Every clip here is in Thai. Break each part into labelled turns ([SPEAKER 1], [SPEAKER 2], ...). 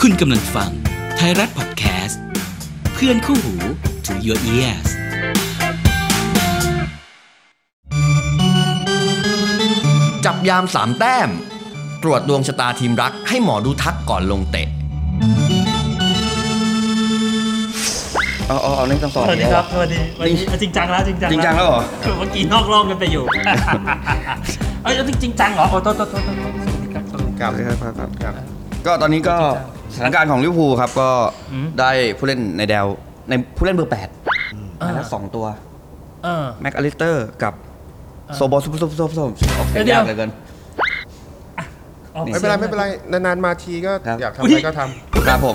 [SPEAKER 1] คุณกำลังฟังไทยรัฐพอดแคสต์เพื่อนคู่หู to your ears
[SPEAKER 2] จับยามสามแต้ม ตรวจดวงชะตาทีมรักให้หมอดูทักก่อนลงเตะ
[SPEAKER 3] เอาเอาเอาเล่นกันต่อ
[SPEAKER 4] สวัสดี
[SPEAKER 3] ดีก
[SPEAKER 4] ครั
[SPEAKER 3] ว่า
[SPEAKER 4] บสวัสดีวันนี้จริงจังแล้วจริงจัง
[SPEAKER 3] จริงจังแล้วเหรอ
[SPEAKER 4] คือเมื่อกี้นอกรอบกันไปอยู่ เอ้ยเอาจริงจังเหรอโอ้โทษโทษโทษโทษสวัสดีครับสวัสดี
[SPEAKER 3] ครับครับครับครับ ก็ตอนนี้ก็สถานการณ์ของลิเวอร์พูลครับก็
[SPEAKER 4] อืม
[SPEAKER 3] ได้ผู้เล่นในแดวในผู้เล่นเบอร์แปดมาแล้วสองตัว
[SPEAKER 4] เออ
[SPEAKER 3] แม็กอลิสเตอร์กับโซบอลซุปซุปซุปซุปออกเสียง
[SPEAKER 4] เดี๋ย
[SPEAKER 3] ยาว กเหลือเกิน
[SPEAKER 4] อา
[SPEAKER 5] ไม่เป็นไรไม่เป็นไรนานๆมาทีก็
[SPEAKER 3] ครับ
[SPEAKER 5] อยากทำ
[SPEAKER 4] อุ๊ย
[SPEAKER 5] อะไรก็ท
[SPEAKER 3] ครับผม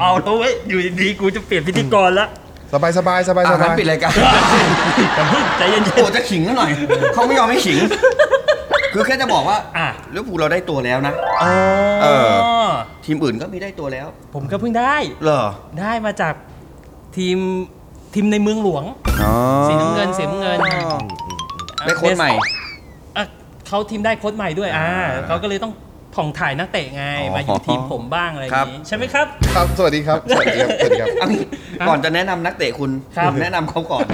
[SPEAKER 4] เอาแล้วเว้ยอยู่ดีๆกูจะเปลี่ยนพิธีกรละ
[SPEAKER 5] ำสบายสบายสบาย
[SPEAKER 3] อ่ะ
[SPEAKER 5] ส
[SPEAKER 3] งั้
[SPEAKER 5] บาน ย
[SPEAKER 3] ปิดรายการ
[SPEAKER 4] อย่าเพิ่งใจเย็น
[SPEAKER 3] โอ้จะขิงกันหน่อย เขาไม่ยอมให้ขิง คือแค่จะบอกว่า
[SPEAKER 4] อ่ะ
[SPEAKER 3] ลิเวอร์พูลเราได้ตัวแล้วนะ
[SPEAKER 4] ๆอ๋อ
[SPEAKER 3] เออ ทีมอื่นก็มีได้ตัวแล้ว
[SPEAKER 4] ผมก็เพิ่งได้
[SPEAKER 3] เหรอ
[SPEAKER 4] ได้มาจากทีมทีมในเมืองหลวง
[SPEAKER 3] อ๋อ
[SPEAKER 4] สีน้ำเงินสีน้ำเงิน
[SPEAKER 3] ได้โค้ชใหม่
[SPEAKER 4] อ่ะเขาทีมได้โค้ชใหม่ด้วยอ่าเขาก็เลยต้องผ่องถ่ายนักเตะไง
[SPEAKER 3] อ๋อ
[SPEAKER 4] มาอยู่ทีมผมบ้างอะไรอย่าง
[SPEAKER 3] ครั
[SPEAKER 4] นี้
[SPEAKER 3] บ
[SPEAKER 4] ใช่ไหมครับ
[SPEAKER 5] ครับสวัสดีครับสวัสดีครับสวัสดีครับ
[SPEAKER 3] เอางี้ก่อนจะแนะนำนักเตะคุณ
[SPEAKER 4] ครับ
[SPEAKER 3] แนะนำเขาก่อน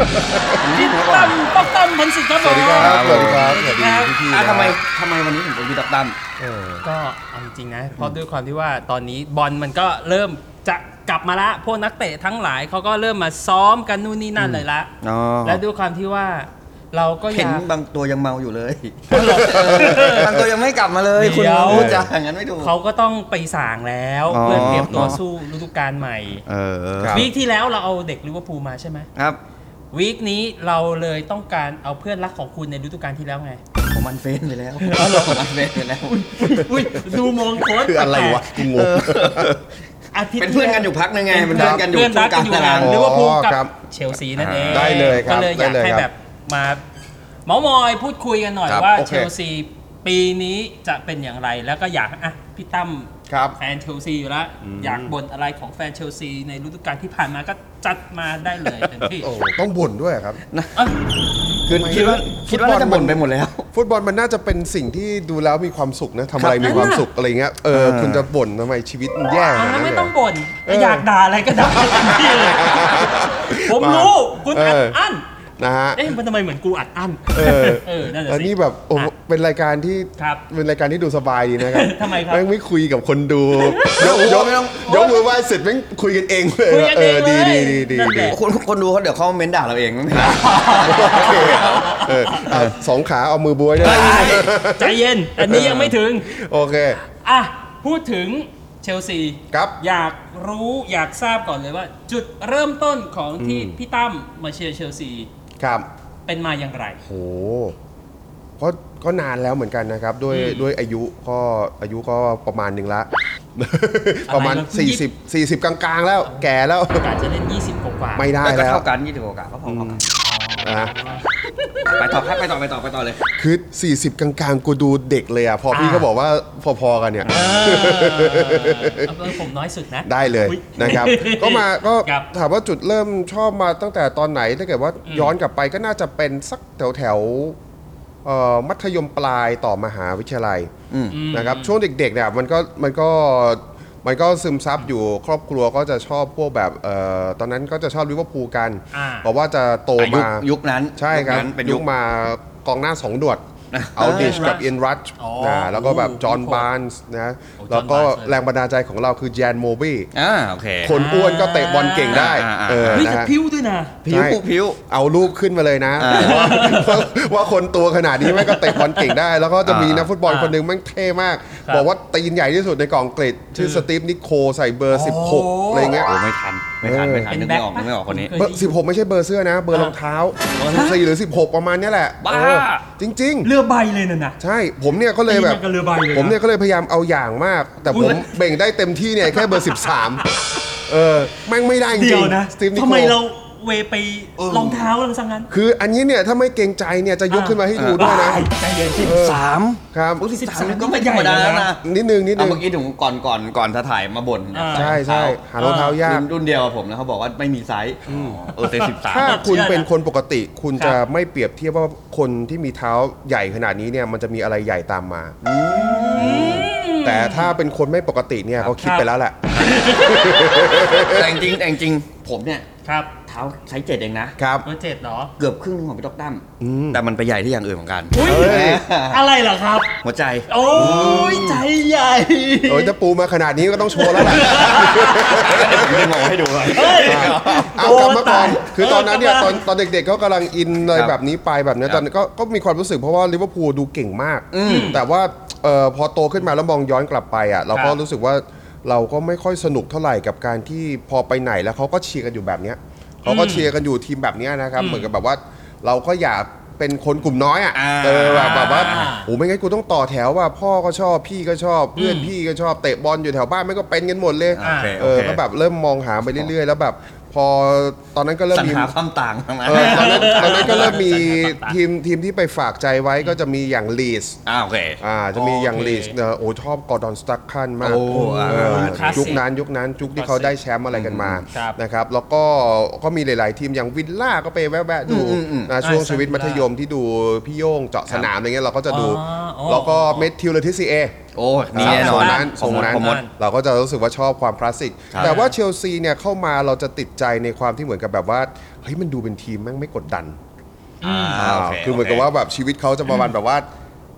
[SPEAKER 3] แนะนำเขาก่อ
[SPEAKER 4] ตั้
[SPEAKER 3] น
[SPEAKER 4] มป๊อกตั้มพันสิทธิ์ครับ
[SPEAKER 5] สวัสดีครั
[SPEAKER 4] ผม
[SPEAKER 5] บสวัสดีครับสวัสดี
[SPEAKER 4] ครับ
[SPEAKER 5] พี่ๆ
[SPEAKER 3] อ่ะ
[SPEAKER 5] นะ
[SPEAKER 3] ทำไมทำไมวันนี้ถึงเป็นพี่ตับตั้ม
[SPEAKER 5] เออ
[SPEAKER 4] ก็เอาจริงๆนะเพราะด้วยความที่ว่าตอนนี้บอลมันก็เริ่มจะกลับมาละพวกนักเตะทั้งหลายเขาก็เริ่มมาซ้อมกันนู่นนี่นั่นเลยละ
[SPEAKER 3] อ๋อ
[SPEAKER 4] และด้วยความที่ว่าเราก็อ
[SPEAKER 3] เห็น
[SPEAKER 4] ยาก
[SPEAKER 3] บางตัวยังเมาอยู่เลย บางตัวยังไม่กลับมาเลยคุณ
[SPEAKER 4] เดี๋ยว
[SPEAKER 3] พูดจาอย่างนั้นไม่ถูก
[SPEAKER 4] เขาก็ต้องไปสั่งแล้ว
[SPEAKER 3] อ๋อ
[SPEAKER 4] เพื่อเตรียมตัวสู้ฤดูกาลใหม่
[SPEAKER 3] เออ
[SPEAKER 5] ครับ
[SPEAKER 4] วีคที่แล้วเราเอาเด็กลิเวอร์พูลมาใช่ไหม
[SPEAKER 3] ครับ
[SPEAKER 4] วีคนี้เราเลยต้องการเอาเพื่อนรักของคุณในฤดูกาลที่แล้วไง
[SPEAKER 3] ผมอันเฟนไปแล้วผมอันเฟนไปแล้ว
[SPEAKER 4] อุ้ยดูมองโค้ด
[SPEAKER 5] คืออะไรวะกูง
[SPEAKER 3] เอง อ
[SPEAKER 4] อาทิตย์
[SPEAKER 3] เป็นเพื่อนกันอยู่พักนึงไงเป็นเพื่อนกันอยู่
[SPEAKER 4] เพื่อน
[SPEAKER 3] ช่ว
[SPEAKER 4] รั
[SPEAKER 3] ง
[SPEAKER 4] ก
[SPEAKER 3] ก
[SPEAKER 4] กั
[SPEAKER 3] ลาน งตาราง
[SPEAKER 4] อยู่หลั
[SPEAKER 3] ง
[SPEAKER 4] ลิเวอร์พูลกั
[SPEAKER 5] ครับ
[SPEAKER 4] บเชลซีนั่นเอง
[SPEAKER 5] ได้เลยครับ
[SPEAKER 4] ก็เลยอยาก
[SPEAKER 5] ได้เลย
[SPEAKER 4] ให้
[SPEAKER 5] ครับ
[SPEAKER 4] แบบมาเมาส์มอยพูดคุยกันหน่อย
[SPEAKER 5] ครับ
[SPEAKER 4] ว่า
[SPEAKER 5] โอเค
[SPEAKER 4] เชลซีปีนี้จะเป็นอย่างไรแล้วก็อยากอ่ะพี่ตั้ม
[SPEAKER 5] ครับ
[SPEAKER 4] แฟนเชลซีอยู่แล้ว อยากบ่นอะไรของแฟนเชลซีในฤดูกาลที่ผ่านมาก็จัดมาได้เลยเต็มที่
[SPEAKER 5] โอ้ต้องบ่นด้วยครับ
[SPEAKER 4] เอ้ย
[SPEAKER 3] คือคิดว่าคิดว่าน่าจะบ่นไปหมดแล้ว
[SPEAKER 5] ฟุตบอลมันน่าจะเป็นสิ่งที่ดูแล้วมีความสุขนะทำอะไร
[SPEAKER 4] ครับ
[SPEAKER 5] มีความสุขอะไรเงี้ยเออคุณจะบ่นทำไมชีวิตมันแย่ข
[SPEAKER 4] เอา
[SPEAKER 5] นาด
[SPEAKER 4] แล้ว
[SPEAKER 5] นั้น
[SPEAKER 4] ไม่
[SPEAKER 5] เลย
[SPEAKER 4] ต้องบ่น
[SPEAKER 5] เออ
[SPEAKER 4] อยากด่าอะไรก็ด่าเต็มที่เลยผมรู้คุณอัด
[SPEAKER 5] เอออั้
[SPEAKER 4] อั้น
[SPEAKER 5] นะฮะ
[SPEAKER 4] เอ๊ะมันทำไมเหมือนกูอัดอั้น
[SPEAKER 5] เออ
[SPEAKER 4] เออนั่นแหละ
[SPEAKER 5] อัน
[SPEAKER 4] สิ
[SPEAKER 5] นี้แบบโอ้โห
[SPEAKER 4] อ่ะ
[SPEAKER 5] เป็นรายการที่
[SPEAKER 4] ครับ
[SPEAKER 5] เป็นรายการที่ดูสบายดีนะครับ
[SPEAKER 4] ทำไมครับ
[SPEAKER 5] แม่งไม่คุยกับคนดู ยกยก
[SPEAKER 3] ไม่ต้อง
[SPEAKER 5] ยกมือไหว้เสร็จแม่งคุยกันเองเลย
[SPEAKER 4] คุยกันเอง
[SPEAKER 5] ดี
[SPEAKER 4] เล
[SPEAKER 5] ดี
[SPEAKER 4] ย
[SPEAKER 5] ดีดี
[SPEAKER 4] นั่นแหละ
[SPEAKER 3] คนคนดูเขาเดี๋ยวเขาเม้นด่าเราเองไม่เป็นไร
[SPEAKER 5] โอเคเอออ่ะสองขาเอามือบวยด้วย
[SPEAKER 4] ได้ใจเย็น อันนี้ยังไม่ถึง
[SPEAKER 5] โอเค
[SPEAKER 4] อ่ะ พูดถึงเชลซี
[SPEAKER 5] ครับ
[SPEAKER 4] อยากรู้อยากทราบก่อนเลยว่า จุดเริ่มต้นของที่พี่ตั้มมาเชียร์เชลซี
[SPEAKER 5] ครับ
[SPEAKER 4] เป็นมาอย่างไร
[SPEAKER 5] โหก็ก็นานแล้วเหมือนกันนะครับ ด้วยด้วยอายุก็อายุก็ประมาณหนึ่งละ ประมาณ
[SPEAKER 4] อะไรนะ
[SPEAKER 5] 40 40 กลางๆ แล้ว แก่แล้ว
[SPEAKER 4] โอกาสจะเล่น 20 กว่ากว่า
[SPEAKER 5] ไม่ได้
[SPEAKER 3] ก็
[SPEAKER 5] แล้ว
[SPEAKER 3] เท่ากันยี่สิบกว่าก็พอๆกัน
[SPEAKER 5] นะ
[SPEAKER 3] ไปต่อครับไปต่อไปต่อไปต่อเลย
[SPEAKER 5] คือ 40 กลางๆ กูดูเด็กเลยอ่ะ พอพี่
[SPEAKER 4] อ่า
[SPEAKER 5] ก็บอกว่าพอๆกันเนี่ย
[SPEAKER 4] เออเอาเป็นผมน้อยสุดนะ
[SPEAKER 5] ได้เลย
[SPEAKER 4] อุ๊ย
[SPEAKER 5] นะครับ ก็มาก็
[SPEAKER 4] ครับ
[SPEAKER 5] ถามว่าจุดเริ่มชอบมาตั้งแต่ตอนไหน ถ้าเกิดว่า
[SPEAKER 4] อืม
[SPEAKER 5] ย้อนกลับไปก็น่าจะเป็นสักแถวแถวๆเอ่อมัธยมปลายต่อมหาวิทยาลัย
[SPEAKER 3] อืม
[SPEAKER 4] อืม
[SPEAKER 5] นะครับช่วงเด็กๆเนี่ยมันก็มันก็มันก็ซึมซับอยู่ครอบครัวก็จะชอบพวกแบบเอ่อตอนนั้นก็จะชอบลิเวอร์พูลกัน
[SPEAKER 4] อ่า
[SPEAKER 5] เพราะว่าจะโต
[SPEAKER 3] อ่ะยุค
[SPEAKER 5] มา
[SPEAKER 3] ยุ
[SPEAKER 5] ยุ
[SPEAKER 3] คนั้น
[SPEAKER 5] ใช่ครับ
[SPEAKER 3] ยุคนั้นเป็นยุ
[SPEAKER 5] ยุ
[SPEAKER 3] ค
[SPEAKER 5] คมากองหน้าสองดวด
[SPEAKER 3] นะ
[SPEAKER 5] เอาดิชกับ
[SPEAKER 4] เออ
[SPEAKER 5] เอ็นรัช
[SPEAKER 4] อ๋อ
[SPEAKER 5] นะแล้วก็แบบ
[SPEAKER 4] โอ้โห
[SPEAKER 5] จอห์น
[SPEAKER 4] โอ้โห
[SPEAKER 5] บาร์นส์นะ
[SPEAKER 4] โอ้
[SPEAKER 5] แล้วก็
[SPEAKER 4] จอห์นบาร์นส์เลย
[SPEAKER 5] แรงบันดาลใจของเราคือแจนโมบี้
[SPEAKER 3] อ่าโอเค
[SPEAKER 5] คนอ้วนก็เตะบอลเก่งได้
[SPEAKER 3] อ่าอ่า
[SPEAKER 5] เออ
[SPEAKER 4] เฮ้ย
[SPEAKER 5] นะ
[SPEAKER 4] แต่
[SPEAKER 5] ฮะ
[SPEAKER 4] พิ้วด้วยนะ
[SPEAKER 3] ผิว
[SPEAKER 5] ใช่
[SPEAKER 3] ผิว
[SPEAKER 5] เอารูปขึ้นมาเลยนะ
[SPEAKER 3] อ่า
[SPEAKER 5] ว่าว่าคนตัวขนาดนี้แม่งก็เตะบอลเก่งได้ แล้วก็จะมี
[SPEAKER 3] อ่า
[SPEAKER 5] นักฟุตบอล
[SPEAKER 4] อ่า
[SPEAKER 5] คนหนึงแม่งเท่มาก
[SPEAKER 4] ครับ
[SPEAKER 5] บอกว่าตีนใหญ่ที่สุดในกองอังกฤษชื่อ
[SPEAKER 4] คือ
[SPEAKER 5] สตีฟนิโคลใส่เบอร์
[SPEAKER 4] โอ้
[SPEAKER 5] 16 อะไรเงี้ย
[SPEAKER 3] โอ้ไม่ทัน ไม่ทัน
[SPEAKER 5] เออ
[SPEAKER 3] ไม่ทัน
[SPEAKER 4] เป็น
[SPEAKER 3] นึก
[SPEAKER 4] แบ็
[SPEAKER 3] ไม่ออก นึกไม่
[SPEAKER 4] ค
[SPEAKER 3] ออก
[SPEAKER 4] ปะ
[SPEAKER 3] คนนี้
[SPEAKER 5] เบอร์16 ไม่ใช่เบอร์เสื้อนะ เบอร์รองเท้า14หรือ 16 ประมาณเนี้ยแหละ
[SPEAKER 3] บ้า
[SPEAKER 5] เออจริง
[SPEAKER 4] เรือใบเลยนะนะ
[SPEAKER 5] ๆ ใช่ผมเนี่ยก็เลยแบบ
[SPEAKER 4] ตีนมันกับเรือใบเลยนะ
[SPEAKER 5] ผมเนี่ยก็เลยพยายามเอาอย่างมาก แต่
[SPEAKER 4] อุ๊
[SPEAKER 5] ผม
[SPEAKER 4] ย
[SPEAKER 5] เบ่งได้เต็มที่เนี่ยแค่เบอร์ 13 เออแม่งไม่ได้จริ
[SPEAKER 4] เดียว
[SPEAKER 5] ง
[SPEAKER 4] นะ
[SPEAKER 5] สตีฟนิโคล
[SPEAKER 4] ทำไมเราเวไปรองเท้าเราซะงั้น
[SPEAKER 5] คืออันนี้เนี่ยถ้าไม่เกรงใจเนี่ยจะยกขึ้นมาให้ดูด้วยนะ
[SPEAKER 4] ใจเย็นสิ
[SPEAKER 3] สาม
[SPEAKER 5] ครับ
[SPEAKER 3] อุ้ยสิบสาม
[SPEAKER 4] 13
[SPEAKER 3] ก็ไม่ธรรมดาแล้วนะ
[SPEAKER 5] นิดนึงนิด
[SPEAKER 3] เอา
[SPEAKER 5] นึง
[SPEAKER 3] เมื่อกี้ถึงก่อนก่อนก่อนจะถ่ายมาบ่น
[SPEAKER 4] อ่า
[SPEAKER 5] ใช่ใช่หารองเท้ายาก
[SPEAKER 3] รุ่นรุ่นเดียวกับผมนะเขาบอกว่าไม่มีไซส์อ๋อเออแต่สิบสาม
[SPEAKER 5] ถ้าคุณ
[SPEAKER 4] เชื่อนะ
[SPEAKER 5] เป็นคนปกติ คุณ
[SPEAKER 4] ครั
[SPEAKER 5] จะ
[SPEAKER 4] บ
[SPEAKER 5] ไม่เปรียบเทียบว่าคนที่มีเท้าใหญ่ขนาดนี้เนี่ยมันจะมีอะไรใหญ่ตามมา
[SPEAKER 4] ม
[SPEAKER 5] แต่ถ้าเป็นคนไม่ปกติเนี่ยเขาคิดไปแล้วแหละ
[SPEAKER 3] แต่จริงๆแต่จริงๆผมเนี่ย
[SPEAKER 6] ครับ
[SPEAKER 3] เท้าไซส์เจ็ดเองนะ
[SPEAKER 5] ครับ
[SPEAKER 6] เบอร์เจ็ดเหรอ
[SPEAKER 3] เกือบครึ่งหนึงของพี่ต๊อกตั้ม
[SPEAKER 5] อืม
[SPEAKER 3] แต่มันไปใหญ่ที่อย่างอื่นของกัน
[SPEAKER 6] อุ้ย
[SPEAKER 5] เฮ้ย
[SPEAKER 6] อะไรเหรอครับ
[SPEAKER 3] หัวใจ
[SPEAKER 6] โอ้ยใจใหญ่
[SPEAKER 5] เออจะปูมาขนาดนี้ก็ต้องโชว์แล้วแหละ
[SPEAKER 3] ผมจะมองให้ดูเลย
[SPEAKER 5] เอา
[SPEAKER 6] โอ้
[SPEAKER 5] กลับมาก่อน
[SPEAKER 6] ตาย
[SPEAKER 5] คือตอนนั้นเนี่ย
[SPEAKER 6] เออก
[SPEAKER 5] ต
[SPEAKER 6] ลั
[SPEAKER 5] อบ น
[SPEAKER 6] มา
[SPEAKER 5] ตอนเด็กๆก็กำลังอินอะไร
[SPEAKER 3] ครับ
[SPEAKER 5] แบบนี้ไปแบบเนี้ย
[SPEAKER 3] ครับ
[SPEAKER 5] ตอนนนก็ก็มีความรู้สึกเพราะว่าลิเวอร์พูลดูเก่งมาก แต่ว่าเอ่อพอโตขึ้นมาแล้วมองย้อนกลับไปอ่ะเราก็รู้สึกว่าเราก็ไม่ค่อยสนุกเท่าไหร่กับการที่พอไปไหนแล้วเขาก็เชียร์กันอยู่แบบเนี้ยเขาก็เชียร์กันอยู่ทีมแบบเนี้ยนะครับเหมือนกับแบบว่าเราก็อยากเป็นคนกลุ่มน้อยอ่ะ
[SPEAKER 3] อ่า
[SPEAKER 5] เออแบบแบบว่าโอ้ไม่งั้นกูต้องต่อแถวว่าพ่อก็ชอบพี่ก็ชอบเพื่อนพี่ก็ชอบเตะบอลอยู่แถวบ้านไม่ก็เป็นกันหมดเลย
[SPEAKER 3] โอเค
[SPEAKER 5] เอ
[SPEAKER 3] โอ
[SPEAKER 5] อ
[SPEAKER 3] เค
[SPEAKER 5] ก็แบบเริ่มมองหาไปเรื่อย ๆ แล้วแบบพอตอนนั้นก็เริ่ม
[SPEAKER 3] สัญ
[SPEAKER 5] มี
[SPEAKER 3] หาความต่างทั้งนั้น
[SPEAKER 5] เออตอนนั้นตอนนั้นก็เริ่มมีทีมทีมที่ไปฝากใจไว้ก็จะมีอย่างลีส
[SPEAKER 3] อ่าโอเค
[SPEAKER 5] อ่าจะมีอย่าง
[SPEAKER 6] โอเค
[SPEAKER 5] ลีสเนอะโอ้ชอบกอร์ดอนสตักคันมาก
[SPEAKER 3] โอ้อ่า
[SPEAKER 5] เออ
[SPEAKER 6] คลาสสิก
[SPEAKER 5] ยุคนั้นยุคนั้นยุคที่เขาได้แชมป์อะไรกันมา
[SPEAKER 6] ครับ
[SPEAKER 5] นะครับแล้วก็ก็มีหลาย ๆ ทีมอย่างวิลล่าก็ไปแวะๆดูนะช่วงชีวิตมัธยมที่ดูพี่โย่งเจาะสนามอะไรเงี้ยเราก็จะดูแล้วก็เมทิวเลทิซีเอ
[SPEAKER 3] โอ้มีแน่นอน
[SPEAKER 5] ทรงนั้นทรงนั้น
[SPEAKER 3] ผมมด
[SPEAKER 5] เราก็จะรู้สึกว่าชอบความคลาสสิก
[SPEAKER 3] ครับ
[SPEAKER 5] แต่ว่าเชลซีเนี่ยเข้ามาเราจะติดใจในความที่เหมือนกับแบบว่าเฮ้ยมันดูเป็นทีมแม่งไม่กดดัน
[SPEAKER 3] โอเค
[SPEAKER 5] คือเหมือนกับว่าแบบชีวิตเขาจะประมาณแบบว่า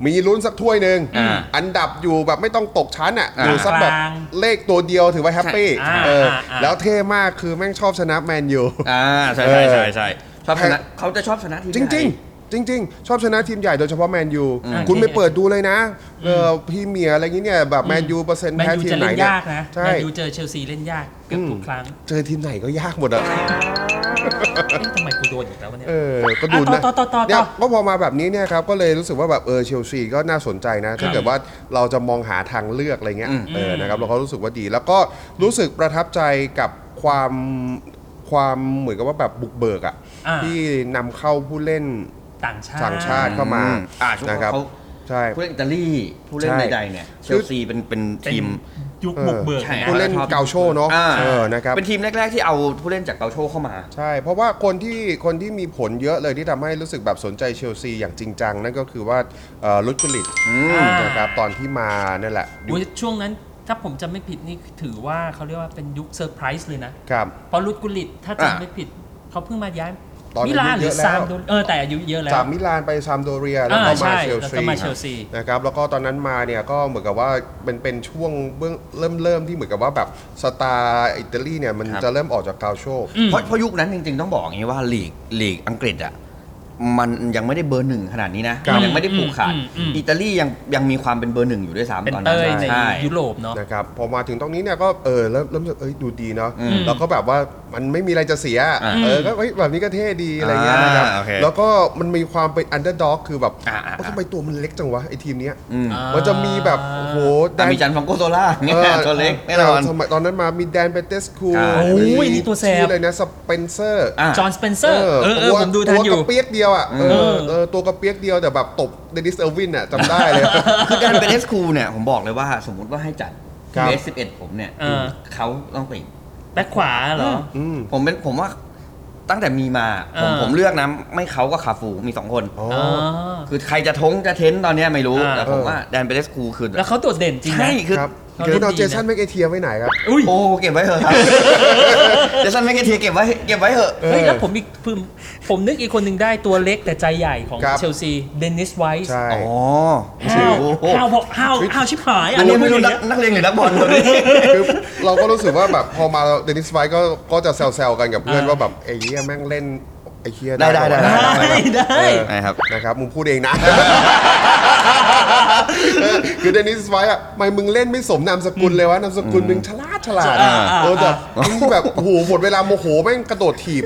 [SPEAKER 5] มีลุ้นสักถ้วยหนึ่ง
[SPEAKER 3] อ่า
[SPEAKER 5] อันดับอยู่แบบไม่ต้องตกชั้นอ่ะ
[SPEAKER 3] อ่า
[SPEAKER 5] อยู่สักแบบเลขตัวเดียวถือว่าแฮปปี้
[SPEAKER 6] อ่า
[SPEAKER 5] เอออา
[SPEAKER 6] อ่า
[SPEAKER 5] แล้วเท่มากคือแม่งชอบชนะแมนยู
[SPEAKER 3] ่าใช่ใช่ใช่ใช่ชอบชนะ
[SPEAKER 5] แพ้
[SPEAKER 3] เขาจะชอบชนะทีม
[SPEAKER 5] จริงจริง
[SPEAKER 3] ไหน
[SPEAKER 5] จริง ๆ ชอบชนะทีมใหญ่โดยเฉพาะแมนยู
[SPEAKER 6] อืม
[SPEAKER 5] คุณไป
[SPEAKER 6] โอเค
[SPEAKER 5] เปิดดูเลยนะเอออพรี่เมียร์อะไรอย่างเงี้ยเนี่ยแบบแมนยูเปอร์เซ็นต์
[SPEAKER 6] แมน
[SPEAKER 5] แพ้
[SPEAKER 6] ยู
[SPEAKER 5] ทีม
[SPEAKER 6] จะ
[SPEAKER 5] ไหน
[SPEAKER 6] เล่น
[SPEAKER 5] เนี่ย
[SPEAKER 6] ยากนะ
[SPEAKER 5] ใช่
[SPEAKER 6] แมนยูเจอเชลซีเล่นยากเกือบทุกครั้ง
[SPEAKER 5] เจอทีมไหนก็ยากหมดอะ
[SPEAKER 6] เอ๊ะทำไมกูโดนอีกแล้ววะเนี่ย
[SPEAKER 5] เออ ก็ดูนะ
[SPEAKER 6] อ่ะต่อต่อต่อต่อ
[SPEAKER 5] เนี่ยก็พอมาแบบนี้เนี่ยครับ ก็เลยรู้สึกว่าแบบเออเชลซีก็น่าสนใจนะ ถ้าเกิดว่าเราจะมองหาทางเลือกอะไรเงี้ย
[SPEAKER 3] อืม
[SPEAKER 5] เออ นะครับ เราก็รู้สึกว่าดี แล้วก็รู้สึกประทับใจกับความความเหมือนกับว่าแบบบุกเบิกอะ
[SPEAKER 6] อ่า
[SPEAKER 5] ที่นำเข้าผู้เล่น
[SPEAKER 6] ต่างชาติ
[SPEAKER 5] ต่างชาติเข้ามา
[SPEAKER 3] อืมอ่าช่วง
[SPEAKER 5] นะครับ
[SPEAKER 3] เขา
[SPEAKER 5] ใช่
[SPEAKER 3] ผู้เล่นอิตาลีผู้เล่น
[SPEAKER 5] ใช่
[SPEAKER 3] ใดๆเนี่ยเชลซีเป็นเป็น
[SPEAKER 6] เป็น
[SPEAKER 3] ทีม
[SPEAKER 6] ยุคบุกเบิก
[SPEAKER 3] ใช่
[SPEAKER 6] นะ
[SPEAKER 5] ผู้เล่นเกาโชเนาะ
[SPEAKER 3] อ่า
[SPEAKER 5] เออ นะครับ
[SPEAKER 3] เป็นทีมแรก ๆ ที่เอาผู้เล่นจากเกาโชเข้ามา
[SPEAKER 5] ใช่ เพราะว่าคนที่คนที่มีผลเยอะเลยที่ทำให้รู้สึกแบบสนใจเชลซีอย่างจริงจัง นั่นก็คือว่าเอ่อลุดกุลิต
[SPEAKER 6] อ่าน
[SPEAKER 5] นะครับตอนที่มานั่นแหละยุค
[SPEAKER 6] อุ๊ยช่วงนั้นถ้าผมจำไม่ผิดนี่ถือว่าเขาเรียกว่าเป็นยุคเซอร์ไพรส์เลยนะ
[SPEAKER 5] ครับ
[SPEAKER 6] เพราะลุดกุลิตถ้า
[SPEAKER 3] อ่ะ
[SPEAKER 6] จำไม่ผิด เขาเพิ่งมาย้าย
[SPEAKER 5] ตอนอายุ
[SPEAKER 6] มิลานห
[SPEAKER 5] เย
[SPEAKER 6] รือ
[SPEAKER 5] อะแล้ว
[SPEAKER 6] ซามโดนเออแต่อายุเยอะแล้ว
[SPEAKER 5] จากมิลานไปซามโดเรียแล้วก็
[SPEAKER 6] อ่าใช่
[SPEAKER 5] มาเชล
[SPEAKER 6] แล้วก็
[SPEAKER 5] ซี
[SPEAKER 6] มาเชลซี
[SPEAKER 5] นะครับแล้วก็ตอนนั้นมาเนี่ยก็เหมือนกับว่าเป็นเป็นช่วงเบื้องเริ่มเริ่มที่เหมือนกับว่าแบบสตาร์อิตาลีเนี่ยมัน
[SPEAKER 3] ครับ
[SPEAKER 5] จะเริ่มออกจากกาโช
[SPEAKER 3] เพราะเพราะยุคนั้นจริง ๆ ต้องบอกอย่างนี้ว่าลีกลีกอังกฤษอ่ะมันยังไม่ได้เบอร์หนึ่งขนาดนี้นะ
[SPEAKER 6] ครับ
[SPEAKER 3] มันยังไม่ได้ผูกขาด
[SPEAKER 6] อืมอืมอืม
[SPEAKER 3] อิตาลียังยังมีความเป็นเบอร์หนึ่งอยู่ด้วยซ้ำ
[SPEAKER 6] เป็น
[SPEAKER 3] ตอนนั้
[SPEAKER 6] เต้
[SPEAKER 3] น
[SPEAKER 6] ยใน
[SPEAKER 3] ใช่
[SPEAKER 6] ยุโรปเนาะ
[SPEAKER 5] นะครับพอมาถึงตรงนี้เนี่ยก็เออเริ่มเริ่มรู้สึกเอ้ยดูดีเนาะ
[SPEAKER 3] อืม
[SPEAKER 5] แล้วก็แบบว่ามันไม่มีอะไรจะเสีย
[SPEAKER 3] อ่า
[SPEAKER 5] เออก็เอ้ยแบบนี้ก็เท่ดีอะไรเงี้ยนะครับ
[SPEAKER 3] อ่าโอเค
[SPEAKER 5] แล้วก็มันมีความเป็นอันเดอร์ด็อกคือแบบ
[SPEAKER 3] อ่าอ่า
[SPEAKER 5] ว่าทำไมตัวมันเล็กจังวะไอทีมเนี้ย
[SPEAKER 3] อืม
[SPEAKER 6] อ่า
[SPEAKER 5] มันจะมีแบบโอ้โห
[SPEAKER 3] แต่มีจันฟังโกโซล่าเนี่ยตัวเล็กแน่นอน
[SPEAKER 5] สมัยตอนนั้นมามีแดนเปเตสคู
[SPEAKER 3] อ่า
[SPEAKER 6] โอ้ยนี่ตัวแสบ
[SPEAKER 5] ชื่ออะไรนะสเปนเซอร์
[SPEAKER 3] อ่ะ
[SPEAKER 6] จอห์นสเปนเซอร์เออเออ
[SPEAKER 5] ตัว
[SPEAKER 6] ผมดูทันอยู่
[SPEAKER 5] ตัวกระเปียกเดียวอ่ะเออ
[SPEAKER 6] เออ
[SPEAKER 5] เออตัวกระเปียกเดียวแต่แบบตบเดนิสเอลวินอ่ะจำได้เลย
[SPEAKER 3] คือการเป็นเอสคูเนี่ย ผมบอกเลยว่าสมมุติว่าให้จัด
[SPEAKER 5] ครับ
[SPEAKER 3] เอสสิบเอ็ดผมเนี่ย
[SPEAKER 6] เออ
[SPEAKER 3] เขาต้องติด
[SPEAKER 6] แบ็คขวาเหรอ
[SPEAKER 5] อืม
[SPEAKER 3] ผมเป็นผมว่าตั้งแต่มีมาผม
[SPEAKER 6] เออ
[SPEAKER 3] ผมเลือกนะไม่เขาก็คาฟูมีสองคน
[SPEAKER 5] อ๋อ
[SPEAKER 6] อ๋อ
[SPEAKER 3] คือใครจะทงจะเทนตอนเนี้ยไม่รู้
[SPEAKER 6] อ่า
[SPEAKER 3] แต่ผม
[SPEAKER 5] เออ
[SPEAKER 3] ว่าแดนเปเรสคูคือ
[SPEAKER 6] แล้วเขาโดดเด่นจริงนะ
[SPEAKER 3] ใช่คือ
[SPEAKER 5] ครับ
[SPEAKER 6] เขา
[SPEAKER 5] คุณ
[SPEAKER 6] เล่
[SPEAKER 5] เอา
[SPEAKER 6] นดีนะ
[SPEAKER 5] เจสันแมกเอเทียไว้ไหนครับ
[SPEAKER 6] อุ้ย
[SPEAKER 3] โอ้เก็บไว้เถอะ ครับ เดซันแมกเกเทียเก็บไว้เก็บไว้เถอะ
[SPEAKER 6] เฮ้ยแล้วผมอีกผมผมนึกอีกคนหนึ่งได้ตัวเล็กแต่ใจใหญ่ของ
[SPEAKER 5] ครับ
[SPEAKER 6] เชลซีเดนิสไวส์
[SPEAKER 5] ใช่
[SPEAKER 3] อ๋อ
[SPEAKER 6] ห้าว
[SPEAKER 3] โอ้โห
[SPEAKER 6] ห้าวบอกห้าวห้าวชิบหาย
[SPEAKER 3] อั
[SPEAKER 6] อั
[SPEAKER 3] น
[SPEAKER 6] น
[SPEAKER 3] นี้
[SPEAKER 6] นี้
[SPEAKER 3] ไม่
[SPEAKER 6] ไม่
[SPEAKER 3] รู้
[SPEAKER 6] รู้
[SPEAKER 3] นักนักเลงหรือนักบอ ลตัวนี้
[SPEAKER 5] คือเราก็รู้สึกว่าแบบพอมาเดนิสไวท์ก็ก็จะแซวๆกันกับเพื่อนว่าแบบไอ้เหี้ยแม่งเล่นไอ้เหี้ย
[SPEAKER 3] ได้ได้ได้
[SPEAKER 6] ได้ได้
[SPEAKER 3] ได้ครับ
[SPEAKER 5] นะครับมึงพูดเองนะ คือเดนิสไวท์อ่ะทำไมมึงเล่นไม่สมนามสกุลเลยวะนามสกุลมึงฉลาดฉลาด
[SPEAKER 6] อ่าอ่า
[SPEAKER 5] เออแต่มึงแบบโอ้โหหมดเวลาโมโหแม่งกระโดดถีบ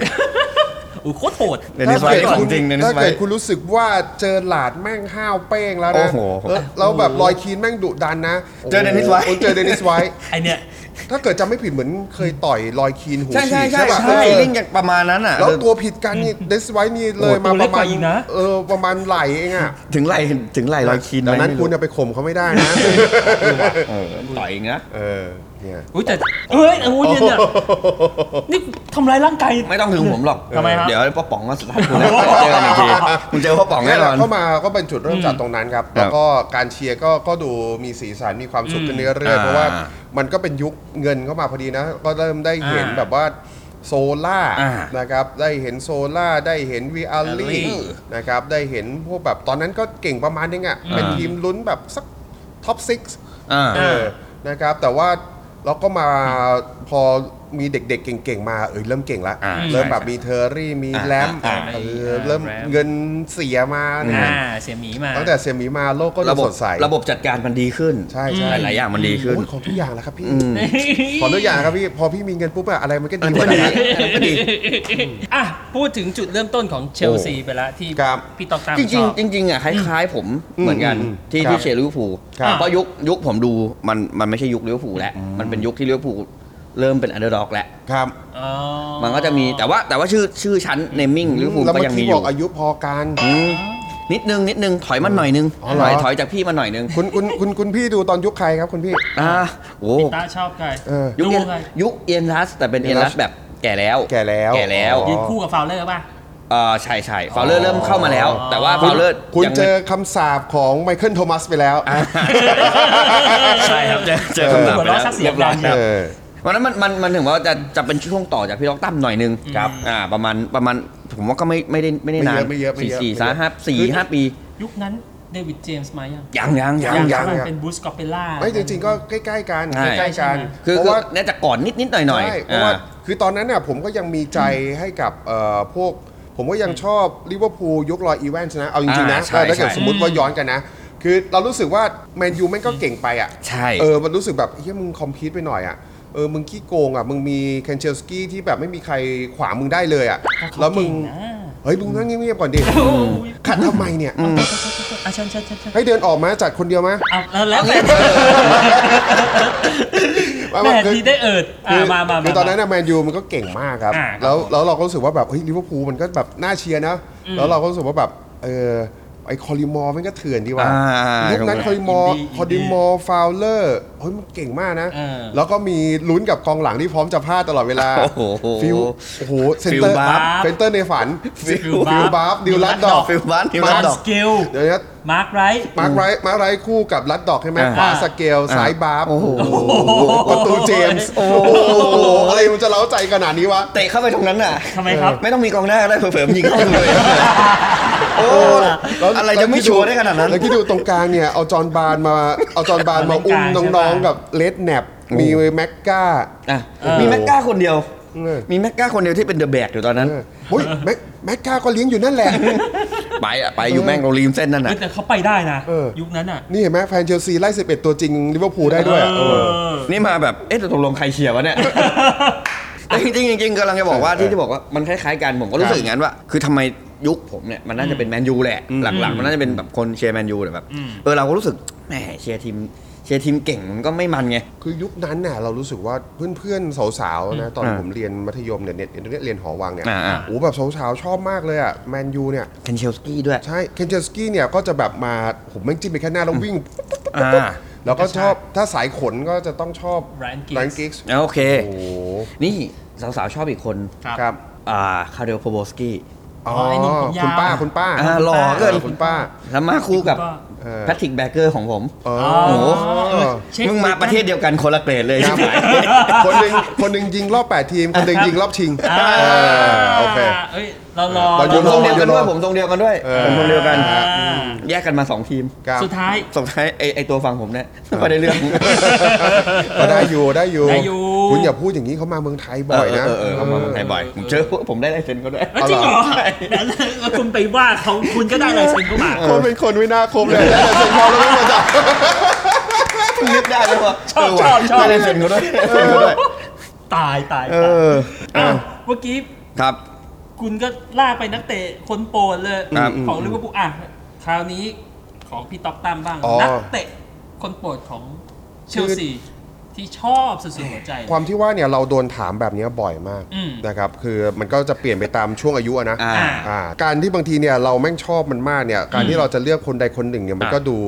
[SPEAKER 6] โอ้ยโคตรโหด
[SPEAKER 3] เดนิสไวท์ของจริงเดนิ
[SPEAKER 5] ถ้า
[SPEAKER 3] สไว
[SPEAKER 5] เกิด
[SPEAKER 3] ท์
[SPEAKER 5] คุณรู้สึกว่าเจอหลาดแม่งห้าวเป้งแล้วนะ
[SPEAKER 3] โอ้โห
[SPEAKER 5] เออแล้วแบบรอยคีนแม่งดุดันนะ
[SPEAKER 3] เจอเดนิสไวท์
[SPEAKER 5] โโหเจอเดนิสไวท์
[SPEAKER 6] ไอเนี่ย
[SPEAKER 5] ถ้าเกิดจำไม่ผิดเหมือนเคยต่อยลอยคีนหู
[SPEAKER 3] ใช่
[SPEAKER 5] ฉี
[SPEAKER 3] ใช่
[SPEAKER 5] ก
[SPEAKER 3] ใช่
[SPEAKER 5] ใช่ป่ะ
[SPEAKER 3] คือฟีลลิ่ง
[SPEAKER 5] เออ
[SPEAKER 3] อย่างประมาณนั้นอ่ะ
[SPEAKER 5] แล้วตัวผิดกันนี่เดสไว้นี่เลยมา
[SPEAKER 6] โอ้ตัว
[SPEAKER 5] ป
[SPEAKER 6] เล็ก
[SPEAKER 5] ระ
[SPEAKER 6] ก
[SPEAKER 5] มาณ
[SPEAKER 6] ว่าอีกนะ
[SPEAKER 5] เออประมาณไหลเองอ่ะ
[SPEAKER 3] ถึงไหลถึงไหลรอยคีน
[SPEAKER 5] ดังนั้น
[SPEAKER 3] ไหม
[SPEAKER 5] คุณจะไปข่มเขาไม่ได้นะ
[SPEAKER 3] เออต่อยเองนะ
[SPEAKER 5] เออเนี่ย
[SPEAKER 6] อุ้ยแต่เอ้ยโอ้ยเนี่ยนี่ทำร้ายร่างกาย
[SPEAKER 3] ไม่ต้องถึงผมหรอก
[SPEAKER 6] ทำไมฮะ
[SPEAKER 3] เดี๋ยวป้าป๋องก็สตาร์ทคุณแล้วเจอกันอีกทีคุณเจอป้าป๋องแน่นอน
[SPEAKER 5] เข้ามาก็เป็นจุดเริ่มจากตรงนั้นครับ แล้วก็การเชียร์ก็ก็ดูมีสีสันมีความสุขขึ้นเรื่อยๆ
[SPEAKER 3] อ่า
[SPEAKER 5] เพราะว่ามันก็เป็นยุคเงินเข้ามาพอดีนะ ก็เริ่มได้เห็น
[SPEAKER 6] อ่า
[SPEAKER 5] แบบว่าโซล่า
[SPEAKER 3] อ่า
[SPEAKER 5] นะครับ ได้เห็นโซล่าได้เห็นวีอาร์ลี
[SPEAKER 6] Valley
[SPEAKER 5] นะครับ ได้เห็นพวกแบบตอนนั้นก็เก่งประมาณนึงอ่ะ เป็นทีมลุ้นแบบสักท็อปซิก
[SPEAKER 3] ่า
[SPEAKER 5] เออนะครับ แต่ว่าเราก็มาพอมีเด็กๆ เก่งๆ มาเอยเริ่มเก่งละ
[SPEAKER 3] อ่า
[SPEAKER 5] เริ่มแบบมีเทอรี่มี
[SPEAKER 3] อ่า
[SPEAKER 5] แรม
[SPEAKER 3] อ่า
[SPEAKER 5] เออเริ่ม
[SPEAKER 6] แรม
[SPEAKER 5] เงินเสียมาเนี่ย
[SPEAKER 6] อ่าเสียหมีมา
[SPEAKER 5] ตั้งแต่เสียหมีมาโลกก็ดู
[SPEAKER 3] ระบบ
[SPEAKER 5] สดใส
[SPEAKER 3] ระบบจัดการมันดีขึ้น
[SPEAKER 5] ใช่ใช่
[SPEAKER 3] หลายๆอย่างมันดีขึ้น
[SPEAKER 5] โอ้ยของทุกอย่างแล้วครับพี่
[SPEAKER 3] อืม
[SPEAKER 5] ขอทุกอย่างครับพี่พอพี่มีเงินปุ๊บอะอะไรมันก็ดีหม
[SPEAKER 3] ก็
[SPEAKER 5] ด
[SPEAKER 3] ดี
[SPEAKER 5] แล้ว
[SPEAKER 3] ก็ดี
[SPEAKER 6] อ่ะ พูดถึงจุดเริ่มต้นของเชลซีไปแล้วที่
[SPEAKER 5] ครับ
[SPEAKER 6] พี่ตอกตาม
[SPEAKER 3] จ
[SPEAKER 6] ช
[SPEAKER 3] ริง
[SPEAKER 6] อบ
[SPEAKER 3] ๆจริงๆอ่ะคล้ายๆผมเหมือนกัน
[SPEAKER 5] อืม
[SPEAKER 3] ที่
[SPEAKER 5] ครับ
[SPEAKER 3] ที่เชียร์ลิเวอร์พูล
[SPEAKER 5] ครับ
[SPEAKER 3] เพราะยุคยุคผมดูมันมันไม่ใช่ยุคลิเวอร์พูลแล้วมันเป็นยุคที่ลิเวอร์พูลเริ่มเป็นอันเดอร์ด็อกแล้ว
[SPEAKER 5] ครับ
[SPEAKER 6] อ๋อ
[SPEAKER 3] มันก็จะมีแต่ว่าแต่ว่าชื่อชื่อชั้นเนมมิ่งลิเวอร์พูล
[SPEAKER 5] แล้ว
[SPEAKER 3] ก็
[SPEAKER 5] เมื่อ
[SPEAKER 3] ยังมี
[SPEAKER 5] กี้
[SPEAKER 3] อบ
[SPEAKER 5] อยู่ กอายุพอกัน
[SPEAKER 3] อืมนิดนึงนิดนึงถอยมันหน่อยนึง
[SPEAKER 5] อ๋อเห
[SPEAKER 3] ถ
[SPEAKER 5] รอ
[SPEAKER 3] อยถอยจากพี่มาหน่อยนึง
[SPEAKER 5] คุณคุณคุณคุณพี่ดูตอนยุคใครครับคุณพี่
[SPEAKER 3] อ่าโอ้
[SPEAKER 6] พี่ตาชอบใคร
[SPEAKER 5] เออ
[SPEAKER 3] ยุค
[SPEAKER 6] ดู
[SPEAKER 3] เอียน
[SPEAKER 6] ใคร
[SPEAKER 3] ยุคเอียนรัสแต่เป็น
[SPEAKER 5] เอี
[SPEAKER 3] เอี
[SPEAKER 5] ย
[SPEAKER 3] ย
[SPEAKER 5] น
[SPEAKER 3] น
[SPEAKER 5] รั
[SPEAKER 3] รั
[SPEAKER 5] ส
[SPEAKER 3] สแบบแก่แล้ว
[SPEAKER 5] แก่แล้ว
[SPEAKER 3] แก่แล้ว
[SPEAKER 5] อ๋อ
[SPEAKER 6] ยืนคู่กับฟาวเลอร์ป่ะ
[SPEAKER 3] เออใช่ใช่ฟาวเลอร์เริ่มเข้ามาแล้ว
[SPEAKER 6] อ๋อ
[SPEAKER 3] แต่ว่า
[SPEAKER 5] คุณ
[SPEAKER 3] ฟาวเลอร์
[SPEAKER 5] คุณ
[SPEAKER 3] ยังไม่
[SPEAKER 5] เจอคำสาปของไมเคิลโทมัสไปแล้ว
[SPEAKER 3] ใช่ครับเจอเจอ
[SPEAKER 5] เออ
[SPEAKER 3] คำถาม
[SPEAKER 6] หัว
[SPEAKER 3] ไป
[SPEAKER 6] เราะ
[SPEAKER 3] แล้ว
[SPEAKER 6] ซะเสียง
[SPEAKER 3] เรียบร้อย
[SPEAKER 6] ดัง
[SPEAKER 3] ครับ
[SPEAKER 5] เออ
[SPEAKER 3] วันนั้นมันมันมันถึงว่าจะจะเป็นช่วงต่อจากพี่ล็อกตั้มหน่อยนึงครับอ่าประมาณประมาณผมว่าก็ไม่ไม่ได้ไม่ได้นาน
[SPEAKER 5] ไม่เยอะไม่เยอะไม่
[SPEAKER 3] สี่
[SPEAKER 5] เยอะ
[SPEAKER 3] สี่สามห้าสี่
[SPEAKER 5] คือ
[SPEAKER 3] ห้าปี
[SPEAKER 6] ยุคนั้นเดวิดเจมส์มายัง
[SPEAKER 3] ยังยังยัง
[SPEAKER 5] ยัง
[SPEAKER 6] ใช่ไหมเป็นบูสกอปเปล่า
[SPEAKER 5] ไม่จริงๆก็ใกล้ๆกัน
[SPEAKER 3] ใช่
[SPEAKER 5] ใกล้ๆกัน
[SPEAKER 3] คือ
[SPEAKER 5] เพ
[SPEAKER 3] คือ
[SPEAKER 5] ราะว่า
[SPEAKER 3] น่าจะก่อนนิดนิดหน่อยหน่อย
[SPEAKER 5] ใช่เพราะว่าคือตอนนั้นน่ะผมก็ยังมีใจให้กับเอ่อพวก ผมก็ยังชอบลิเวอร์พูลยุคลอยอีแวนชนะ เอาจริงๆนะ
[SPEAKER 3] อ่าใช่
[SPEAKER 5] เออถ้าเกิด
[SPEAKER 3] ใช่
[SPEAKER 5] สมมติว่าย้อนกันนะ คือเรารู้สึกว่าแมนยูแม่งก็เก่งไปอ่ะ
[SPEAKER 3] ใช่
[SPEAKER 5] เออ มันรู้สึกแบบเฮ้ยมึงคอมพีตไปหน่อยอ่ะ เออ มึงขี้โกงอ่ะ มึงมีเคนเชลสกี้ที่แบบไม่มีใครขวางมึงได้เลยอ่ะ
[SPEAKER 6] เขา
[SPEAKER 5] แล้วมึง
[SPEAKER 6] เก่งนะ
[SPEAKER 5] เฮ้ย มึงนั่งเงียบๆก่อนดิ ขัดทำไมเนี่ย
[SPEAKER 6] อ่ะเชิญเชิญเชิญเชิญ
[SPEAKER 5] ให้เดินออกมาจัดคนเดียวมา
[SPEAKER 6] เอาแล้วแล้วแต่
[SPEAKER 5] มา
[SPEAKER 6] แม่
[SPEAKER 5] มาคือ
[SPEAKER 6] ดีได้เอิดอ่ะมามา
[SPEAKER 5] คือ
[SPEAKER 6] มา
[SPEAKER 5] ตอนนั้นน่ะแมนยูมันก็เก่งมากครับ
[SPEAKER 6] อ่าครับ
[SPEAKER 5] แล้วแล้วเราก็รู้สึกว่าแบบเฮ้ยลิเวอร์พูลมันก็แบบน่าเชียร์นะ แล้วเราก็รู้สึกว่าแบบเออไอ้คอลิมอร์มันก็เถื่อนดีว่ะ
[SPEAKER 3] อ่ายุ
[SPEAKER 5] ยุคนั้น
[SPEAKER 3] ครับ
[SPEAKER 5] คอลิมอร์
[SPEAKER 6] อินดี้
[SPEAKER 5] คอลิมอร์ฟาวเลอร์เฮ้ยมันเก่งมากนะ
[SPEAKER 6] เออ
[SPEAKER 5] แล้วก็มีลุ้นกับกองหลังที่พร้อมจะพลาดตลอดเวลา
[SPEAKER 3] โอ้โห
[SPEAKER 5] ฟิลโอ้โหเซนเตอร์
[SPEAKER 3] ฟิลบาร์ฟ
[SPEAKER 5] เซนเตอร์ในฝัน
[SPEAKER 6] ฟิล
[SPEAKER 5] ฟิลบา
[SPEAKER 6] บา
[SPEAKER 5] ร์
[SPEAKER 6] ร์
[SPEAKER 5] ฟ
[SPEAKER 6] ฟ
[SPEAKER 5] ดิวลัดดอก
[SPEAKER 3] ฟิลบ้านฟิล
[SPEAKER 6] มา
[SPEAKER 3] บ้า
[SPEAKER 6] ร์
[SPEAKER 3] น
[SPEAKER 6] ค
[SPEAKER 3] ดอก
[SPEAKER 6] สกิล
[SPEAKER 5] เดี๋ยวนะ
[SPEAKER 6] มาร์คไรท์
[SPEAKER 5] มาร์คไรท์มาร์คไรท์คู่กับลัดดอกใช่ไหม
[SPEAKER 3] อ่า
[SPEAKER 5] ขวาสเกลซ้ายบาร์ฟ
[SPEAKER 3] โอ้โห
[SPEAKER 5] ประตูเจมส์
[SPEAKER 3] โอ้
[SPEAKER 5] โอ้
[SPEAKER 3] โห
[SPEAKER 5] โห อะไรมันจะเล้าใจขนาดนี้วะ
[SPEAKER 3] เตะเข้าไปตรงนั้นน่ะ
[SPEAKER 6] ทำไมครับ
[SPEAKER 3] ไม่ต้องมีกองหน้าก็ได้เผื่อๆยิงเข้าไป เลยโอ้อะไรจะไม่ชัวร์ได้ขนาดนั้น
[SPEAKER 5] แล้วที่ดูตรงกลางเนี่ย เอาจอห์นบานมา เอาจอห์นบานมาอุ้มน้องๆ กับเลดแนบมีแม็กก้า
[SPEAKER 3] อ่ะ
[SPEAKER 6] เออ
[SPEAKER 3] มีแม็กก้าคนเดียว
[SPEAKER 5] เออ
[SPEAKER 3] มีแม็กก้าคนเดียวที่เป็นเดอะแบกอยู่ตอนนั้น
[SPEAKER 5] เออเฮ้ยแม็กแม็กก้าก็เลี้ยงอยู่ นั่นแหละ
[SPEAKER 3] ไปอ่ะ ไปอยู่แม่งตรงริมเส้นนั่น
[SPEAKER 6] เอ
[SPEAKER 3] อ่ะ
[SPEAKER 6] อแต่เขาไปได้นะ
[SPEAKER 5] เออ
[SPEAKER 6] ยุคนั้นอ่ะ
[SPEAKER 5] นี่เห็นไหมแฟนเชลซีไล่ 11 ตัวจริงลิเวอร์พูลได้ด้วยอะ
[SPEAKER 6] เอ
[SPEAKER 5] เออ
[SPEAKER 6] อ
[SPEAKER 3] นี่มาแบบ เอ๊ะแต่ตกลงใครเชียร์วะ เนี่ย แต่จริงๆจริงๆกำลังจะบอกว่า
[SPEAKER 5] เออ
[SPEAKER 3] ที่จะบอกว่ามันคล้ายๆกันผมก็รู้สึกอย่างนั้นว่า คือทำไมยุคผมเนี่ยมันน่าจะเป็นแมนยูแหละ หลังๆ มันน่าจะเป็นแบบคนเชียร์แมนยูแต่แบบ
[SPEAKER 6] อืม
[SPEAKER 3] เออเราก็รู้สึกแหมเชียร์ทีมเชียร์ทีมเก่งมันก็ไม่มันไง
[SPEAKER 5] คือยุคนั้นน่ะเรารู้สึกว่าเพื่อนๆสาวๆนะตอน
[SPEAKER 3] อ่า
[SPEAKER 5] ผมเรียนมัธยมเนี่ยเนี่ยเนี่ยเรียนหอวังเนี่ย
[SPEAKER 3] อ่าๆ
[SPEAKER 5] โอ้แบบสาวๆชอบมากเลยอ่ะแมนยูเนี่ย
[SPEAKER 3] เคนเชลสกี้ด้วย
[SPEAKER 5] ใช่ เคนเชสกี้เนี่ยก็จะแบบมาผมแม่งจิ้มไปแค่หน้าแล้ววิ่ง
[SPEAKER 3] อ่า
[SPEAKER 5] แล้วก็ชอบถ้าสายขนก็จะต้องชอบ
[SPEAKER 6] Ryan Giggs
[SPEAKER 5] นกิกส์
[SPEAKER 3] แล้วโอเค
[SPEAKER 5] โอ้โห
[SPEAKER 3] นี่สาวๆชอบอีกคน
[SPEAKER 6] ครับ
[SPEAKER 5] ครับ
[SPEAKER 3] อ่าคาเดลโพโบสกี้
[SPEAKER 5] อ๋อ
[SPEAKER 6] ไอ้หนุ่มผมยาว
[SPEAKER 5] คุณป้าคุณป้า
[SPEAKER 3] อ่าหล่อเกิน
[SPEAKER 5] ออคุณป้า
[SPEAKER 3] แล้วมาคู่กับ
[SPEAKER 5] เออ
[SPEAKER 3] แพทริกแบเกอร์ของผม
[SPEAKER 5] เออ
[SPEAKER 6] อ๋อ
[SPEAKER 3] โอ้โห
[SPEAKER 6] เออเช็ค
[SPEAKER 3] มึงมาประเทศเดียวกันคนละเกรดเลย
[SPEAKER 5] ค
[SPEAKER 3] ใช่
[SPEAKER 5] รับ
[SPEAKER 3] ไหม
[SPEAKER 5] คนหนึ่งคนหนึ่งยิงรอบ 8 ทีม คนหนึ่งยิงรอบชิง
[SPEAKER 6] อ่า
[SPEAKER 5] เออโอเค
[SPEAKER 6] เอ้ยเรารอ
[SPEAKER 5] ตอน
[SPEAKER 3] ผ
[SPEAKER 5] ยุ
[SPEAKER 3] ม
[SPEAKER 5] ค
[SPEAKER 6] เราร
[SPEAKER 3] ทร
[SPEAKER 6] อง
[SPEAKER 3] เดียวกันด้วยผมทรงเดียวกันด้วย
[SPEAKER 5] เออ
[SPEAKER 3] ผมทรงเดียวกัน
[SPEAKER 6] อ่า
[SPEAKER 3] แยกกันมาสองทีม
[SPEAKER 5] ครับ
[SPEAKER 6] สุดท้าย
[SPEAKER 3] สุดท้ายไอไอตัวฝั่งผมเนี่ยไม่ได้เรื่อง
[SPEAKER 5] ก็ได้อยู่ได้อยู่
[SPEAKER 6] ได้อยู่
[SPEAKER 5] คุณอย่าพูดอย่างนี้เขามาเมืองไทยบ่อยนะ
[SPEAKER 3] เออเออเออเขามาเมืองไทยบ่อยผมเจอพวกผมได้ลายเซ็นเขาด้วย
[SPEAKER 6] เอ้ยจริงเหรอแล้วแล้วคุณไปว่าเขาคุณก็ได้ลายเซ็นเข้ามา
[SPEAKER 5] คนเป็นคนไม่น่าคบเลยแต่เซ็นเขาแล้วไม่มาจับ
[SPEAKER 3] นึกได้เลยว่า
[SPEAKER 6] ชอบ
[SPEAKER 3] เว่ะ
[SPEAKER 6] ชอบชอบ
[SPEAKER 3] ได้ลายเซ็นเขาด้วยเซ็นเขาด้วย
[SPEAKER 6] ตายตาย
[SPEAKER 3] เอ
[SPEAKER 6] ตาย
[SPEAKER 3] อ
[SPEAKER 6] อ่ะเมื่อกี้
[SPEAKER 3] ครับ
[SPEAKER 6] คุณก็ลากไปนักเตะคนโปรดเลย
[SPEAKER 3] ครับ
[SPEAKER 6] ของลิเวอร์พูลอ่ะคราวนี้ของพี่ต๊อกตามบ้าง
[SPEAKER 5] อ๋อ
[SPEAKER 6] นักเตะคนโปรดของเชลซี ที่ชอบสุดๆหัวใจเลย
[SPEAKER 5] ความที่ว่าเนี่ยเราโดนถามแบบเนี้ยบ่อยมาก
[SPEAKER 6] อืม
[SPEAKER 5] นะครับ คือมันก็จะเปลี่ยนไปตามช่วงอายุอะนะ
[SPEAKER 3] อ่า
[SPEAKER 6] อ่า
[SPEAKER 5] อ่าการที่บางทีเนี่ยเราแม่งชอบมันมากเนี่ย การที่เราจะเลือกคนใดคนหนึ่งเนี่ยมันก็ดู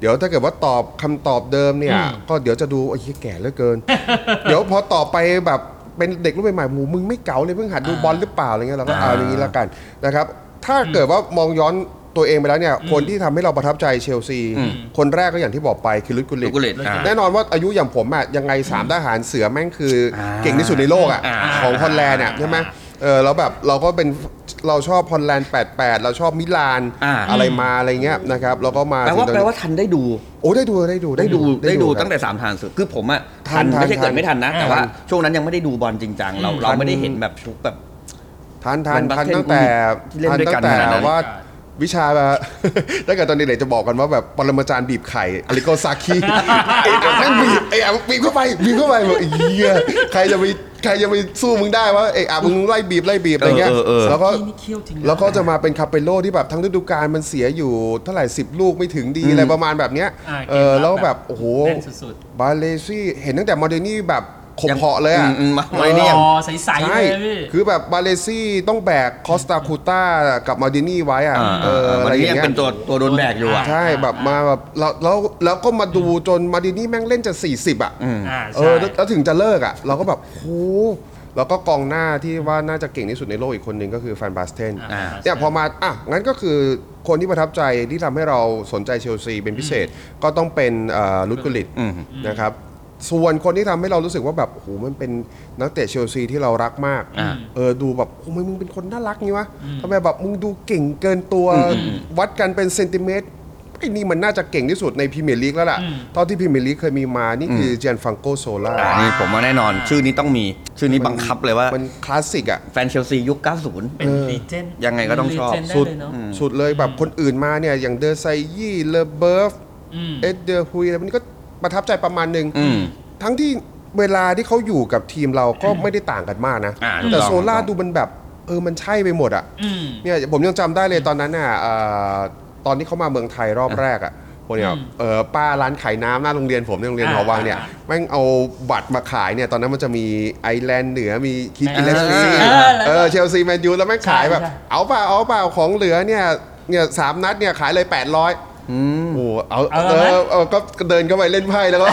[SPEAKER 5] เดี๋ยวถ้าเกิดว่าตอบคำตอบเดิมเนี่ย
[SPEAKER 6] อืม
[SPEAKER 5] ก็เดี๋ยวจะดูไอ้เหี้ยแก่เหลือเกิน เดี๋ยวพอตอบไปแบบเป็นเด็กรุ่นใหม่ๆหมูมึงไม่เก๋าเลยเพิ่งหัดดูบอลหรือเปล่าอะไรเงี้ยเราก็เอาอย่างนี้ละกันนะครับ ถ้าเกิดว่ามองย้อนตัวเองไปแล้วเนี่ยคนที่ทำให้เราประทับใจเชลซี คนแรกก็อย่างที่บอกไปคือลุดกุลิ
[SPEAKER 3] ลู
[SPEAKER 5] ต
[SPEAKER 3] กกุเลต
[SPEAKER 5] แน่นอนว่าอายุอย่างผมอะยังไง 3 ทหารเสือแม่งคืออา เก่งที่สุดในโลกอะ
[SPEAKER 3] อ่า
[SPEAKER 5] ของฮอลแลนด์อะใช่ไหมเออแล้วแบบเราก็เป็นเราชอบฮอลแลนด์ 88 เราชอบมิลานอะไรมาอะไรเงี้ยนะครับแล้วก็มา
[SPEAKER 3] แปลว่า
[SPEAKER 5] ถึง
[SPEAKER 3] แปลว่าทันได้ดู
[SPEAKER 5] โอ้ได้ดูได้ดู
[SPEAKER 3] ได้ดูได้ดู
[SPEAKER 5] ครับ
[SPEAKER 3] ตั้งแต่สามทางสุดคือผมอะ
[SPEAKER 5] ทั
[SPEAKER 3] ทั
[SPEAKER 5] น
[SPEAKER 3] น
[SPEAKER 5] ทัน
[SPEAKER 3] ไม่ใช่
[SPEAKER 5] ทั
[SPEAKER 3] เกิ
[SPEAKER 5] น
[SPEAKER 3] ดไม่ทันนะ แต่
[SPEAKER 5] ทัน
[SPEAKER 3] ว่าช่วงนั้นยังไม่ได้ดูบอลจริงจังเราเราไม่ได้เห็นแบบชุกแบบ
[SPEAKER 5] ทันทัน
[SPEAKER 3] เหมือน
[SPEAKER 5] ทัน
[SPEAKER 3] Basket
[SPEAKER 5] ตั้งแต่
[SPEAKER 3] ที่เล่น
[SPEAKER 5] ทัน
[SPEAKER 3] ด้วยกั
[SPEAKER 5] ตั้
[SPEAKER 3] น
[SPEAKER 5] งแต่
[SPEAKER 3] ขนาดนั้น
[SPEAKER 5] ว่าวิชา แบบ ถ้าเกิดตอนเด็กๆจะบอกกันว่าแบบปรมาจารย์บีบไข่อลิโกซา คิ ไอ้แอมแม่งบีบไอ้แอมบีบเข้าไปบีบเข้าไปแบบไอ้เหี้ยใครจะไปใครจะไปสู้มึงได้วะไอ้แอมมึงไล่บีบไล่บีบอะไรเงี้ย
[SPEAKER 3] เออเออเออ
[SPEAKER 5] แล้วก็
[SPEAKER 6] นี่เคี้ยวจริงน
[SPEAKER 5] แล้วก็จะมาเป็นคาเปโลที่แบบทั้งฤดูกาลมันเสียอยู่เท่าไหร่ 10 ลูกไม่ถึงดีอะไรประมาณแบบเนี้ย
[SPEAKER 6] อ่าเกมรับ
[SPEAKER 5] เออแล้วแบบ โอ้โห
[SPEAKER 6] แน่นสุด
[SPEAKER 5] บาเลซี่เห็นตั้งแต่โมเดลนี่แบบขบเพาะเลยอ่ะ
[SPEAKER 3] อืมอืมมา
[SPEAKER 5] เออ
[SPEAKER 3] ไม่เนี่ย
[SPEAKER 6] อ๋อใสๆเลยนะพี่
[SPEAKER 5] คือแบบบาเลซี่ต้องแบกคอสตาคูต้ากับมาดินี่ไว้อ่ะ
[SPEAKER 3] อ่า
[SPEAKER 5] เออ
[SPEAKER 3] มั
[SPEAKER 5] อะ
[SPEAKER 3] น
[SPEAKER 5] ไรอ
[SPEAKER 3] ยั
[SPEAKER 5] ย่างงเงี้ย
[SPEAKER 3] เป็นตัวตัวโดนแบกอยู่อะ
[SPEAKER 5] ใช่แบบมาแบบแล้วแล้วแล้วก็มาดูจนมาดินี่แม่งเล่นจะ 40 อ่ะ
[SPEAKER 6] อ่า
[SPEAKER 5] เอ
[SPEAKER 6] ใช่
[SPEAKER 5] อแล้วแล้วถึงจะเลิกอ่ะ เราก็แบบโหแล้วก็กองหน้าที่ว่าน่าจะเก่งที่สุดในโลกอีกคนหนึ่งก็คือแฟนบาสเทน
[SPEAKER 6] อ่า
[SPEAKER 5] เนี่ยพอมาอ่ะงั้นก็คือคนที่ประทับใจที่ทำให้เราสนใจเชลซีเป็นพิเศษก็ต้องเป็นเอ่อลุดกุลิต
[SPEAKER 3] อืม
[SPEAKER 5] นะครับ ส่วนคนที่ทำให้เรารู้สึกว่าแบบโอ้โหมันเป็นนักเตะเชลซีที่เรารักมาก
[SPEAKER 3] อ่า
[SPEAKER 5] เออดูแบบโอ้ยมึงเป็นคนน่ารักนี่วะทำไมแบบมึงดูเก่งเกินตัววัดกันเป็นเซนติเมตรไอ้นี่มันน่าจะเก่งที่สุดในพรีเมียร์ลีกแล้วล่ะเท่าที่พรีเมียร์ลีกเคยมีมานี่คือเจยนฟังโกโซล่า
[SPEAKER 3] อ่านี่ผมว่าแน่นอน ชื่อนี้ต้องมีชื่อนี้บังคับเลยว่า
[SPEAKER 5] มันคลาสสิกอ่ะ
[SPEAKER 3] แฟนเชลซียุค
[SPEAKER 6] เป็นดีเจน
[SPEAKER 3] ยังไงก็ต้องชอบ
[SPEAKER 6] เป็น legend ได้
[SPEAKER 5] สุด
[SPEAKER 6] เลยเนอะ
[SPEAKER 5] สุดเลยแบบคนอื่นมาเนี่ยอย่างเดอร์ไซยี่เลอเบิร์ฟ
[SPEAKER 6] อืม
[SPEAKER 5] เอ็ดเดอร์ฮุยอะไรพวกนี้ก็ประทับใจประมาณหนึ่ง
[SPEAKER 3] อืม
[SPEAKER 5] ทั้งที่เวลาที่เขาอยู่กับทีมเราก็ไม่ได้ต่างกันมากนะ
[SPEAKER 3] อ่าถูก
[SPEAKER 5] แต่
[SPEAKER 3] ต้อง
[SPEAKER 5] โซล่า
[SPEAKER 3] ถูกต้อง
[SPEAKER 5] ดูมันแบบ เออมันใช่ไปหมดอ่ะ
[SPEAKER 6] อืม
[SPEAKER 5] เนี่ยผมยังจำได้เลยตอนนั้นน่ะเอ่อตอนที่เขามาเมืองไทยรอบแรกอ่ะผมเนี่ยเออป้าร้านขายน้ำหน้าโรงเรียนผมในยโรงเรียนหอวังเนี่ย
[SPEAKER 6] อ่า
[SPEAKER 5] แม่งเอาบัตรมาขายเนี่ยตอนนั้นมันจะมีไอร์แลนด์เหนือมีคิดอิเลส
[SPEAKER 6] เออแล้ว
[SPEAKER 5] เอ
[SPEAKER 6] ก็
[SPEAKER 5] อเชลซีแมนยูแล้วแม่งขายแบบ
[SPEAKER 6] ใช่
[SPEAKER 5] เอาเปล่าเอาเปล่าของเหลือเนี่ยเนี่ยสามนัดเนี่ยขายเลย 800อืมโอ้โหเอา
[SPEAKER 6] เอา
[SPEAKER 5] เอ
[SPEAKER 6] แล้วไหม
[SPEAKER 5] อเออก็เดินเข้าไปเล่นไพ่แล้วก็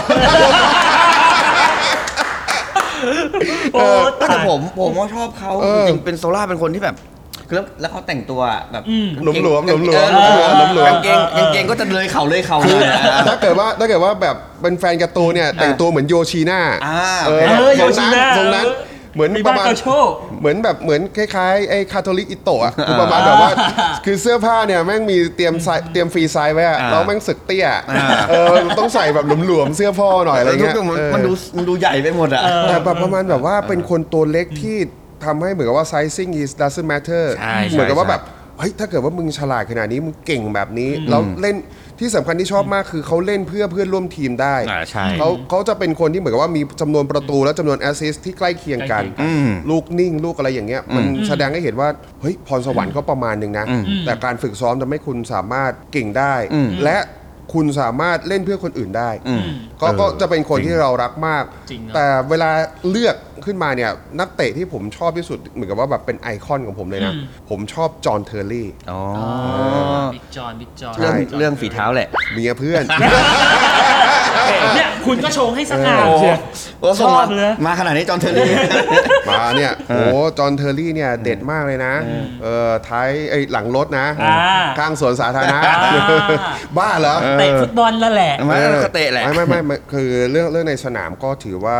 [SPEAKER 6] โอ้
[SPEAKER 3] 90 แต่
[SPEAKER 6] ตาย
[SPEAKER 3] ผมผมว่าชอบเขา
[SPEAKER 5] เอ
[SPEAKER 3] จ
[SPEAKER 5] อ
[SPEAKER 3] ริงๆเป็นโซล่าเป็นคนที่แบบคือแล้วแล้วเขาแต่งตัวแบบ
[SPEAKER 6] อืม
[SPEAKER 3] กางเกง
[SPEAKER 5] หลวมๆหลวมๆ
[SPEAKER 3] เออ
[SPEAKER 5] หลว
[SPEAKER 3] กา
[SPEAKER 5] มๆ
[SPEAKER 3] งเกงกางเกงก็จะเลยเข่าเลยเข่าเลยอะ
[SPEAKER 5] ถ้าเกิดว่าถ้าเกิดว่าแบบเป็นแฟนการ์ตูนเนี่ยแต่งตัวเหมือนโยชิน่า
[SPEAKER 3] อ่า
[SPEAKER 6] เออโยชิน่า
[SPEAKER 5] ตรงนั้น
[SPEAKER 6] เออ
[SPEAKER 5] เหมือน
[SPEAKER 6] มี
[SPEAKER 5] ป
[SPEAKER 6] บ้า
[SPEAKER 5] ระ
[SPEAKER 6] น
[SPEAKER 5] มาณ
[SPEAKER 6] เกาโชค
[SPEAKER 5] เหมือนแบบเหมือนคล้ายๆไอ้คาทอลิกอิโตะ อะคือประมาณแบบว่า คือเสื้อผ้าเนี่ยแม่งมีเตรียมไซส์เตรียมฟรีไซส์ไว้อะ
[SPEAKER 3] อ่า
[SPEAKER 5] แล้วแม่งสึกเตี้ย
[SPEAKER 3] อ่า
[SPEAKER 5] เออต้องใส่แบบหลวมๆเสื้อพ่อหน่อยอะไร
[SPEAKER 3] ทุก
[SPEAKER 5] เงี้ย
[SPEAKER 3] อย่างมัน
[SPEAKER 5] เออ
[SPEAKER 3] มันดูมันดูใหญ่ไปหมดอะ
[SPEAKER 5] แต่แบบประมาณแบบว่าเป็นคนตัวเล็กที่ทำให้เหมือนกับว่า sizing is doesn't matter
[SPEAKER 3] ใช่ใช่
[SPEAKER 5] เหมือนกับว่า
[SPEAKER 3] ใช่
[SPEAKER 5] แบบเฮ้ยถ้าเกิดว่ามึงฉลาดขนาดนี้มึงเก่งแบบนี้แล้วเล่นที่สำคัญที่ชอบมากคือเขาเล่นเพื่อเพื่อนร่วมทีมได้
[SPEAKER 3] อ่าใช่
[SPEAKER 5] เขาเขาจะเป็นคนที่เหมือนกับว่ามีจำนวนประตูและจำนวนแอสซิสที่ใกล้เคียงกัน
[SPEAKER 6] ใกล้เคียงกัน
[SPEAKER 3] อืม
[SPEAKER 5] ลูกนิ่งลูกอะไรอย่างเงี้ยมันแสดงให้เห็นว่าเฮ้ยพรสวรรค์ก็ประมาณหนึ่งนะ แต่การฝึกซ้อมทำให้คุณสามารถเก่งได้ และคุณสามารถเล่นเพื่อคนอื่นได้ ก็ก็จะเป็นคนที่เรารักมาก
[SPEAKER 6] จริงเนอะ
[SPEAKER 5] แต่เวลาเลือกขึ้นมาเนี่ยนักเตะที่ผมชอบที่สุดเหมือนกับว่าแบบเป็นไอคอนของผมเลยนะ ผมชอบจอห์นเทอร์รี่
[SPEAKER 3] อ๋อ
[SPEAKER 6] บิ๊กจอนบิ๊กจอน
[SPEAKER 3] เรื่อง
[SPEAKER 5] ใช่
[SPEAKER 3] เรื่องฝีเท้าแหละ
[SPEAKER 5] เมียเพื่อน
[SPEAKER 6] เนี่ย คุณก็ชงให้สง่า
[SPEAKER 3] โอ้
[SPEAKER 6] เชียว
[SPEAKER 3] โอ้
[SPEAKER 6] ชอบเลย
[SPEAKER 3] มาขนาดนี้จอห์นเทอร์รี่
[SPEAKER 5] มาเนี่ยโอ้จอห์นเทอร์รี่เนี่ยเด็ดมากเลยนะเออท้ายไอยหลังรถนะ
[SPEAKER 6] อ่า
[SPEAKER 5] ข้างสวนสาธารณะ
[SPEAKER 6] อ่า
[SPEAKER 5] บ้าเหรอ
[SPEAKER 6] เตะฟุตบอลแล้วแหละ
[SPEAKER 3] ไม่
[SPEAKER 5] ออ
[SPEAKER 3] ก็เตะแหละ
[SPEAKER 5] ไม่ไม่ไม่ไม่คือเรื่องเรื่องในสนามก็ถือว่า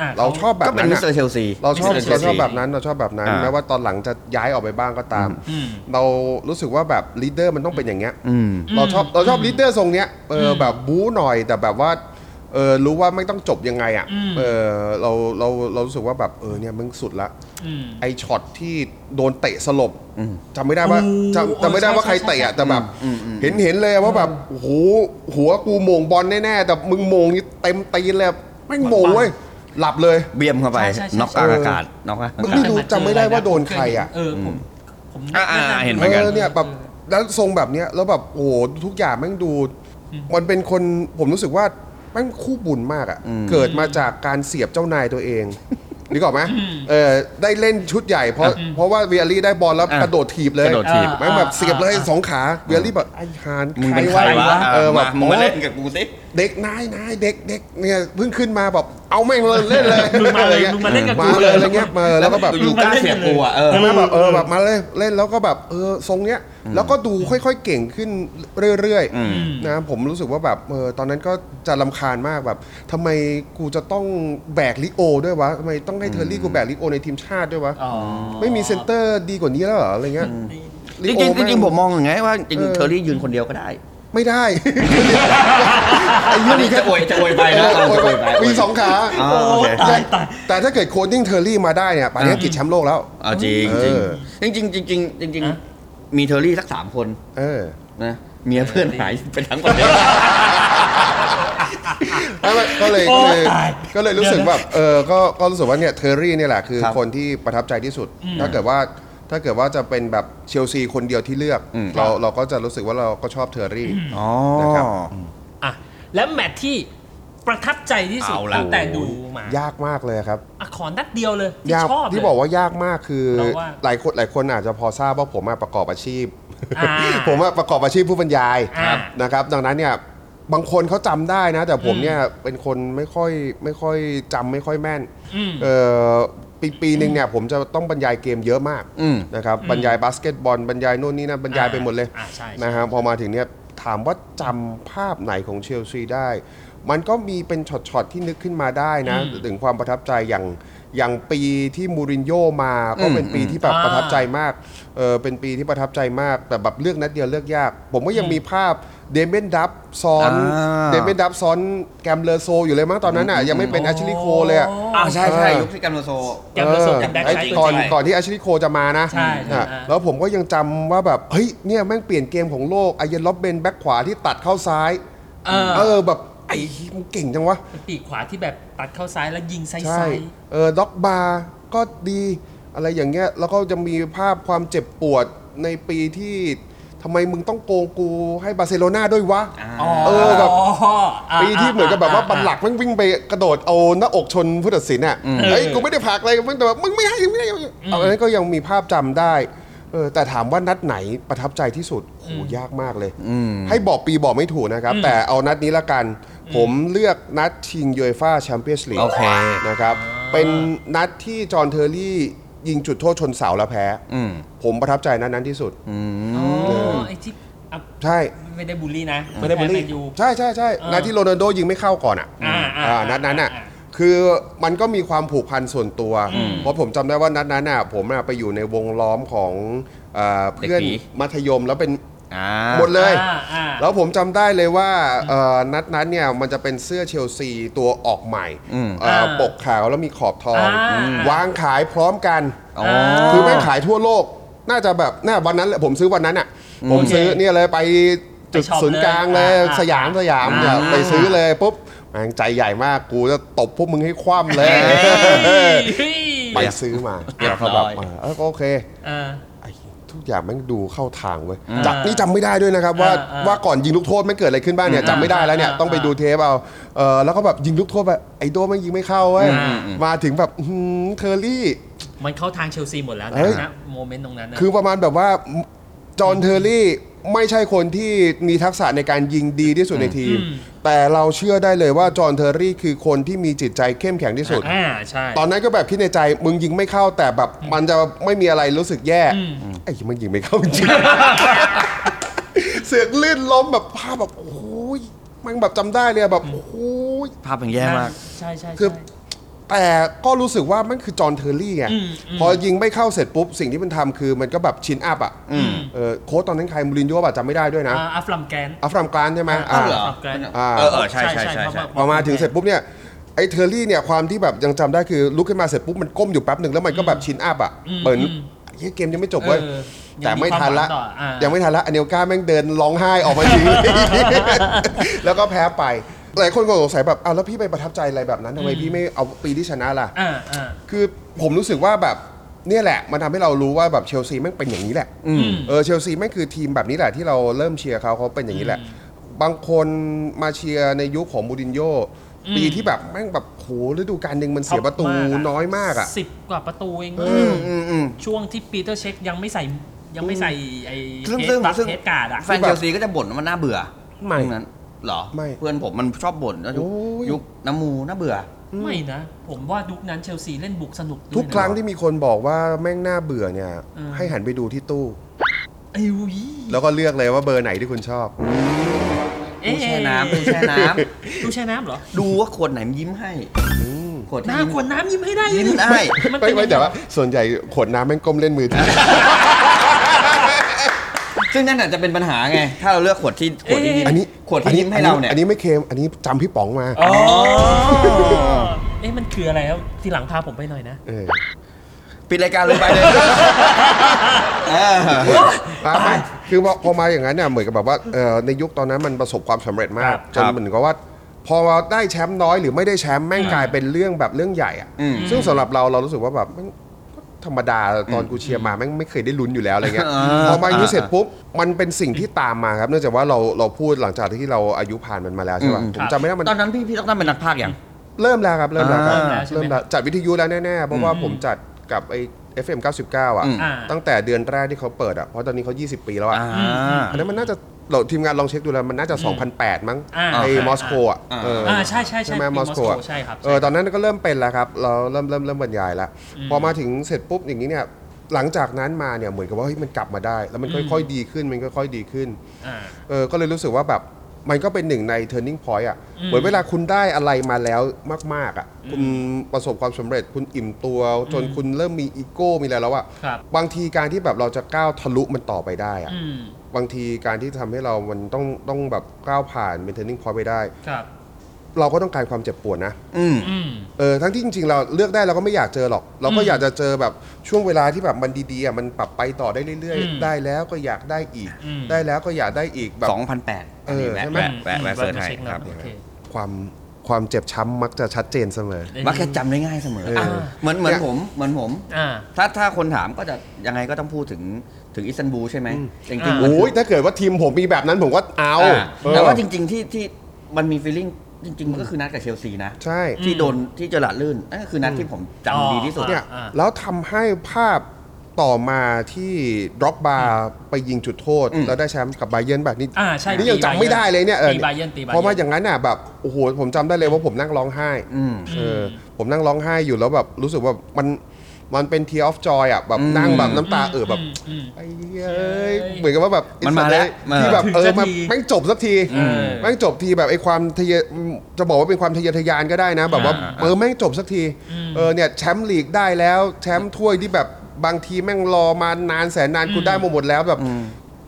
[SPEAKER 6] อ่ะ
[SPEAKER 5] เราชอบแบบ
[SPEAKER 3] ก็เป็น
[SPEAKER 5] นั้น
[SPEAKER 3] มิ
[SPEAKER 5] อะ
[SPEAKER 3] สเตอร์เชลซี
[SPEAKER 5] เราชอบ
[SPEAKER 3] มิสเตอ
[SPEAKER 5] เรา
[SPEAKER 3] ร์
[SPEAKER 5] ชอบ
[SPEAKER 3] เชลซี
[SPEAKER 5] แบบนั้นเราชอบแบบนั้น
[SPEAKER 3] อ่า
[SPEAKER 5] แม้ว่าตอนหลังจะย้ายออกไปบ้างก็ตาม
[SPEAKER 6] อืม
[SPEAKER 5] เรารู้สึกว่าแบบลีดเดอร์มันต้องเป็นอย่างเงี้ย
[SPEAKER 3] อืม
[SPEAKER 5] เราชอบเราชอบลีดเดอร์ทรงเนี้ยเอออแบบบู๊หน่อยแต่แบบว่าเออรู้ว่าไม่ต้องจบยังไงอ่ะเออเราเราเรารู้สึกว่าแบบเออเนี่ยมึงสุดละ
[SPEAKER 6] อืม
[SPEAKER 5] ไอช็อตที่โดนเตะสลบจำไม่ได้ว่า
[SPEAKER 6] โอ้
[SPEAKER 5] จำจำไม่ได้ว่า
[SPEAKER 6] ใช่
[SPEAKER 5] ใครเตะอะแต่แบบ เห็นเห็นเลยว่าแบบโอ้โหหัวกูโมงบอลแน่ๆแต่มึงโมงนี่เต็มตีนเลยแม่งโมงเว้ยหลับเลย
[SPEAKER 3] เบียมเข้าไป
[SPEAKER 6] ใช่ใช่ใช่
[SPEAKER 3] น็อกกลางอากาศ น็อกกลางอา
[SPEAKER 5] มึง
[SPEAKER 3] กาศ
[SPEAKER 5] ไม่รู้จำไม่ได้ว่าโดนใครอะ
[SPEAKER 6] เออผมผม
[SPEAKER 3] อ่ะอ่ะอ่ะเห็น
[SPEAKER 5] เออเนี่ยแบบแล้วทรงแบบเนี้ยแล้วแบบโอ้โหทุกอย่างแม่งดู มันเป็นคนผมรู้สึกว่า แม่งคู่บุญมากอะ่ะเกิดมาจากการเสียบเจ้านายตัวเองนึกออกไหมเออได้เล่นชุดใหญ่เพราะเพราะว่าเวียรี่ได้บอลแล้ว
[SPEAKER 3] อ่ะ
[SPEAKER 5] กระโดดถีบเลย
[SPEAKER 3] กระโดดถีบ
[SPEAKER 5] แม่งแบบเสียบเลย
[SPEAKER 6] อ่า
[SPEAKER 5] สองขาเวียรี่แบบไอ้หาน
[SPEAKER 3] มึงเป็นใครวะ
[SPEAKER 5] เออแบ
[SPEAKER 3] มา
[SPEAKER 5] บ
[SPEAKER 3] มึงมาเล่นกับกูสิ
[SPEAKER 5] เด็กนายนายเด็กเด็กเนี่ยเพิ่งขึ้นมาแบบเอาแม่งเลยเล่นเลย
[SPEAKER 6] มึงมาเลย
[SPEAKER 5] อะไรงี้
[SPEAKER 6] มึงมาเล่นกับกู
[SPEAKER 5] มาเลยอะไรเงี้ยมาแล้วก็แบบ
[SPEAKER 3] อยู่กล้าเสียบกูอ่ะเออ
[SPEAKER 5] ใช่ไหมแบบเออแบบมาเลยเล่นแล้วก็แบบเออทรงเนี้ยแล้วก็ดูค่อยๆเก่งขึ้นเรื่อย
[SPEAKER 3] อืม
[SPEAKER 5] ๆนะผมรู้สึกว่าแบบเออตอนนั้นก็จะลำคาญมากแบบทำไมกูจะต้องแบกลิโอด้วยวะทำไมต้องให้เทอร์รี่กูแบกลิโอในทีมชาติด้วยวะ
[SPEAKER 6] อ๋อ
[SPEAKER 5] ไม่มีเซนเตอร์ดีกว่านี้แล้วเหรออะไรเงี้ย
[SPEAKER 3] จ
[SPEAKER 5] ลิ
[SPEAKER 3] ริง
[SPEAKER 5] โอ
[SPEAKER 3] จริง
[SPEAKER 5] แม่
[SPEAKER 3] จริงๆผมมองอย่างไงว่าจริง
[SPEAKER 5] เออ
[SPEAKER 3] ๆเทอร์รี่ยืนคนเดียวก็ได้
[SPEAKER 5] ไม่ได้
[SPEAKER 3] อันนี้จะอวยจะอวยไปนะเออจะอวยไป
[SPEAKER 5] มีสองขา
[SPEAKER 3] อ๋อโอเค
[SPEAKER 6] ตายตาย
[SPEAKER 5] แต่ถ้าเกิดโคดดิ้งเทอร์รี่มาได้เนี่ยป่านนี้อังกฤษแชมป์โลกแล้ว
[SPEAKER 3] เอาจริง
[SPEAKER 5] เออ
[SPEAKER 3] จริงจริงจริงๆจริงๆจริง
[SPEAKER 6] อ่ะ
[SPEAKER 3] ๆมีเทอรี่สักสามคน
[SPEAKER 5] เออ
[SPEAKER 3] นะเมียเพื่อนหายเป็นทั้งประเทศ
[SPEAKER 5] แล้วมันก็เลย
[SPEAKER 6] โอ้
[SPEAKER 5] ก็เลย
[SPEAKER 6] ตาย
[SPEAKER 5] ก็เลยรู้สึกแบบเออก็ก็รู้สึกว่าเนี่ยเทอร์รี่เนี่ยแหละคือ
[SPEAKER 3] ครับ
[SPEAKER 5] คนที่ประทับใจที่สุด ถ้าเกิดว่าถ้าเกิดว่าจะเป็นแบบเชลซีคนเดียวที่เลือก
[SPEAKER 3] อืม
[SPEAKER 5] เราเราก็จะรู้สึกว่าเราก็ชอบเทอร์รี่
[SPEAKER 3] อ๋อ
[SPEAKER 5] นะครับ
[SPEAKER 6] อ่ะแล้วแมตช์ที่ประทับใจที่สุด
[SPEAKER 3] เอาล่ะ
[SPEAKER 6] ตั้งแต่ดูมาย
[SPEAKER 5] ากมากเลยครับ
[SPEAKER 6] อ่ะขอนัดเดียวเลยที่
[SPEAKER 5] ยาก
[SPEAKER 6] ชอบเลย
[SPEAKER 5] ที่บอกว่ายากมากคือ
[SPEAKER 6] เราว่า
[SPEAKER 5] หลายคนหลายคนอาจจะพอทราบว่าผมอะประกอบอาชีพ
[SPEAKER 6] อ่า
[SPEAKER 5] ผมอะประกอบอาชีพผู้บรรยาย
[SPEAKER 6] อ่า
[SPEAKER 5] นะครับดังนั้นเนี่ยบางคนเขาจำได้นะ แต่ผมเนี่ยเป็นคนไม่ค่อยไม่ค่อยจำไม่ค่อยแม่น
[SPEAKER 6] อืม
[SPEAKER 5] เอ่อปีปีหนึ่งเนี่ยผมจะต้องบรรยายเกมเยอะมาก
[SPEAKER 3] อืม
[SPEAKER 5] นะครับบรรยายบาสเกตบอลบรรยายโน่นนี่นั่นบรรยายไปหมดเลย
[SPEAKER 6] อ่าใช่ใช่
[SPEAKER 5] นะฮะพอมาถึงเนี่ยถามว่าจำภาพไหนของเชลซีได้ มันก็มีเป็นช็อตๆที่นึกขึ้นมาได้นะ ถึงความประทับใจอย่างอย่างปีที่มูรินโญ่มาก็เป็นปีที่แบบประทับใจ ประทับใจมาก เออเป็นปีที่ประทับใจมาก แต่แบบเลือกนัดเดียวเลือกยาก ผมก็ยังมีภาพเดเมนดับซ้อน
[SPEAKER 3] อ่า
[SPEAKER 5] เดเมนดับซ้อนแกมเลอโซอยู่เลยมั้งตอนนั้นอ่ะ ยังไม่เป็นแอชลีโคเลยอ่ะ
[SPEAKER 3] อ่าใช่ใช่
[SPEAKER 5] เออ
[SPEAKER 3] ยุคที่กันโลโซ
[SPEAKER 6] แกมเลอโซ
[SPEAKER 5] เออ
[SPEAKER 6] กับแบ็ค
[SPEAKER 5] ไอ้
[SPEAKER 6] ไซด์
[SPEAKER 5] ก่อน
[SPEAKER 6] ตัวจริง
[SPEAKER 5] ก่อนที่อาชิริโคจะมานะ
[SPEAKER 6] ใช่ใช่
[SPEAKER 5] อ่ะ
[SPEAKER 6] ใช่
[SPEAKER 5] แล้วผมก็ยังจำว่าแบบ เฮ้ย เนี่ยแม่งเปลี่ยนเกมของโลกไอเยนล็อบเบนแบ็คขวาที่ตัดเข้าซ้าย
[SPEAKER 6] เออ
[SPEAKER 5] เออแบบไอ้เหี้ยมึงเก่งจังวะ
[SPEAKER 6] เป็นปีกขวาที่แบบตัดเข้าซ้ายแล้วยิงไซส์
[SPEAKER 5] ใช่ เออด็อกบาร์ก็ดีอะไรอย่างเงี้ย แล้วก็จะมีภาพความเจ็บปวดในปีที่ทำไมมึงต้องโกงกูให้บาร์เซโลนาด้วยวะ เออแบบ ปีที่เหมือนกับแบบว่าบัลลักแม่งวิ่งไปกระโดดเอาหน้าอกชนผู้ตัดสินอ่ะเฮ้ยกูไม่ได้ผลักอะไรมึงแต่แบบมึงไม่ให้ไม่ให้เอาอันนั้นก็ยังมีภาพจำได้เออแต่ถามว่านัดไหนประทับใจที่สุดโหยากมากเลย ให้บอกปีบอกไม่ถูกนะครับ แต่เอานัดนี้ละกัน ผมเลือกนัดชิงยูเอฟ่าแชมเปี้ยนส์ลีก
[SPEAKER 3] โอเค
[SPEAKER 5] นะครับเป็นนัดที่จอห์นเทอร์รี่ยิงจุดโทษชนเสาแล้วแพ้
[SPEAKER 3] อืม
[SPEAKER 5] ผมประทับใจนัดนั้นที่สุด
[SPEAKER 6] อ๋อไอ้ที่อ่ะ
[SPEAKER 5] ใช่
[SPEAKER 6] ไม่ได้บูลลี่นะ
[SPEAKER 5] ไม่ได้บูลลี่
[SPEAKER 6] แพ้นยู
[SPEAKER 5] ใช่ใช่ใช่
[SPEAKER 6] เออ
[SPEAKER 5] นัดที่โรนัลโดยิงไม่เข้าก่อนอ่ะ
[SPEAKER 6] อ่าอ่า
[SPEAKER 5] อ่านัดนั้นอ่ะ
[SPEAKER 6] อ่า
[SPEAKER 5] คือมันก็มีความผูกพันส่วนตัว เพราะผมจำได้ว่านัดนั้นอ่ะผมอ่ะไปอยู่ในวงล้อมของเอ่อเพื่อนมัธยมแล้วเป็น
[SPEAKER 3] อ่า
[SPEAKER 5] หมดเลย
[SPEAKER 6] อ่าอ่า
[SPEAKER 5] แล้วผมจำได้เลยว่าเอ่อนัดนั้นเนี่ยมันจะเป็นเสื้อเชลซีตัวออกใหม่
[SPEAKER 3] อืม
[SPEAKER 5] เอ่ออา ปกขาวแล้วมีขอบทอง
[SPEAKER 6] อ่า
[SPEAKER 5] วางขายพร้อมกัน
[SPEAKER 3] อ๋อ
[SPEAKER 5] คือแม่งขายทั่วโลก น่าจะแบบน่าวันนั้นแหละผมซื้อวันนั้นอ่ะ ผมซื้อเนี่ยเลยไปจุด
[SPEAKER 6] ไปช็อป
[SPEAKER 5] ศูนย์กลางเลย
[SPEAKER 6] เลยอ่า
[SPEAKER 5] สยามสยาม
[SPEAKER 6] อ่า
[SPEAKER 5] เนี่ย
[SPEAKER 6] อ่า
[SPEAKER 5] ไปซื้อเลยปุ๊บแม่งใจใหญ่มากกูจะตบพวกมึงให้คว่ำเลย ไปซื้อมา
[SPEAKER 3] เรียบร้อย
[SPEAKER 5] แล้วก็แบบมาเออก็โอเคไอ้ทุกอย่างแม่งดูเข้าทางเว้ย
[SPEAKER 6] อ่า
[SPEAKER 5] จากนี่จำไม่ได้ด้วยนะครับว่า
[SPEAKER 6] อ่าอ่า
[SPEAKER 5] ว่าก่อนยิงลูกโทษแม่งเกิดอะไรขึ้นบ้างเนี่ย
[SPEAKER 6] อ่า
[SPEAKER 5] จำไม่ได้แล้วเนี่ย
[SPEAKER 6] อ่า
[SPEAKER 5] ต้องไปดูเทปเอาเออแล้วก็แบบยิงลูกโทษแบบไอ้โดแม่งยิงไม่เข้าเว้ย
[SPEAKER 6] อ่า
[SPEAKER 5] มาถึงแบบอื้อหือเทอร์รี่
[SPEAKER 6] มันเข้าทางเชลซีหมดแล้ว
[SPEAKER 5] เฮ้ย
[SPEAKER 6] นะนะโมเมนต์ตรงนั้นนะ
[SPEAKER 5] คือประมาณแบบว่าจอห์นเทอร์รี่ไม่ใช่คนที่มีทักษะในการยิงดีที่สุดในทีม แต่เราเชื่อได้เลยว่าจอห์นเทอร์รี่คือคนที่มีจิตใจเข้มแข็งที่สุด
[SPEAKER 6] อ่าใช่
[SPEAKER 5] ตอนนั้นก็แบบคิดในใจมึงยิงไม่เข้าแต่แบบมันจะไม่มีอะไรรู้สึกแย่ไอ้เหี้ยมันยิงไม่เข้าจริง เสือกลื่นล้มแบบภาพแบบโอ้ยมันแบบจำได้เลยอะแบบโอ้ย
[SPEAKER 3] ภาพมันแย่มาก
[SPEAKER 6] ใช่ใช่
[SPEAKER 5] คือ
[SPEAKER 6] ใช่
[SPEAKER 5] แต่ก็รู้สึกว่ามันคือจอห์นเทอร์รี่ไงพอยิงไม่เข้าเสร็จปุ๊บ สิ่งที่มันทำคือมันก็แบบชินอัพอ่ะเออโค้ชตอนนั้นใครมูรินโญ่ป่ะจำไม่ได้ด้วยนะ
[SPEAKER 6] อ่าอัฟลัมแกน
[SPEAKER 5] อัฟรามกรานใช่ไหม
[SPEAKER 6] อ้า
[SPEAKER 5] อ่า
[SPEAKER 6] วเหรอ
[SPEAKER 5] อ่า
[SPEAKER 3] เออเออใช่ใช่ใช่ใช่
[SPEAKER 5] พอมาถึงเสร็จปุ๊บเนี่ยไอ้เทอร์รี่เนี่ยความที่แบบยังจำได้คือลุกขึ้นมาเสร็จปุ๊บมันก้มอยู่แป๊บหนึ่งแล้วมันก็แบบชินอัพอ่ะเหมือนเฮ้ยเกมยังไม่จบเว้ย
[SPEAKER 6] เออ
[SPEAKER 5] แต่ไม่ทันละ
[SPEAKER 6] ยังมีความหวังต่ออ่ายั
[SPEAKER 5] ยังไม่ทันละอเนลกาแม่งเดินร้องไห้ออกมา ที แล้วก็แพ้ไปหลายคนก็สงสัยแบบอ้าวแล้วพี่ไปประทับใจอะไรแบบนั้นทำไมพี่ไม่เอาปีที่ชนะล่ะ
[SPEAKER 6] อ่าอ่า
[SPEAKER 5] คือผมรู้สึกว่าแบบเนี่ยแหละ มันทำให้เรารู้ว่าแบบเชลซีแม่งเป็นอย่างนี้แหละเออเชลซีแม่งคือทีมแบบนี้แหละที่เราเริ่มเชียร์เขาเขาเป็นอย่างนี้แหละ บางคนมาเชียร์ในยุคของมูรินโญ่ปีที่แบบแม่งแบบโหฤดูกาลหนึ่งมันเสียประตู
[SPEAKER 4] ท็อปมากอะ
[SPEAKER 5] น้อยมากอ่ะ
[SPEAKER 4] สิบกว่าประตูเอง
[SPEAKER 5] ม
[SPEAKER 3] อืมอืม
[SPEAKER 4] ช่วงที่ปีเตอร์เช็คยังไม่ใส่ยังไม่ใส่ไอ้
[SPEAKER 3] ซึ่ง
[SPEAKER 4] เฮ
[SPEAKER 3] ซึ่ง
[SPEAKER 4] ดตัด
[SPEAKER 3] ซึ่ง
[SPEAKER 4] เฮดการ์ดอะ
[SPEAKER 3] แฟนเชลซีก็จะบ่นว่ามันน่าเบื่อ
[SPEAKER 5] ไม่
[SPEAKER 3] ตรงนั้นเหรอ
[SPEAKER 5] ไม่
[SPEAKER 3] เพื่อนผมมันชอบบ่นว่ายุค
[SPEAKER 5] โอ้ย
[SPEAKER 3] ยุคน้ำมูน่าเบื่อ
[SPEAKER 4] ไม่นะ ผมว่ายุคนั้นเชลซีเล่นบุกสนุกด้วยนะ
[SPEAKER 5] ทุกครั้งที่มีคนบอกว่าแม่งน่าเบื่อเนี่ย ให้หันไปดูที่ตู้
[SPEAKER 4] เอ้ย
[SPEAKER 5] แล้วก็เลือกเลยว่าเบอร์ไหนที่คุณชอบ
[SPEAKER 3] ตู้แช่น้ำตู้แช่น้
[SPEAKER 4] ตู้แช่น้ำเหรอ
[SPEAKER 3] ำดูว่าขวดไหนมันยิ้มให้ขวด
[SPEAKER 4] ห
[SPEAKER 3] ที่
[SPEAKER 4] น้า
[SPEAKER 3] ยิ้ม
[SPEAKER 4] ขวดน้ำยิ้มให้ได้
[SPEAKER 3] ยิ้มได้
[SPEAKER 4] มัน
[SPEAKER 5] ไม่
[SPEAKER 4] เป็น
[SPEAKER 5] ไม่แต่ว่าส่วนใหญ่ขวดน้ำแม่งก้มเล่นมือถือ
[SPEAKER 3] ซึ่งนั่นอาจจะเป็นปัญหาไง ถ้าเราเลือกขวดที่ขวดที่ยิ้ม
[SPEAKER 5] อันนี้
[SPEAKER 3] ขวดที่ยิ้มให้เราเนี่ย
[SPEAKER 5] อันนี้ไม่เค็มอันนี้จำพี่ป๋องมา
[SPEAKER 4] อ๋อเอ๊ะมันคืออะไรครับทีหลังพาผมไปหน่อยนะ
[SPEAKER 5] เออ
[SPEAKER 3] ปิดรายการลงไปเลย เออ
[SPEAKER 5] อ่ะไม่คือพอพอมาอย่างนั้นเนี่ยเหมือนกับแบบว่าเอ่อในยุคตอนนั้นมันประสบความสำเร็จมาก
[SPEAKER 4] ครับ
[SPEAKER 5] จน
[SPEAKER 3] ครับ
[SPEAKER 5] เหมือนกับว่า พอเราได้แชมป์น้อยหรือไม่ได้แชมป์แม่งกลายเป็นเรื่องแบบเรื่องใหญ่อะ
[SPEAKER 3] อืม
[SPEAKER 5] ซึ่งสำหรับเราเรารู้สึกว่าแบบแม่งก็ธรรมดาตอนกูเชียร์มาแม่งไม่เคยได้ลุ้นอยู่แล้วอะไรเงี้ย
[SPEAKER 3] อ่า
[SPEAKER 5] พอมาอย่างนี้เสร็จปุ๊บมันเป็นสิ่งที่ตามมาครับเนื่องจากว่าเราเราพูดหลังจากที่เราอายุผ่านมันมาแล้วใช่ป่ะผมจำไม่ได้มัน
[SPEAKER 3] ตอนนั้นพี่พี่ต้องตั้งเป็นนักพากย์อย่าง
[SPEAKER 5] เริ่มแล้วครับ เริ่มแล้วครับ
[SPEAKER 3] อ่า
[SPEAKER 4] ใช่ไหม
[SPEAKER 5] เริ่มแล้วจัดวิทยุแล้วแน่ๆ เพราะว่าผมจัดกับไอ้ FM 99 อ่ะ
[SPEAKER 3] อืม
[SPEAKER 4] อ่า
[SPEAKER 5] ตั้งแต่เดือนแรกที่เขาเปิดอ่ะ เพราะตอนนี้เขา 20 ปีแล้วอ่ะ
[SPEAKER 3] อ่า
[SPEAKER 5] อันนั้นมันน่าจะเราทีมงานลองเช็คดูแล้ว มันน่าจะ 2008 มั้ง
[SPEAKER 4] อ่า
[SPEAKER 5] ไอ้
[SPEAKER 4] อ่าม ม
[SPEAKER 5] อสโกอ่ะ
[SPEAKER 3] อ่า
[SPEAKER 5] เออ
[SPEAKER 4] อ่าใช่ใช่ใช่
[SPEAKER 5] ไหม
[SPEAKER 4] ปี
[SPEAKER 5] ม
[SPEAKER 4] ม
[SPEAKER 5] อ
[SPEAKER 4] อ
[SPEAKER 5] ส
[SPEAKER 4] สโก
[SPEAKER 5] โกอ่ะ
[SPEAKER 4] ใช่ครับใช่
[SPEAKER 5] เออตอนนั้นก็เริ่มเป็นแล้วครับ เราเริ่มเริ่มเริ่มบรรยายแล้วพอมาถึงเสร็จปุ๊บอย่างนี้เนี่ยหลังจากนั้นมาเนี่ยเหมือนกับว่าเฮ้ยมันกลับมาได้ แล้วมันค่อยๆดีขึ้นมันค่อยๆดีขึ้น
[SPEAKER 4] อ่า
[SPEAKER 5] เออก็เลยรู้สึกว่าแบบมันก็เป็นหนึ่งใน turning point อ่ะ เหมือนเวลาคุณได้อะไรมาแล้วมาก ๆ อ่ะ คุณประสบความสำเร็จคุณอิ่มตัว จนคุณเริ่มมีอีโก้มีอะไรแล้วอ่ะ
[SPEAKER 4] ครับ
[SPEAKER 5] บางทีการที่แบบเราจะก้าวทะลุมันต่อไปได้อ่ะ
[SPEAKER 4] อืม
[SPEAKER 5] บางทีการที่ทำให้เรามันต้องต้องแบบก้าวผ่านเป็น turning point ไปได้
[SPEAKER 4] ครับ
[SPEAKER 5] เราก็ต้องการความเจ็บปวดนะ
[SPEAKER 3] อืม
[SPEAKER 4] อืม
[SPEAKER 5] เออทั้งที่จริงๆเราเลือกได้เราก็ไม่อยากเจอหรอก เราก็อยากจะเจอแบบช่วงเวลาที่แบบมันดีๆอ่ะมันปรับไปต่อได้เรื่อย
[SPEAKER 4] อืม
[SPEAKER 5] ๆ ได้แล้วก็อยากได้อีก
[SPEAKER 4] อืม
[SPEAKER 5] ได้แล้วก็อยากได้อีกแบบ
[SPEAKER 3] สองพันแปด
[SPEAKER 5] เออใช่
[SPEAKER 3] แวะ
[SPEAKER 5] ไหม
[SPEAKER 3] แวะแวะแวะเสิร์ชให้
[SPEAKER 4] ช็
[SPEAKER 3] ครับ
[SPEAKER 4] โอเ
[SPEAKER 5] ความความเจ็บช้ำมักจะชัดเจนเสมอ
[SPEAKER 3] มักจะจำได้ง่ายเสม
[SPEAKER 5] เอออ่
[SPEAKER 3] อะเหมือนเหมือน
[SPEAKER 5] เนี่ย
[SPEAKER 3] ผมเหมือนผม
[SPEAKER 4] อ่า
[SPEAKER 3] ถ้าถ้าคนถามก็จะยังไงก็ต้องพูดถึงถึงอิสตันบูลใช่ไหมแต่จริงๆ
[SPEAKER 5] โอ้ยถ้าเกิดว่าทีมผมมีแบบนั้นผมก็เอา
[SPEAKER 3] อ่า
[SPEAKER 5] เออ
[SPEAKER 3] แต่ว่าจริง ๆ ที่ที่มันมีฟีลลิ่งจริง ๆ มันก็คือนัดกับเชลซีนะ
[SPEAKER 5] ใช่
[SPEAKER 3] ที่โดนที่เจอหลาดลื่นนั่นก็คือนัดที่ผมจำดีที่สุด
[SPEAKER 5] เนี่ย
[SPEAKER 4] อ่า
[SPEAKER 5] แล้วทำให้ภาพต่อมาที่ดร็อกบาไปยิงจุดโทษ
[SPEAKER 3] อืม
[SPEAKER 5] แล้วได้แชมป์กับไบเยร์นแบบนี้
[SPEAKER 4] อ่าใช่
[SPEAKER 5] นี่ยังจำไม่ได้เลยเนี่ยเออ
[SPEAKER 4] ตีบาเยิร์นตีบา
[SPEAKER 5] พอมาอ
[SPEAKER 4] เยิร์น
[SPEAKER 5] ย่างนั้นน่ะแบบโอ้โหผมจำได้เลยว่าผมนั่งร้องไห้
[SPEAKER 3] อืม
[SPEAKER 5] เออผมนั่งร้องไห้อยู่แล้วแบบรู้สึกว่ามันมันเป็น tear of joy อ่ะแบบนั่งแบบน้ำตาเออแบบไอ้เอ้ยเหมือนกับว่าแบบ
[SPEAKER 3] มันมาแล้วมา
[SPEAKER 5] ที่แบบเออ
[SPEAKER 4] ถึงจะ
[SPEAKER 5] มัน
[SPEAKER 4] ดี
[SPEAKER 5] แม่งจบสักทีแม่งจบทีแบบไอ้ความทะเยอจะบอกว่าเป็นความทะเยอทะยานก็ได้นะ แบบว่าเออแม่งจบสักทีเออเนี่ยแชมป์ลีกได้แล้วแชมป์ถ้วยที่แบบบางทีแม่งรอมานานแสนนานกูได้มาหมดแล้วแบบ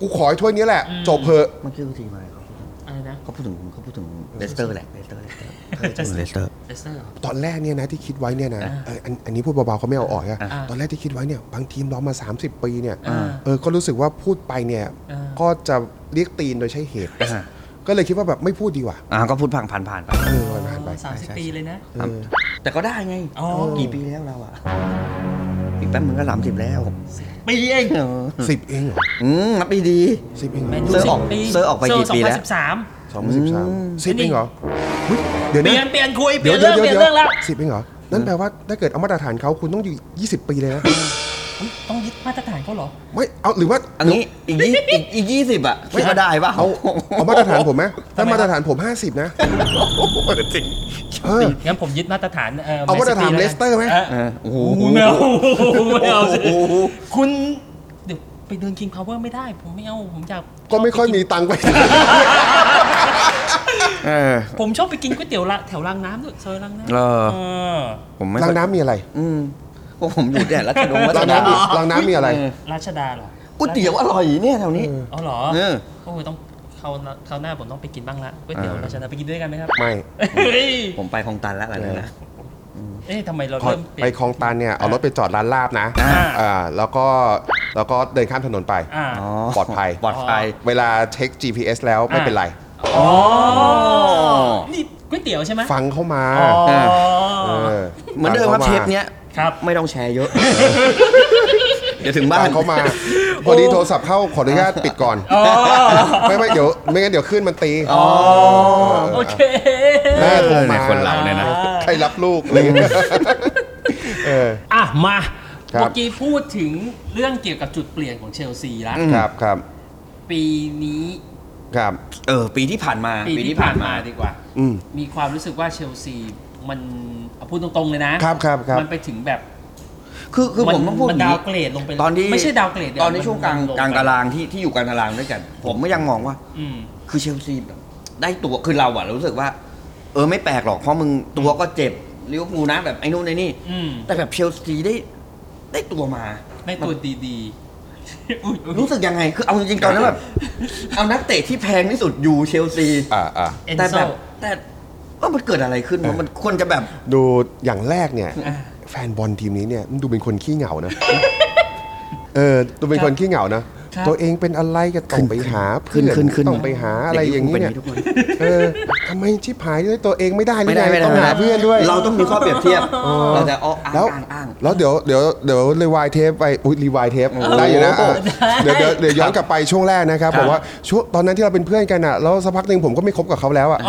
[SPEAKER 5] กูขอไอ้ถ้วยนี้แหละ จบเถอะ
[SPEAKER 3] เมันคือทีมอะไรเขาพูดถึง
[SPEAKER 4] อะไรนะ
[SPEAKER 3] เขาพูดถึงเขาพูดถึงเลสเตอร์แหละเลสเตอร์เลสเตอร์เขาพูดถึงเลสเตอร์
[SPEAKER 4] เลสเตอร์เหรอ
[SPEAKER 5] ตอนแรกเนี่ยนะที่คิดไว้เนี่ยนะเอออันอันนี้พูดเบาๆเขาไม่เอาออกอะ
[SPEAKER 4] อ่า
[SPEAKER 5] ตอนแรกที่คิดไว้เนี่ยบางทีมเรามา 30 ปีเนี่ย
[SPEAKER 4] อ่า
[SPEAKER 5] เออก็รู้สึกว่าพูดไปเนี่ย
[SPEAKER 4] อ่า
[SPEAKER 5] ก็จะเรียกตีนโดยใช้เหตุ
[SPEAKER 3] อ่า
[SPEAKER 5] ก็เลยคิดว่าแบบไม่พูดดีกว่า
[SPEAKER 3] อ่าก็พูดผ่านผ่านผ่านไป
[SPEAKER 5] เออผ่านๆไป
[SPEAKER 4] สามสิบปีเลยนะ
[SPEAKER 3] ครับแต่ก็ได้ไง
[SPEAKER 4] อ๋อ
[SPEAKER 3] กี่ปีแล้วเราอ่ะ อีกแป๊บมึงก็สามสิบแล้วปีเองเหรอ
[SPEAKER 5] สิบเองเหรอ
[SPEAKER 3] อืมนับดีดี
[SPEAKER 5] สิบเองเหร
[SPEAKER 4] แม
[SPEAKER 5] อน
[SPEAKER 4] ยู
[SPEAKER 3] เซอร์
[SPEAKER 4] สิ
[SPEAKER 3] ออก
[SPEAKER 4] บปี
[SPEAKER 3] เซอร์ออกไปกี่ปีแล้ว
[SPEAKER 4] เซอร์สองพันสิบสาม
[SPEAKER 5] สองพันสิบสามสิบเองเหรอเฮ้ยเดี๋ยว
[SPEAKER 4] เป
[SPEAKER 5] นะ
[SPEAKER 4] ลี่ยนเปลี่ยนคุยเปลี่ยนเรื่องเปลี่ยนเรื่องแล้ว
[SPEAKER 5] สิบเองเหรอ นั่นแปลว่าถ้าเกิดเอามาตรฐานเขาคุณต้องอยู่ 20 ปีเลยนะ
[SPEAKER 4] ต้องยึดมาตรฐานเขาเหรอ
[SPEAKER 5] ไม่เอาหรือว่า
[SPEAKER 3] อันนี้อีกยี่อีกอีกยี่สิบอ่ะไม่าได้ปะ
[SPEAKER 5] เอาเอามาตรฐานผมไหมถ้ามาตรฐานผม 50 นะ
[SPEAKER 3] จริง
[SPEAKER 5] เออ
[SPEAKER 4] งั้นผมยึดมาตรฐานเออ
[SPEAKER 5] เอามาตรฐานเลสเตอร์ไหม
[SPEAKER 4] เออ
[SPEAKER 3] เออโอ้โห
[SPEAKER 4] ไม่เอาไม่เอาสิ
[SPEAKER 3] โอ้โห
[SPEAKER 4] คุณเดี๋ยวไปเดินคิงพาวเวอร์ไม่ได้ ผมไม่เอา ผมอยาก
[SPEAKER 5] ก็ไม่ค่อยมีตังค์ไป
[SPEAKER 3] เออ
[SPEAKER 4] ผมชอบไปกินก๋วยเตี๋ยวละแถวรางน้ำด้วยซอยรางน้ำ
[SPEAKER 3] เออ
[SPEAKER 4] เ
[SPEAKER 3] ผมไม่
[SPEAKER 5] รา
[SPEAKER 3] ค่อง ย
[SPEAKER 5] น้ำมีอะไร
[SPEAKER 3] อืมพวกผมอยู่เนี่ยรัชดงรัช
[SPEAKER 5] ราง
[SPEAKER 3] ดา
[SPEAKER 5] น้ำมีรางน้ำมีอะไร
[SPEAKER 3] เออ
[SPEAKER 4] ราชดาเหรอ
[SPEAKER 3] ก๋วยเตี๋ยวอร่อยเนี่ยแถวนี้
[SPEAKER 4] อ๋อเหรอ
[SPEAKER 3] เออ
[SPEAKER 4] โอ้ยต้องเขาเขาวหน้าผมต้องไปกินบ้างละก๋วยเตี๋ยวราชดาไปกินด้วยกันไหมครับ
[SPEAKER 5] ไม่
[SPEAKER 4] เฮ้ย
[SPEAKER 3] ผมไปคลองตันแล้วอะไรนะ
[SPEAKER 4] เอ๊ะทำไมเรา
[SPEAKER 5] พอ
[SPEAKER 4] เริ่มเปลี่ย
[SPEAKER 5] ไป
[SPEAKER 4] น
[SPEAKER 5] คลองตันเนี่ย เอารถไปจอดร้านลาบนะ
[SPEAKER 4] อ่า
[SPEAKER 5] อ่าแล้วก็แล้วก็เดินข้ามถนนไป
[SPEAKER 4] อ่า
[SPEAKER 5] ปลอดภัย
[SPEAKER 3] ปลอดภัย
[SPEAKER 5] เวลาเช็ค GPS แล้วไม่เป็นไร
[SPEAKER 4] อ๋อ นี่ก๋วยเตี๋ยวใช่ไหม
[SPEAKER 5] ฟังเข้ามา
[SPEAKER 4] อ๋อ
[SPEAKER 5] เออ
[SPEAKER 3] เหมือนเดิมครับ
[SPEAKER 5] ฟัง
[SPEAKER 3] เท
[SPEAKER 5] ข้าา
[SPEAKER 3] ปเนี้ย
[SPEAKER 4] ครับ
[SPEAKER 3] ไม่ต้องแชร์เยอะ ดี๋ยวถึงบ้า
[SPEAKER 5] ตาน มเขามาพอดีโทรศัพท์เข้าขออนุญาตปิดก่อนไม่ไม่เดี๋ยวไม่งั้นเดี๋ยวขึ้นมันตี
[SPEAKER 4] โอเค
[SPEAKER 5] แม่โทรมา
[SPEAKER 3] คนเราเนี่ยนะ
[SPEAKER 5] ใครรับลูกอะไรอย่างเงี้ยเออ
[SPEAKER 4] อ่ะ มา
[SPEAKER 5] ครับ
[SPEAKER 4] เมื่อกี้พูดถึงเรื่องเกี่ยวกับจุดเปลี่ยนของเชลซีละ
[SPEAKER 5] ครับครับ
[SPEAKER 4] ปีนี้
[SPEAKER 5] ครับ
[SPEAKER 3] เออ ปีที่ผ่านมา
[SPEAKER 4] ปีที่ผ่านมาดีกว่า
[SPEAKER 5] อืม
[SPEAKER 4] มีความรู้สึกว่าเชลซีมันเอาพูดตรงๆเลยนะครับ
[SPEAKER 5] ครับครับ
[SPEAKER 4] มันไปถึงแบบ
[SPEAKER 3] คือคือผมต้องพูดอ
[SPEAKER 4] มัน
[SPEAKER 3] ย่ง
[SPEAKER 4] ดา
[SPEAKER 3] นี้
[SPEAKER 4] วเกรดลงไปเลย
[SPEAKER 3] ตอนที่
[SPEAKER 4] ไม่ใช่ดาวเกรดเดี๋ย
[SPEAKER 3] ตอนที่ช่วงกลาง
[SPEAKER 4] มันไป
[SPEAKER 3] กลางตารางที่ที่อยู่กลางตารางด้วยกัน ผมก็ยังมองว่า
[SPEAKER 4] อืม
[SPEAKER 3] คือเชลซีแบบได้ตัวคือเราอะเรารู้สึกว่า เออไม่แปลกหรอกเพราะมึงตัวก็เจ็บลิเวอร์พูลนะแบบไอ้นู่นไอ้นี่
[SPEAKER 4] อืม
[SPEAKER 3] แต่แบบเชลซีได้ได้ตัวมา
[SPEAKER 4] ในตัวดีๆอุ๊ยอุ๊ย
[SPEAKER 3] รู้สึกยังไง คือเอาจริงๆตอนนั้นแบบ เอานักเตะที่แพงที่สุดอยู่เชลซี
[SPEAKER 5] อ่าอ่า
[SPEAKER 4] เอน
[SPEAKER 3] แต่
[SPEAKER 4] โซ
[SPEAKER 3] แบบแต่ว่ามันเกิดอะไรขึ้นวะมันควรจะแบบ
[SPEAKER 5] ดูอย่างแรกเนี่ย แฟนบอลทีมนี้เนี่ยมันดูเป็นคนขี้เหงานะ เออดูเป็นคนขี้เหงานะ
[SPEAKER 4] ครับ
[SPEAKER 5] ตัวเองเป็นอะไรก็ต้องไปหา
[SPEAKER 3] ขึ้น
[SPEAKER 5] เพื่อ
[SPEAKER 3] ขึ้นขึ้น
[SPEAKER 5] ต้องไปหาอะไรอย่างนี้เนี่ย
[SPEAKER 3] เดี๋ยวนี้
[SPEAKER 5] เออทำไมชิบหายด้วยตัวเองไม่ได้หรือ
[SPEAKER 3] ไม่ได้
[SPEAKER 5] ง
[SPEAKER 3] ไม่ได้
[SPEAKER 5] ต้อง
[SPEAKER 3] ไม่
[SPEAKER 5] หา
[SPEAKER 3] ได้
[SPEAKER 5] เพื่อนด้วย
[SPEAKER 3] เราต้องมีข้อเปรียบเทียบเราจะอ้อ
[SPEAKER 5] แล้ว
[SPEAKER 3] อ้างอ้าง
[SPEAKER 5] แล้วเดี๋ยวเดี๋ยวเดี๋ยวรีวายเทปไปอุ้ยรีวายเทปได้อยู่นะอ่ะเดี๋ยวเดี๋ยวเดี๋ยวย้อนกลับไปช่วงแรกนะครับผมว่าช่วงตอนนั้นที่เราเป็นเพื่อนกันอ่ะแล้วสักพักหนึ่งผมก็ไม่คบกับเขาแล้วอ่ะ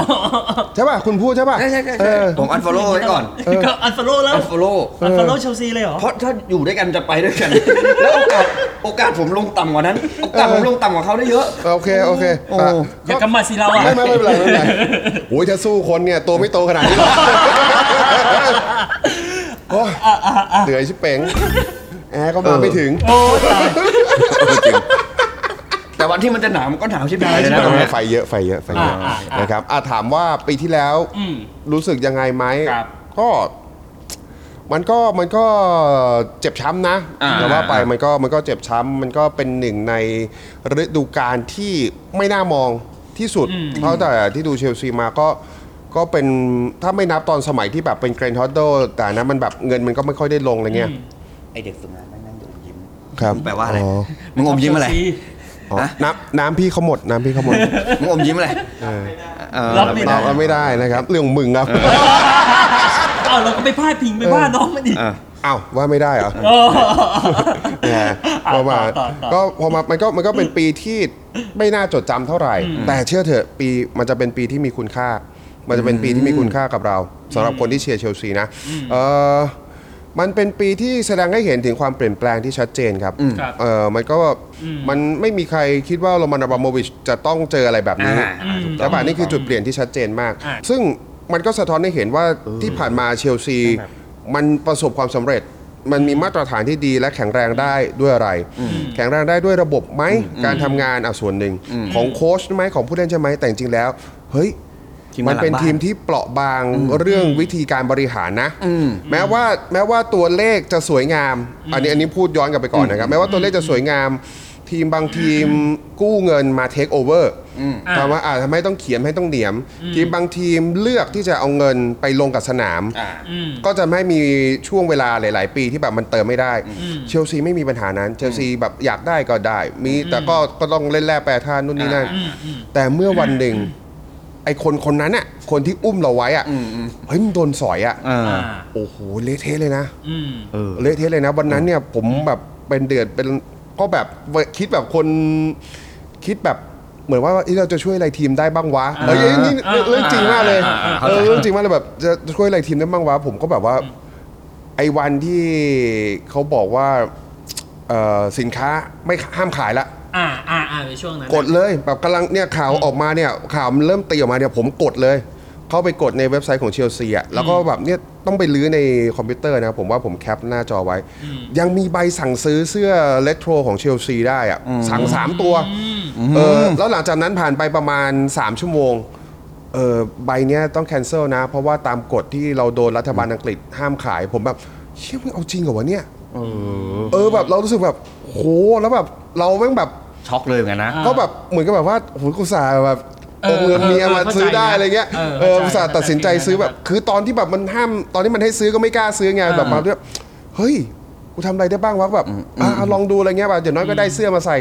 [SPEAKER 5] ใช่ป่ะคุณพูดใช่ป่ะ
[SPEAKER 3] ใช่ใช่ใช่
[SPEAKER 5] เอ
[SPEAKER 3] ใช่
[SPEAKER 5] อ
[SPEAKER 3] ผมอันฟอลโล่ไว้ก่อน
[SPEAKER 4] ก็อันฟอลโล่แล้ว
[SPEAKER 3] อันฟอลโล่
[SPEAKER 4] อันฟอลโล่เชลซีเลยเหรอ
[SPEAKER 3] เพราะถ้าอยู่ด้วยกันจะไปด้วยกัน แล้วโอกาสโอกาสผมลงต่ำกว่านั้น โอกาสผมลงต่ำกว่าเขาได้เยอะ
[SPEAKER 5] โอเค โอเค
[SPEAKER 3] โอ้
[SPEAKER 5] อ่ะ
[SPEAKER 4] อย่ากำมัดสิเราอ่ะ
[SPEAKER 5] ไม่ไม่ไม่เป็นไรไม่เป็น ไรโอ้ยถ้าสู้คนเนี่ย ตัวไม่โตขนาดนี้หรอกโอ้ยเหนื่อยชิบเป๋งแอร์ก็มาไม่ถึง
[SPEAKER 3] แต่วันที่มันจะหนาวมันก็หนาวชิบหายเลย
[SPEAKER 5] ไม่
[SPEAKER 3] นะต
[SPEAKER 5] ต้
[SPEAKER 3] ร
[SPEAKER 5] อง
[SPEAKER 3] ง
[SPEAKER 5] ให้
[SPEAKER 3] เนี้ย
[SPEAKER 5] ไฟเยอะไฟเยอะไฟเยอะ
[SPEAKER 4] อ่าอ่า
[SPEAKER 5] นะครับอ่ะถามว่าปีที่แล้วรู้สึกยังไงไหม
[SPEAKER 3] ครับ
[SPEAKER 5] ก็มันก็มันก็เจ็บช้ำนะ
[SPEAKER 3] อ่า
[SPEAKER 5] แต่ว่าไป
[SPEAKER 3] อ่ามั
[SPEAKER 5] มันก็มันก็เจ็บช้ำมันก็เป็นหนึ่งในฤดูกาลที่ไม่น่ามองที่สุด เพราะแต่ที่ดูเชลซีมาก็ก็เป็นถ้าไม่นับตอนสมัยที่แบบเป็นเกรนฮอดโดแต่อันนั้นมันแบบเงินมันก็ไม่ค่อยได้ลงอะไรเงี้ย
[SPEAKER 4] อืม
[SPEAKER 3] ไอเด็กฝึกงานแม่งนั่งอยู่อมยิ้ม
[SPEAKER 5] ครับ
[SPEAKER 3] มึงแปลว่าอะไร
[SPEAKER 5] อ๋อ
[SPEAKER 3] มึงอมยิ้มอะไร
[SPEAKER 4] เชลซี
[SPEAKER 5] อ๋อน้ำน้ำพี่เขาหมดน้ำพี่เขาหมด
[SPEAKER 3] มึงอมยิ้มอะไรเออ
[SPEAKER 4] รับไม่ได้
[SPEAKER 5] เราก็ไม่ได้นะครับ เรื่องของมึงครับ
[SPEAKER 4] อ้าวเราก็ไปพาดพิงไปว่าน้องมันอีก
[SPEAKER 3] อ่ะ
[SPEAKER 5] อ้าวว่าไม่ได้เหรอ
[SPEAKER 4] เออ
[SPEAKER 5] แหมพอมา
[SPEAKER 4] ต่อต่อ
[SPEAKER 5] ก็พอมามันก็มันก็เป็นปีที่ไม่น่าจดจำเท่าไหร่ แต่เชื่อเถอะปีมันจะเป็นปีที่มีคุณค่า มันจะเป็นปีที่มีคุณค่ากับเราสำหรับคนที่เชียร์เชลซีนะเออมันเป็นปีที่แสดงให้เห็นถึงความเปลี่ยนแปลงที่ชัดเจนครับ
[SPEAKER 4] ครับ
[SPEAKER 5] เออมันก็มันไม่มีใครคิดว่าโรมันอาบราโมวิชจะต้องเจออะไรแบบนี้
[SPEAKER 3] อ่า
[SPEAKER 5] แต่ป่ะนี่คือจุดเปลี่ยนที่ชัดเจนมาก
[SPEAKER 4] อ่ะ
[SPEAKER 5] ซึ่งมันก็สะท้อนให้เห็นว่าที่ผ่านมาเชลซี มันประสบความสำเร็จ มันมีมาตรฐานที่ดีและแข็งแรงได้ด้วยอะไร แข็งแรงได้ด้วยระบบไหม การทำงานอ่ะส่วนหนึ่ง ของโค้ชไหมของผู้เล่นใช่ไหมแต่จริงๆแล้ว เฮ้ย
[SPEAKER 3] ทีมงาน
[SPEAKER 5] มันเป็น
[SPEAKER 3] หลังบ้าน
[SPEAKER 5] ทีมที่เปราะบางเรื่องวิธีการบริหารนะแม้ว่าแม้ว่าตัวเลขจะสวยงาม อันนี้อันนี้พูดย้อนกลับไปก่อนนะครับแม้ว่าตัวเลขจะสวยงาม ทีมบางทีมกู้เงินมาเทคโอเวอร์ทำว่าอ่าทำให้ต้องเขียนให้ต้องเหนียม ทีมบางทีมเลือกที่จะเอาเงินไปลงกับสนาม
[SPEAKER 3] อ่า
[SPEAKER 5] ก็จะไม่มีช่วงเวลาหลาย ๆ ปีที่แบบมันเติมไม่ได้ เชลซีไม่มีปัญหานั้น เชลซีแบบอยากได้ก็ได้ มีแต่ก็ก็ต้องเล่นแร่แปรธาตุนู่นนี่นั่น แต่เมื่อวันหนึ่งไอ้คนคนนั้นอ่ะ คนที่อุ้มเราไว้อ่ะเฮ้ยมันโดนสอยอ่ะ
[SPEAKER 3] เออ
[SPEAKER 4] อ่า
[SPEAKER 5] โอ้โหเละเทะเลยนะ
[SPEAKER 4] อืม
[SPEAKER 5] เละเทะเลยนะ วันนั้นเนี่ยผมแบบเป็นเดือดเป็นก็แบบคิดแบบคนคิดแบบเหมือนว่าเอ้ยเราจะช่วยอะไรทีมได้บ้างวะเอ้ยเอ้ยนี่เรื่องเรื่องจริงมากเลย
[SPEAKER 4] อ่าอ่าอ่า
[SPEAKER 5] เออเรื่องจริงมากเลยแบบจะช่วยอะไรทีมได้บ้างวะผมก็แบบว่าไอ้วันที่เขาบอกว่าเอ่อสินค้าไม่ห้ามขายละ
[SPEAKER 4] อ่าอ่าอ่าในช่วงนั้น
[SPEAKER 5] กดเลยแบบกำลังเนี่ยข่าวออกมาเนี่ยข่าวมันเริ่มตีออกมาเนี่ยผมกดเลย เข้าไปกดในเว็บไซต์ของเชลซีอ่ะแล้วก็แบบเนี่ยต้องไปลื้อในคอมพิวเตอร์นะผมว่าผมแคปหน้าจอไว้ ยังมีใบสั่งซื้อเสื้อเลโทรของเชลซีได้อ่ะสั่งสามตัวเออแล้วหลังจากนั้นผ่านไปประมาณ 3 ชั่วโมงเออใบเนี้ยต้องแคนเซิลนะ เพราะว่าตามกฎที่เราโดนรัฐบาลอังกฤษห้ามขายผมแบบเชี่ยมึงเอาจริงเหรอวะเนี่ยเออแบบเรารู้สึกแบบโหแล้วแบบเราแม่งแบบ
[SPEAKER 3] ช็อกเลยเหมือนกันนะ
[SPEAKER 5] ก็แบบเหมือนกับแบบว่าโอ้โหกูอุตสาห์แบบ
[SPEAKER 4] เออ
[SPEAKER 5] โอนเงินเมีย
[SPEAKER 4] เอ
[SPEAKER 5] มา
[SPEAKER 4] อเข้าใจ
[SPEAKER 5] ซื้อได้
[SPEAKER 4] นะ
[SPEAKER 5] อะไรเงี้ย
[SPEAKER 4] เออ
[SPEAKER 5] เออ
[SPEAKER 4] เข้าใจ
[SPEAKER 5] อุตส่าห์ตัดสินใจซื้อแบบ คือตอนที่แบบมันห้ามตอนที่มันให้ซื้อก็ไม่กล้าซื้อไง
[SPEAKER 4] เออ
[SPEAKER 5] แบบมาด้วยเฮ้ยกูทำอะไรได้บ้างวะแบบอ่ะลองดูอะไรเงี้ยแบบอย่างน้อยก็ได้เสื้อมาใส่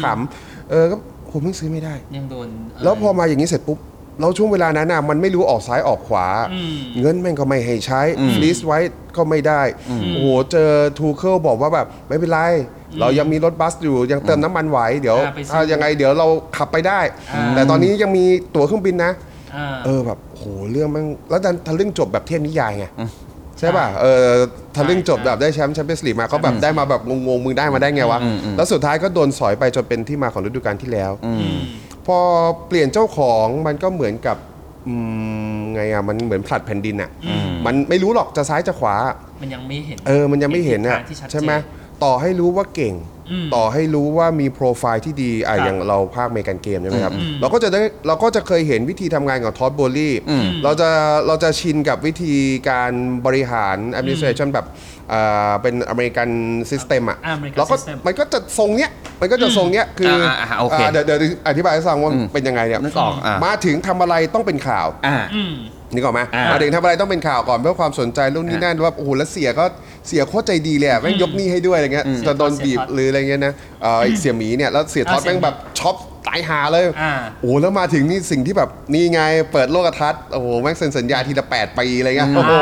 [SPEAKER 5] ขำๆเออก็ผมเพิ่งซื้อไม่ได้
[SPEAKER 4] ยังโดนเย
[SPEAKER 5] แล้วพอมาอย่างนี้เสร็จปุ๊บแล้วช่วงเวลานั้นน่ะมันไม่รู้ออกซ้ายออกขวา
[SPEAKER 4] อืม
[SPEAKER 5] เงินแม่งก็ไม่ให้ใช้ฟรีสไว้ก็ไม่ได้ โอ้โห เจอทูเคิลบอกว่าแบบ ไม่เป็นไร เรายังมีรถบัสอยู่ยังเติมน้ำมันไหวเดี๋ยว
[SPEAKER 6] อ่าไปซื้อ
[SPEAKER 5] ถ้ายังไงเดี๋ยวเราขับไปได้
[SPEAKER 6] อ่า
[SPEAKER 5] แต่ตอนนี้ยังมีตั๋วเครื่องบินนะ
[SPEAKER 6] อ่า
[SPEAKER 5] เออแบบโหเรื่องแมันแล้วดันทะลึ่งจบแบบเทพนิยายไงใช่ป่ะเออทะลึ่งจบแบบได้แชมป์แชมเปี้ยนส์ลีกมาก็แบบได้มาแบบงงๆมึงได้มาได้ไงวะ แล้วสุดท้ายก็โดนสอยไปจนเป็นที่มาของฤดูกาลที่แล้ว พอเปลี่ยนเจ้าของมันก็เหมือนกับอืมไงอ่ะมันเหมือนผลัดแผ่นดินอ่ะมันไม่รู้หรอกจะซ้ายจะขวา
[SPEAKER 4] มันยังไม่เห็น
[SPEAKER 5] เออ มันยังไม่เห็นอ่ะ
[SPEAKER 4] เห็นทิศทางที่ชัดเจน
[SPEAKER 5] ใช่ไหมต่อให้รู้ว่าเก่ง ต่อให้รู้ว่ามีโปรไฟล์ที่ดีอ่ะ
[SPEAKER 4] ครับ
[SPEAKER 5] อย่างเราภาคเมกันเกมใช่ไหมครับ เราก็จะได้เราก็จะเคยเห็นวิธีทำงานของทอดโบลี่เราจะเราจะชินกับวิธีการบริหาร administration แบบอ่าเป็นอเมริกัน system อ่ะ
[SPEAKER 4] อ่า American
[SPEAKER 5] เราก็
[SPEAKER 4] system
[SPEAKER 5] มันก็จะทรงเนี้ยมันก็จะทรงเนี้ยคืออา
[SPEAKER 3] อ่าโอเค
[SPEAKER 5] อ่าเดี๋ยวเดี๋ยวอธิบายให้ฟังว่าเป็นยังไงเนี่ย
[SPEAKER 3] นึกออกอ่าม
[SPEAKER 5] มาถึงทำอะไรต้องเป็นข่าว
[SPEAKER 3] อ่า
[SPEAKER 5] นึกออกไหม
[SPEAKER 3] อ่า
[SPEAKER 5] มาถึงทำอะไรต้องเป็นข่าวก่อนเพื่อความสนใจรุ่นนี้นั่นว่าโอ้โหแล้วเสียก็เสียโคตรใจดีเลยอะแม่งยกหนี้ให้ด้วยอะไรเงี้ยจะโดนบีบหรืออะไรเงี้ยนะเอ่อเสียหมีเนี่ยแล้วเสียท็อต
[SPEAKER 4] อ่าเสีย
[SPEAKER 5] แม่งแบบช็อปตายหาเลย
[SPEAKER 4] อ่า
[SPEAKER 5] โอ้โหแล้วมาถึงนี่สิ่งที่แบบนี่ไงเปิดโลกทัศน์โอ้โหแม่งเซ็นสัญญาทีละ8ปีอะไรเงี้ยโอ้โห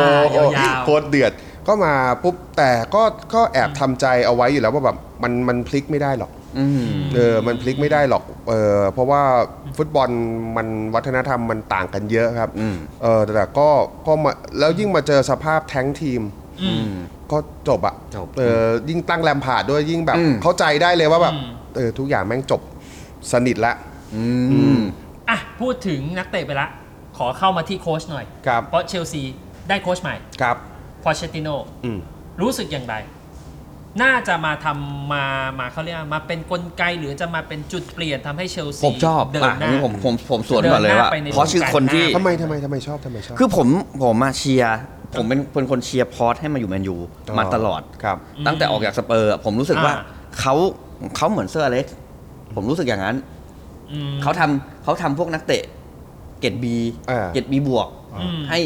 [SPEAKER 4] ยาวๆ
[SPEAKER 5] โคตรเดือดก็มาปุ๊บแต่ก็ก็แอบทำใจเอาไว้อยู่แล้วว่าแบบมันมันพลิกไม่ได้หรอก เออ มันพลิกไม่ได้หรอก เออเพราะว่าฟุตบอลมันวัฒนธรรมมันต่างกันเยอะครับ เออแต่ก็ก็มาแล้วยิ่งมาเจอสภาพแท้งทีม ก็จบอะ
[SPEAKER 3] จบ
[SPEAKER 5] เออยิ่งตั้งแรมผ่าร์ดด้วยยิ่งแบบ
[SPEAKER 3] อืม
[SPEAKER 5] เข้าใจได้เลยว่าแบบ เออ ทุกอย่างแม่งจบสนิทละ
[SPEAKER 3] อืม
[SPEAKER 4] อ่ะ พูดถึงนักเตะไปละ ขอเข้ามาที่โค้ชหน่อย
[SPEAKER 5] ครับ
[SPEAKER 4] เพราะเชลซีได้โค้ชใหม่
[SPEAKER 5] ครับ
[SPEAKER 4] พอเชติโน
[SPEAKER 5] อืม
[SPEAKER 4] รู้สึกอย่างไร น่าจะมาทำมา มาเขาเรียกว่ามาเป็นกลไกหรือจะมาเป็นจุดเปลี่ยนทำให้เชลซี
[SPEAKER 3] ผมชอบ
[SPEAKER 4] เดิน
[SPEAKER 3] อ่ะ
[SPEAKER 4] หน้า
[SPEAKER 3] นี่ผมผมผมสวนก่อนเลย
[SPEAKER 4] เดินหน้า
[SPEAKER 3] ว่า
[SPEAKER 4] ไปใน
[SPEAKER 3] เพราะชื่อคนที่
[SPEAKER 4] วงการ
[SPEAKER 5] ทำไมทำไมทำไมชอบทำไมชอบ
[SPEAKER 3] คือผมผมมาเชียร์ผมเป็นเป็นคนเชียร์พอร์ตให้มาอยู่แมนยู
[SPEAKER 5] อ๋อ
[SPEAKER 3] มาตลอด
[SPEAKER 5] ครับ
[SPEAKER 3] ตั้งแต่ออกจากสเปอร์อะผมรู้สึกว่า
[SPEAKER 4] อ่า
[SPEAKER 3] เขาเขาเหมือนเซอร์อเล็กซ์ผมรู้สึกอย่างนั้น
[SPEAKER 4] อืม
[SPEAKER 3] เขาทำเขาทำพวกนักเตะเกรดบี
[SPEAKER 5] อ่า
[SPEAKER 3] เกรดบีบวก
[SPEAKER 4] อืม
[SPEAKER 3] ให้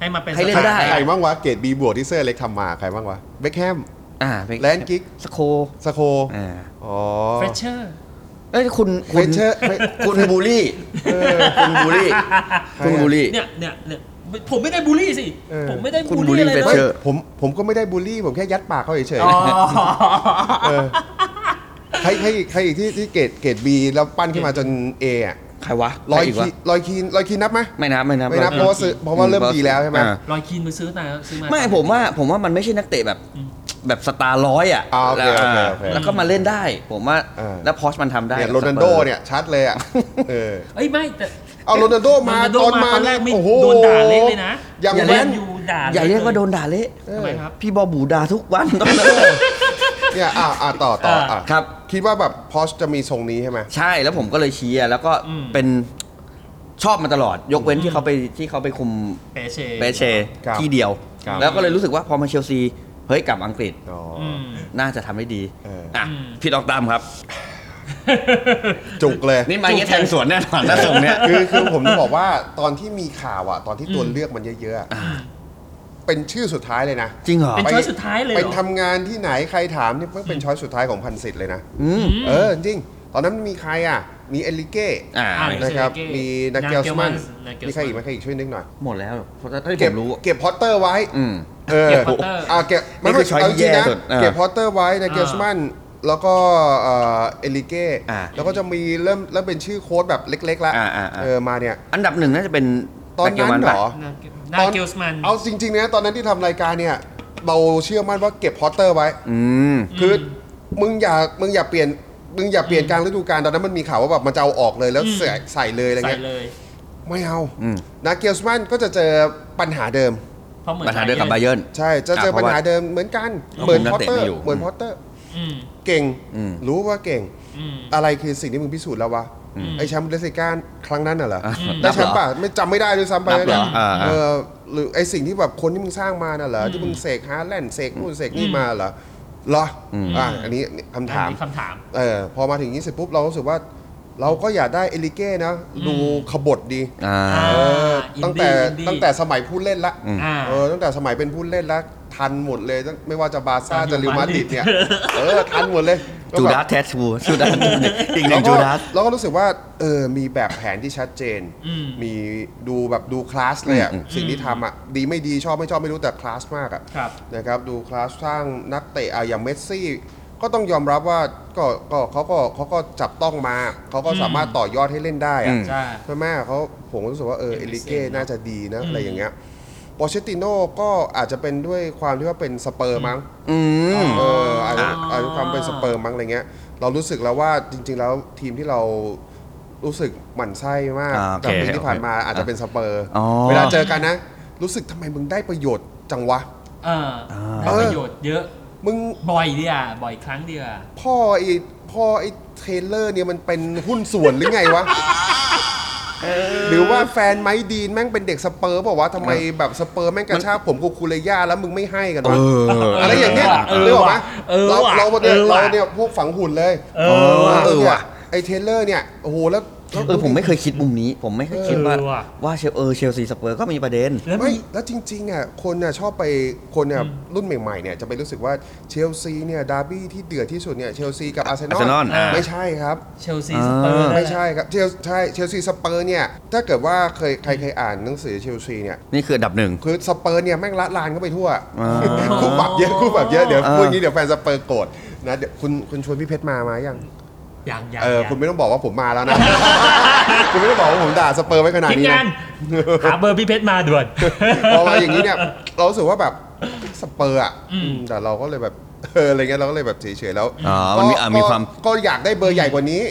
[SPEAKER 4] ให้มาเป็น
[SPEAKER 3] ให้เล่น
[SPEAKER 5] ใคร
[SPEAKER 3] ได้
[SPEAKER 5] ใครบ้างวะ เกรดบีบวกที่เซอร์เล็กทำมา ใครบ้างวะ เบคแฮม
[SPEAKER 3] อ่า
[SPEAKER 5] แลนด์กิก
[SPEAKER 3] สโค
[SPEAKER 5] สโค
[SPEAKER 3] อ่า
[SPEAKER 5] อ๋อ
[SPEAKER 4] เฟรชเชอร์
[SPEAKER 3] เอ้ยคุณ
[SPEAKER 5] เฟ
[SPEAKER 3] คุ
[SPEAKER 5] ร
[SPEAKER 3] ณ
[SPEAKER 5] ชเชอร์เฟรช
[SPEAKER 3] คุณบูลลี่คุณบูล ลี่คุณบูลลี่
[SPEAKER 4] เนี่ยเนี่ยเนี่ยผมไม่ได้บูลลี่สิ
[SPEAKER 5] เออ
[SPEAKER 4] ผมไม่ได้
[SPEAKER 3] คุณ
[SPEAKER 4] บูลลี่อะไร
[SPEAKER 3] บูลลี่
[SPEAKER 4] เล
[SPEAKER 3] เฟรชเช
[SPEAKER 4] ย
[SPEAKER 3] อร์
[SPEAKER 5] ผมผมก็ไม่ได้บูลลี่ ผมแค่ยัดปากเขาเฉย
[SPEAKER 4] อ๋อ
[SPEAKER 5] ๆ เออใครใครใครอีกที่ที่เกรดเกรดบีแล้วปั้นขึ้นมาจนเออะ
[SPEAKER 3] ใครวะ
[SPEAKER 5] ลอย
[SPEAKER 3] ใครอีก
[SPEAKER 5] คี
[SPEAKER 3] วะ
[SPEAKER 5] ลอยคีลอยคีนับไหม
[SPEAKER 3] ไม่นับไม่นับ
[SPEAKER 5] ไม่นับเพราะว่าซื้อเพราะว่าเริ่มดีแล้วใช่ไหม
[SPEAKER 3] อ่า
[SPEAKER 4] รอยคีนไปซื้อมาซื้อมา
[SPEAKER 3] ไม่ผมว่าผมว่ามันไม่ใช่นักเตะแบบแบบสตาร์ร้อยอ่ะ
[SPEAKER 5] อ่าโอเค
[SPEAKER 3] แล้ว
[SPEAKER 5] โอเคโอเค
[SPEAKER 3] แล้วก็มาเล่นได้ ผมว่า
[SPEAKER 5] เออ
[SPEAKER 3] แล้วพอชมันทำได้
[SPEAKER 5] เนี่ย
[SPEAKER 3] กับ
[SPEAKER 5] โรนัลโด
[SPEAKER 3] สปอร์
[SPEAKER 5] เนี่ยชัดเลยอ่ะเออ
[SPEAKER 4] เอ้ยไม่แต่
[SPEAKER 5] เอาโรนัลโดมา
[SPEAKER 4] โรลโด
[SPEAKER 5] ตอนมา
[SPEAKER 4] ตอนแรกไม่
[SPEAKER 5] โอ้โห
[SPEAKER 4] โดนด่าเละเลยนะ
[SPEAKER 5] อย่าง
[SPEAKER 4] แม
[SPEAKER 5] แม่
[SPEAKER 4] น
[SPEAKER 5] น
[SPEAKER 4] ยูด่า
[SPEAKER 3] อย่าเรียกว่าโด
[SPEAKER 4] ล
[SPEAKER 3] นด่าเละ
[SPEAKER 4] ทำไมครับ
[SPEAKER 3] พี่บอบูด่าทุกวันต้องเล
[SPEAKER 5] เนี่ยอ่ะอ่ะต่อต่ออ่ะ
[SPEAKER 3] ครับ
[SPEAKER 5] คิดว่าแบบพอชจะมีทรงนี้ใช่ไหม
[SPEAKER 3] ใช่แล้วผมก็เลยเชียร์แล้วก็เป็นชอบมาตลอด ยกเว้นที่เขาไปที่เขาไปคุม
[SPEAKER 4] เปเช
[SPEAKER 3] เปเช
[SPEAKER 5] ครับ
[SPEAKER 3] ที่เดียว
[SPEAKER 5] ครับ
[SPEAKER 3] แล้วก็เลยรู้สึกว่าพอมาเชลซีเฮ้ยกลับอังกฤษ
[SPEAKER 5] อ๋ออ
[SPEAKER 4] อืม
[SPEAKER 3] น่าจะทำได้ดี
[SPEAKER 5] เอออ่
[SPEAKER 3] อ่ะพี่ดอกตามครับ
[SPEAKER 5] จุกเลย
[SPEAKER 3] นี่มาอย่างเงี้ยแทงสวนแน่นอนถ้าส่งเนี่ย
[SPEAKER 5] คือคือผมจะบอกว่าตอนที่มีข่าวอ่ะ ตอนที่ตัวเลือกมันเยอะๆอะเป็นชื่อสุดท้ายเลยนะ
[SPEAKER 3] จริงเหรอ
[SPEAKER 4] เป็นช้อยสุดท้ายเลยเหรอ
[SPEAKER 5] เป็นทำงานที่ไหนใครถามเนี่ยมันเป็นช้อยสุดท้ายของพันสิทธิ์เลยนะ
[SPEAKER 3] อืม
[SPEAKER 5] เออ จริง ตอนนั้นมีใครอ่ะ มีเอลิเก้
[SPEAKER 3] อ่า
[SPEAKER 4] อ่ะ
[SPEAKER 5] นะครับ
[SPEAKER 4] เอลิเก้
[SPEAKER 5] มีนาเกลสมัน
[SPEAKER 4] นาเกลสมัน
[SPEAKER 5] มีใครอีกไหมใครอีกช่วยนึกหน่อย
[SPEAKER 3] หมดแล้วเพราะถ้าที่ผ
[SPEAKER 5] เก็บ
[SPEAKER 3] มรู้อะ
[SPEAKER 5] เก็บพอตเตอร์ไว้
[SPEAKER 3] อืม
[SPEAKER 5] เออ
[SPEAKER 4] เก็บพอตเตอร์
[SPEAKER 5] อ่ะเก็บ
[SPEAKER 3] นี่คือช้อยที่
[SPEAKER 5] เาจริงๆ
[SPEAKER 3] แย่สุดเออ
[SPEAKER 5] เก็บพอตเตอร์ไว้นาเกลสมัน แล้วก็เอ่อเอลิเก้
[SPEAKER 3] อ่ะ
[SPEAKER 5] แล้วก็จะมีเริ่มเริ่มเป็นชื่อโค้ดแบบเล็กๆละ
[SPEAKER 3] อ่ะอ่ะอ่ะ
[SPEAKER 5] เออ มาเนี่ย
[SPEAKER 3] อันดับหนึ่งน่าจะเป็น
[SPEAKER 5] ตอนนั้นเหรอ
[SPEAKER 4] นาเกลสมัน
[SPEAKER 5] เอาจริงๆนะตอนนั้นที่ทำรายการเนี่ย เราเชื่อมั่นว่าเก็บพอตเตอร์ไว้
[SPEAKER 3] อืม
[SPEAKER 5] คือมึงอย่ามึงอย่าเปลี่ยนมึงอย่าเปลี่ยนกลารฤดูกาลตอนนั้นมันมีข่าวว่าแบบมันจะเอาออกเลยแล้วใส่ใส่เลยอะไร
[SPEAKER 4] ใส่
[SPEAKER 5] เงี้ย
[SPEAKER 4] เลย
[SPEAKER 5] ไม่เอา
[SPEAKER 3] อืม
[SPEAKER 5] นาเกียลสมันก็จะเจอปัญหาเดิม
[SPEAKER 4] เพราะเหมือน
[SPEAKER 3] ปัญหาเดียวกับไบ
[SPEAKER 4] ใส่
[SPEAKER 3] เยิร์น
[SPEAKER 5] ใช่จะเจอ
[SPEAKER 3] ครับ
[SPEAKER 5] ปัญหาเดิมเหมือนกัน
[SPEAKER 3] เอา
[SPEAKER 5] เหมือน
[SPEAKER 3] ผมนั
[SPEAKER 5] พอก ต
[SPEAKER 3] เตะ
[SPEAKER 5] เตอ
[SPEAKER 3] ไม่
[SPEAKER 5] ร์
[SPEAKER 3] อยู่
[SPEAKER 5] เหมือน
[SPEAKER 3] อืม
[SPEAKER 5] พอตเตอร์
[SPEAKER 4] อืม
[SPEAKER 5] เก่ง
[SPEAKER 3] อืม
[SPEAKER 5] รู้ว่าเก่ง
[SPEAKER 4] อืม
[SPEAKER 5] อะไรคือสิ่งที่มึงพิสูจน์แล้ววะไอแชมป์บุนเดสลิก้าครั้งนั้นน่ะเหรอ
[SPEAKER 3] อืม
[SPEAKER 5] ได้แชมป์ป่ะไม่จำไม่ได้ด้วยซ้ำไป
[SPEAKER 3] นับเหรอ
[SPEAKER 5] นะ
[SPEAKER 3] อ่าๆ
[SPEAKER 5] เออหรือไอสิ่งที่แบบคนที่มึงสร้างมาน่ะเหรอที่มึงเสกฮาร์แลนด์เสกนู่นเสกนี่มาเหรอเหรอออ่ะอันนี้คำถาม
[SPEAKER 4] อันนี้คำถาม
[SPEAKER 5] เออพอมาถึงนี้เสร็จปุ๊บ เรารู้สึกว่า เราก็อยากได้เอลิเก้นะ ดูขบฏดี
[SPEAKER 3] อ่า
[SPEAKER 4] อ่า
[SPEAKER 5] เออตั้งแต่
[SPEAKER 4] อินดี้
[SPEAKER 5] ตั้งแต่สมัยผู้เล่นละ
[SPEAKER 4] อ่า
[SPEAKER 5] เออตั้งแต่สมัยเป็นผู้เล่นละ ทันหมดเลยตั้งไม่ว่าจะบาร์ซ่าจะริวมาดริดเนี่ย เออ ทันหมดเลย
[SPEAKER 3] จูดาสแทส ทูจูดาสอีกหนึ่ง
[SPEAKER 5] แล้วก็
[SPEAKER 3] จูดาส
[SPEAKER 5] เราก็รู้สึกว่าเออมีแบบแผนที่ชัดเจน
[SPEAKER 4] อืม
[SPEAKER 5] มีดูแบบดูคลาสเลยอะ
[SPEAKER 3] อืม
[SPEAKER 5] สิ่งที่ทำอ่ะดีไม่ดีชอบไม่ชอบไม่รู้แต่คลาสมากอ่ะ
[SPEAKER 4] ครับ
[SPEAKER 5] นะครับดูคลาสสร้างนักเตะอ่ะอย่างเมสซี่ ก็ต้องยอมรับว่าก็ก็เขาก็เขาก็จับต้องมา เขาก็สามารถต่อยอดให้เล่นได้อะ
[SPEAKER 3] อืม
[SPEAKER 4] ใช่
[SPEAKER 5] ใช่ไหมเขาผมก็รู้สึกว่าเออเอลิเก้น่าจะดีนะอะไรอย่างเงี้ยปอเชติโน่ก็อาจจะเป็นด้วยความที่ว่าเป็นสเปอร์มั้ง
[SPEAKER 3] อืม
[SPEAKER 5] เอออาจจะ
[SPEAKER 4] อ่า
[SPEAKER 5] อาจจะความเป็นสเปิร์มมั้งอะไรเงี้ย เรารู้สึกแล้วว่าจริง ๆ แล้วทีมที่เรารู้สึกหมั่นไส้มาก
[SPEAKER 3] อ่าโอเค
[SPEAKER 5] จากปีที่ผ่านมาอาจจะเป็นสเปอร์
[SPEAKER 3] อ๋อ
[SPEAKER 5] เวลาเจอกันนะ รู้สึกทำไมมึงได้ประโยชน์จังวะ
[SPEAKER 4] เออได้ประโยชน์เยอะ
[SPEAKER 5] มึง
[SPEAKER 4] บ่อยดีอ่ะ บ่อยครั้งดีอ่ะ
[SPEAKER 5] พ่อไอ้พ่อไอ้เทรลเลอร์เนี่ยมันเป็นหุ้นส่วนหรือไงวะ หรือว่าแฟนไมค์ดีนแม่งเป็นเด็กสเปอร์บอกว่าวะทำไมแบบสเปอร์แม่งกระชากผมกูคูเลย่าแล้วมึงไม่ให้กันวะ อะไรอย่างเงี้ย
[SPEAKER 4] เออ
[SPEAKER 5] นึกออกปะ
[SPEAKER 4] เออ
[SPEAKER 5] เรา
[SPEAKER 4] ว่ะ
[SPEAKER 5] เราเนี่ย
[SPEAKER 4] เออ
[SPEAKER 5] เรา
[SPEAKER 4] ว่ะ
[SPEAKER 5] เนี่ยพวกฝังหุ่นเลย
[SPEAKER 4] เอ
[SPEAKER 3] เออ
[SPEAKER 4] อ
[SPEAKER 3] เออ
[SPEAKER 5] นี่ย
[SPEAKER 3] ว่ะ
[SPEAKER 5] ไอ้เทเลอร์เนี่ย โอ้โหแล้วแล้ว
[SPEAKER 3] เออผมไม่เคยคิดมุมนี้ ผมไม่เคยคิดว่า
[SPEAKER 4] เออว่ะ
[SPEAKER 3] ว่าเชลเออเชลซีสเปอร์ก็มีประเด็น
[SPEAKER 4] แล้ว
[SPEAKER 5] ไม่
[SPEAKER 4] มี
[SPEAKER 5] แล้วจริงๆอ่ะคนน่ะชอบไปคนน่ะรุ่นใหม่ๆเนี่ยจะไปรู้สึกว่าเชลซีเนี่ยดาร์บี้ที่เดือดที่สุดเนี่ยเชลซีกับอาร์เซนอ
[SPEAKER 3] Arsenal
[SPEAKER 5] ล
[SPEAKER 3] อ่า
[SPEAKER 5] ไม่ใช่ครับ
[SPEAKER 4] เชลซีสเปอร์
[SPEAKER 5] ไม่ใช่ครับเชลใช่เชลซีสเปอร์เนี่ยถ้าเกิดว่าเคยใครเคยอ่านหนังสือเชลซีเนี่ย
[SPEAKER 3] นี่คืออันดับหนึ่ง
[SPEAKER 5] คือสเปอร์เนี่ยแม่งละลานเข้าไปทั่ว
[SPEAKER 3] อ่า
[SPEAKER 5] คู่ปรับเยอะคู่ปรับเยอะเดี๋ยวพูดอย่างนี้เดี๋ยวแฟนสเปอร์โกรธนะเดี๋ยวคุณคุณชวนพี่เพชรมามายัง
[SPEAKER 4] อย่างอย่าง
[SPEAKER 5] เอ
[SPEAKER 4] อ
[SPEAKER 5] อ
[SPEAKER 4] ย่าง
[SPEAKER 5] คุณไม่ต้องบอกว่าผมมาแล้วนะ คุณไม่ต้องบอกว่าผมด่าสเปอร์ไว้ขนาด
[SPEAKER 4] ทีม
[SPEAKER 5] นี้
[SPEAKER 4] งา
[SPEAKER 5] นะ
[SPEAKER 4] น หาเบอร์พี่เพชรมาด่วน
[SPEAKER 5] พอมาอย่างนี้ เนี่ย เรารู้สึกว่าแบบสเปอร์อ่ะอืมแต่เราก็เลยแบบ เอออะไรเงี้ยเราก็เลยแบบเฉยๆแล้ว
[SPEAKER 3] อ๋อ
[SPEAKER 5] ก็
[SPEAKER 3] มันมีอ่ะมีความ
[SPEAKER 5] ก็ก็อยากได้เบอร์ใหญ่กว่านี้